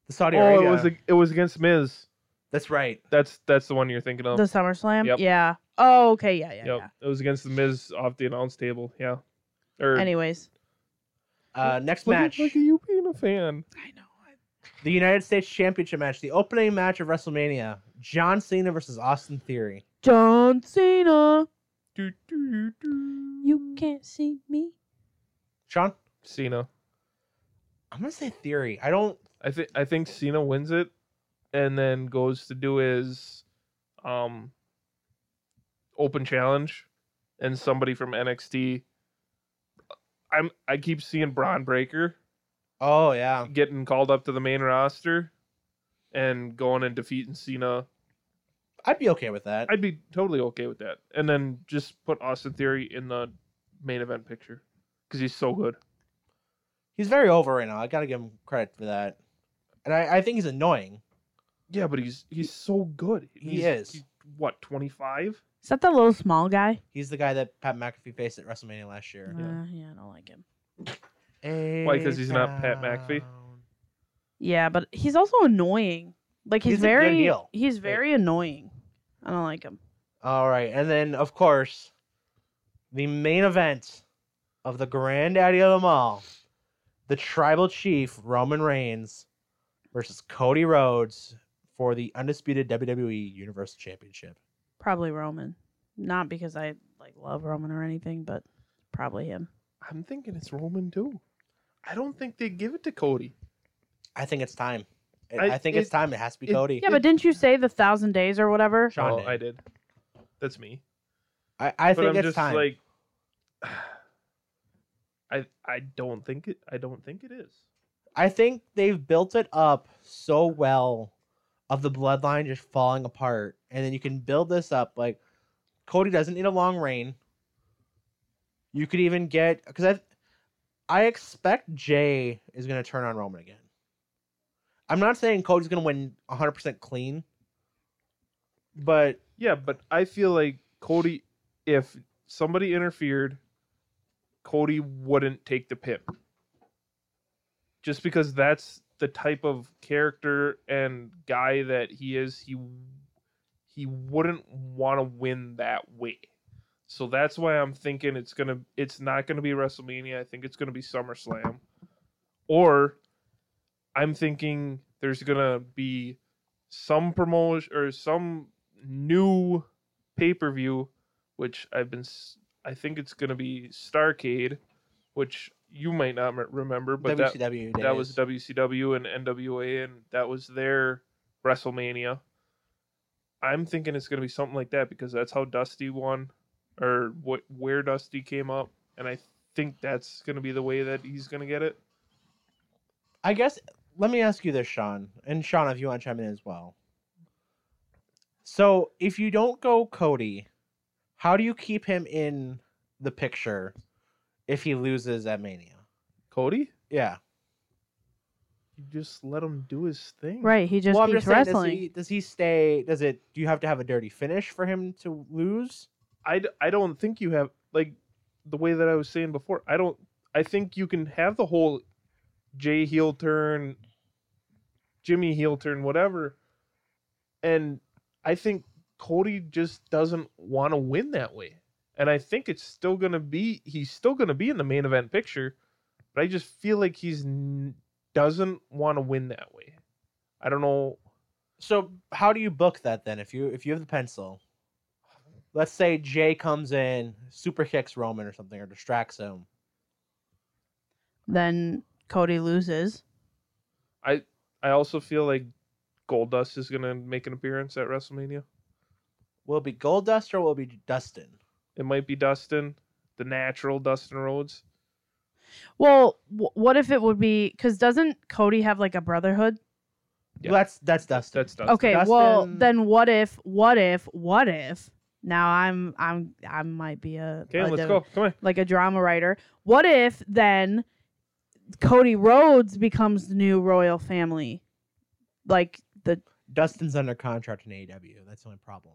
the Saudi
Oh,
Arabia.
it was ag- it was against Miz.
That's right.
That's that's the one you're thinking of.
The SummerSlam,
Yep.
yeah. Oh, okay, yeah, yeah,
yep. It was against the Miz off the announce table. Yeah. Or
yeah. Anyways,
Uh, next
Look at-
match.
Look at you being a fan.
I know.
The United States Championship match, the opening match of WrestleMania, John Cena versus Austin Theory.
John Cena,
Do, do, do, do.
you can't see me.
Sean,
Cena.
I'm gonna say Theory. I don't.
I think I think Cena wins it, and then goes to do his, um, open challenge, and somebody from NXT. uh, I'm I keep seeing Braun Breaker
Oh yeah,
getting called up to the main roster, and going and defeating Cena.
I'd be okay with that.
I'd be totally okay with that, and then just put Austin Theory in the main event picture because he's so good.
He's very over right now. I gotta give him credit for that. And I, I think he's annoying.
Yeah, but he's he's so good.
He
He's-
is.
he's, what twenty five?
Is that the little small guy?
He's the guy that Pat McAfee faced at WrestleMania last year.
Yeah.
Uh, yeah, I don't like him.
Why?
'cause he's not Pat McAfee?
Yeah, but he's also annoying. Like he's,
He's a good
very,
heel.
he's very annoying. I don't like him.
All right, and then of course, the main event of the granddaddy of them all, the Tribal Chief Roman Reigns versus Cody Rhodes for the undisputed WWE Universal Championship.
Probably Roman. Not because I like love Roman or anything, but probably him.
I'm thinking it's Roman too. I don't think they give it to Cody.
I think it's time. I,
I-
I think it's
it-
time. It has to be
it-
Cody.
Yeah, but didn't you say the thousand days or whatever?
Sean
oh,
did.
I did. That's me.
I, I
but
think
I'm
it's
just
time.
like, I I don't think it. I don't think it is.
I think they've built it up so well of the bloodline just falling apart, and then you can build this up. Like Cody doesn't need a long reign. You could even get because I, I expect Jay is going to turn on Roman again. I'm not saying Cody's going to win 100 percent clean, but
Yeah, but I feel like Cody, if somebody interfered, Cody wouldn't take the pin. Just because that's the type of character and guy that he is, he he wouldn't want to win that way. So that's why I'm thinking it's gonna it's not gonna be WrestleMania. I think it's gonna be SummerSlam. Or I'm thinking there's gonna be some promotion or some new pay per view, which I've been, s- I think it's going to be Starcade, which you might not m- remember, but that,
WCW
that was
days.
WCW and NWA, and that was their WrestleMania. I'm thinking it's going to be something like that because that's how Dusty won, or what where Dusty came up, and I think that's going to be the way that he's going to get it.
I guess let me ask you this, Sean, and Sean, if you want to chime in as well. So, if you don't go Cody, how do you keep him in the picture if he loses at Mania?
Cody,
Yeah.
you just let him do his thing,
Right, he just
well, I'm
keeps
just saying, does
wrestling.
he, does he stay? Does it? Do you have to have a dirty finish for him to lose?
I, d- I don't think you have like the way that I was saying before. I don't. I think you can have the whole Jay heel turn, Jimmy heel turn, whatever. And I think Cody just doesn't want to win that way. And I think it's still gonna be. He's still gonna be in the main event picture, but I just feel like he's n- doesn't want to win that way. I don't know.
So, how do you book that then? If you if you have the pencil, let's say Jay comes in, super kicks Roman or something, or distracts him.
Then Cody loses.
I also feel like Goldust is gonna make an appearance at WrestleMania.
Will it be Goldust or will it be Dustin?
It might be Dustin, the natural Dustin Rhodes.
Well, w- what if it would be because doesn't Cody have like a brotherhood?
Yeah.
Well, that's that's Dustin.
That's Dustin.
Okay, well
Dustin-
then what if? What if? What if? Now I'm I'm I might be a,
Okay,
a
let's
div-
go. Come on.
like a drama writer. What if then Cody Rhodes becomes the new royal family? Like the
Dustin's under contract in AEW. That's the only problem.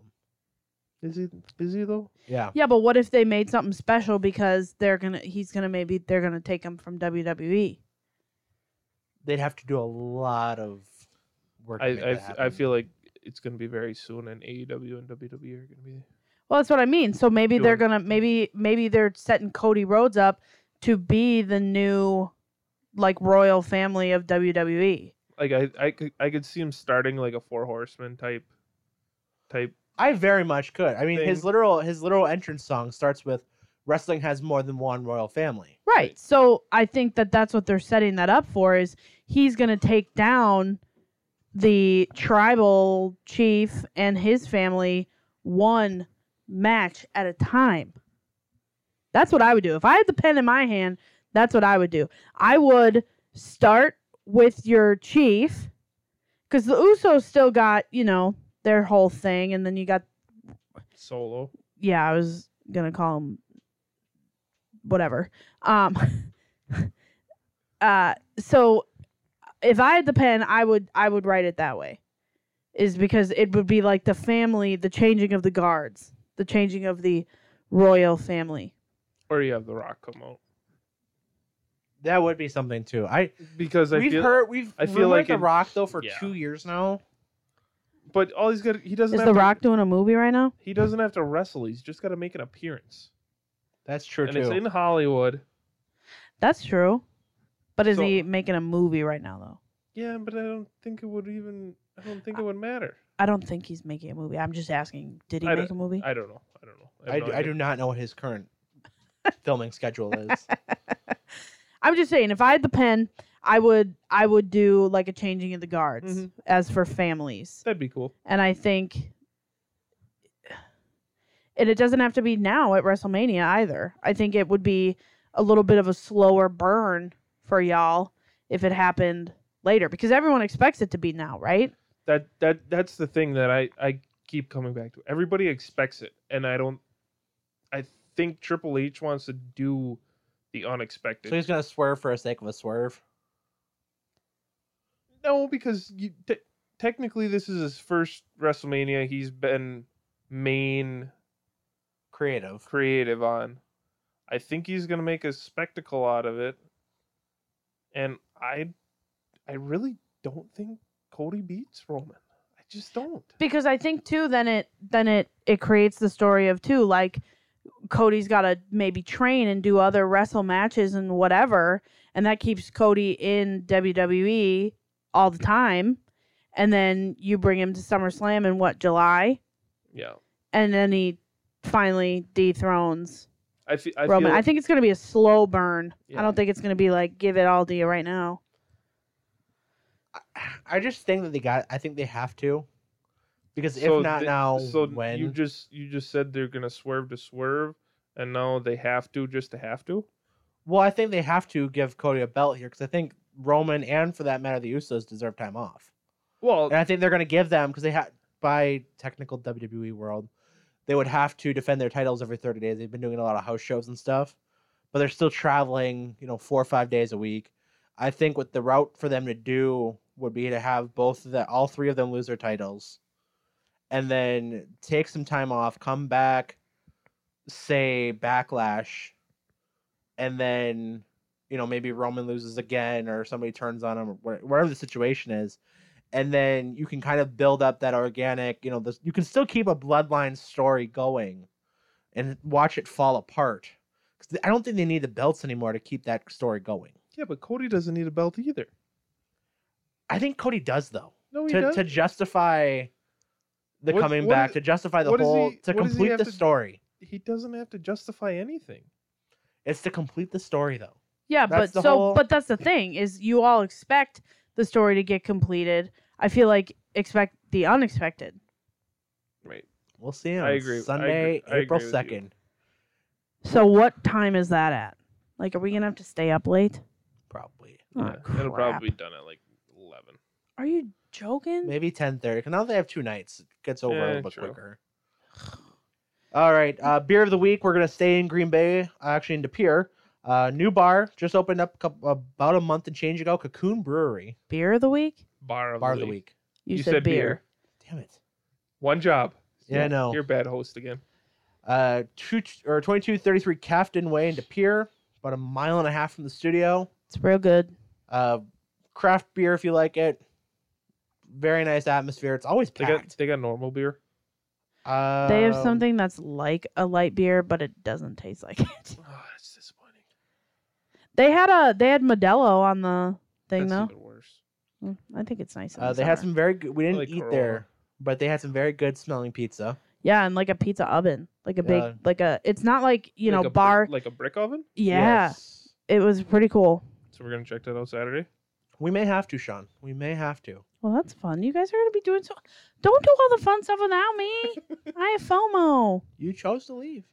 Is he is he though?
Yeah.
yeah, but what if they made something special because they're gonna he's gonna maybe they're gonna take him from E? WWE.
They'd have to do a lot of work. to
I
make
I,
that
f- I
happen.
feel like it's gonna be very soon, and AEW and WWE are gonna be.
Well, that's what I mean. So maybe they're
Doing-
gonna maybe maybe they're setting Cody Rhodes up to be the new like royal family of E. WWE.
Like I I could I could see him starting like a four horseman type, type.
I very much could. I mean, his
Thing.
literal his literal entrance song starts with "Wrestling has more than one royal family."
Right. So I think that that's what they're setting that up for is he's going to take down the tribal chief and his family one match at a time. That's what I would do. If I had the pen in my hand, that's what I would do. I would start with your chief cuz the Usos still got, you know, their whole thing and then you got
Solo.
yeah, I was gonna call him whatever. Um uh so if I had the pen, I would I would write it that way. Is because it would be like the family, the changing of the guards, the changing of the royal family.
Or you have The Rock come out
That would be something too. I
because I
we've
feel.
heard we've
I feel
rumored
like
the
in-
Rock though for
yeah.
two years now.
But all he's got he doesn't
Is
have
The
to,
Rock doing a movie right now?
He doesn't have to wrestle. He's just got to make an appearance,
That's true
and
too.
it's in Hollywood.
That's true. But is
So-
he making a movie right now though?
Yeah, but I don't think it would even. I don't think it would matter.
I don't think he's making a movie. I'm just asking, did he
I
make a movie?
I don't know. I don't know. have
I,
no
do, I
idea.
do not know what his current filming schedule is.
I'm just saying, if I had the pen, I would I would do like a changing of the guards
Mhm.
as for families,
That'd be cool.
and I think, and it doesn't have to be now at WrestleMania either. I think it would be a little bit of a slower burn for y'all if it happened later, because everyone expects it to be now, right?
that that that's the thing that I I keep coming back to. Everybody expects it, and I don't. I think Triple H wants to do the unexpected.
So he's gonna swerve for the sake of a swerve.
No, because you, te- technically this is his first WrestleMania. He's been main
Creative.
creative on. I think he's gonna make a spectacle out of it, and I, I really don't think Cody beats Roman. I just don't.
because I think too then it then it it creates the story of too like Cody's got to maybe train and do other wrestle matches and whatever and that keeps Cody in WWE all the time and then you bring him to SummerSlam in what July
Yeah,
and then he finally dethrones
I, fe- I
Roman.
feel.
I think it's going to be a slow burn.
Yeah.
I don't think it's going to be like give it all to you right now.
I just think that they got. I think they have to, because if not
th-
now,
so
when?
you just you just said they're gonna swerve to swerve, and now they have to just to have to.
well, I think they have to give Cody a belt here because I think Roman and, for that matter, the Usos deserve time off,
Well,
and I think they're gonna give them because they had by technical WWE world, they would have to defend their titles every thirty days. They've been doing a lot of house shows and stuff, but they're still traveling, you know, four or five days a week. I think what the route for them to do would be to have both of the all three of them lose their titles, and then take some time off, come back, say backlash, and then you know maybe Roman loses again or somebody turns on him or wha- whatever the situation is, and then you can kind of build up that organic you know this you can still keep a bloodline story going, and watch it fall apart. 'Cause I don't think they need the belts anymore to keep that story going.
yeah, but Cody doesn't need a belt either.
I think Cody does though.
No, Oh, he
To,
does.
to justify the
What-
coming
what
back,
is-
to justify the
what does
whole
he-
to
what does he
complete
have
the
to-
story.
He doesn't have to justify anything.
It's to complete the story though.
Yeah,
That's the
but so
whole-
but that's the thing is you all expect the story to get completed. I feel like expect the unexpected.
Right.
We'll see on
I agree- I
Sunday,
agree- I
April
agree with you.
second,
So what time is that at? Like are we going to have to stay up late?
probably.
Oh,
Yeah, it'll
crap.
probably be done at like eleven.
Are you joking?
Maybe ten thirty. Because now they have two nights. It gets over a
Yeah,
little bit
true.
quicker. All right. Uh, beer of the week. We're gonna stay in Green Bay, actually in De Pere. Uh, new bar just opened up a couple, about a month and change ago. Cocoon Brewery,
Beer of the week?
Bar of
bar
the,
of the
week.
week.
You,
You said beer.
Damn it.
One job.
Yeah, I
You're-
know.
You're a bad host again.
Uh, two or twenty-two thirty-three Cafton Way into Pier, about a mile and a half from the studio.
It's real good.
Uh, craft beer if you like it. Very nice atmosphere. It's always
They got
packed.
they got normal beer.
they have
Um,
something that's like a light beer but it doesn't taste like it.
Oh, that's disappointing.
They had a they had Modelo on the thing
that's
though.
even worse.
Mm, I think it's nice. in
Uh,
the
they had
summer.
some very good. We didn't
like
eat
Corona.
there, but they had some very good smelling pizza.
Yeah, and like a pizza oven, like
Yeah.
a big, like a. It's not like you
Like
know
a brick-
bar.
like a brick oven.
yeah,
Yes.
it was pretty cool.
So we're gonna check that out Saturday.
We may have to, Sean. We may have to.
Well, that's fun. You guys are gonna be doing so. Don't do all the fun stuff without me. I have FOMO.
You chose to leave.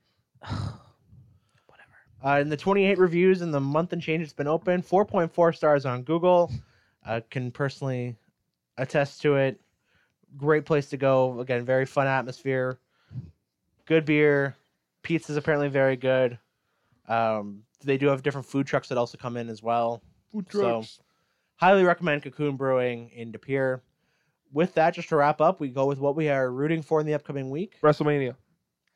Whatever.
Uh, in the 28 reviews in the month and change it's been open, 4.4 stars on Google. Uh, can personally attest to it. Great place to go. Again, very fun atmosphere. Good beer. Pizza's apparently very good. Um, they do have different food trucks that also come in as well.
Food
So- Highly recommend Cocoon Brewing in De Pere. With that, just to wrap up, we go with what we are rooting for in the upcoming week
WrestleMania.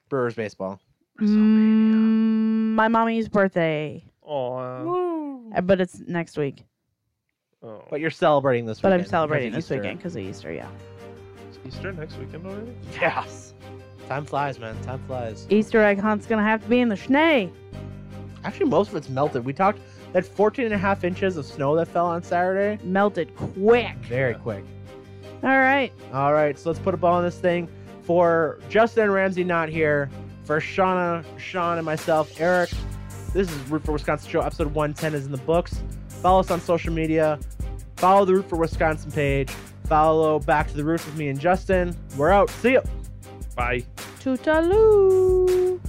Brewers Baseball.
Mm, my mommy's birthday,
Oh.
Woo!
Uh, but it's next week.
Oh.
But you're celebrating this
But
weekend.
I'm celebrating
because
this
of Easter.
weekend because of Easter. Yeah.
It's Easter next weekend already?
Yes. Time flies, man. Time flies.
Easter egg hunt's gonna have to be in the schnee.
Actually, most of it's melted. We talked that 14 and a half inches of snow that fell on Saturday.
Melted quick.
Very quick.
All right.
All right, so let's put a ball on this thing. For Justin and Ramsey not here, for Shauna, Sean, and myself, Eric, this is Root for Wisconsin Show. Episode 110 is in the books. Follow us on social media. Follow the Root for Wisconsin page. Follow Back to the Roots with me and Justin. We're out. See ya.
Bye.
Toodaloo.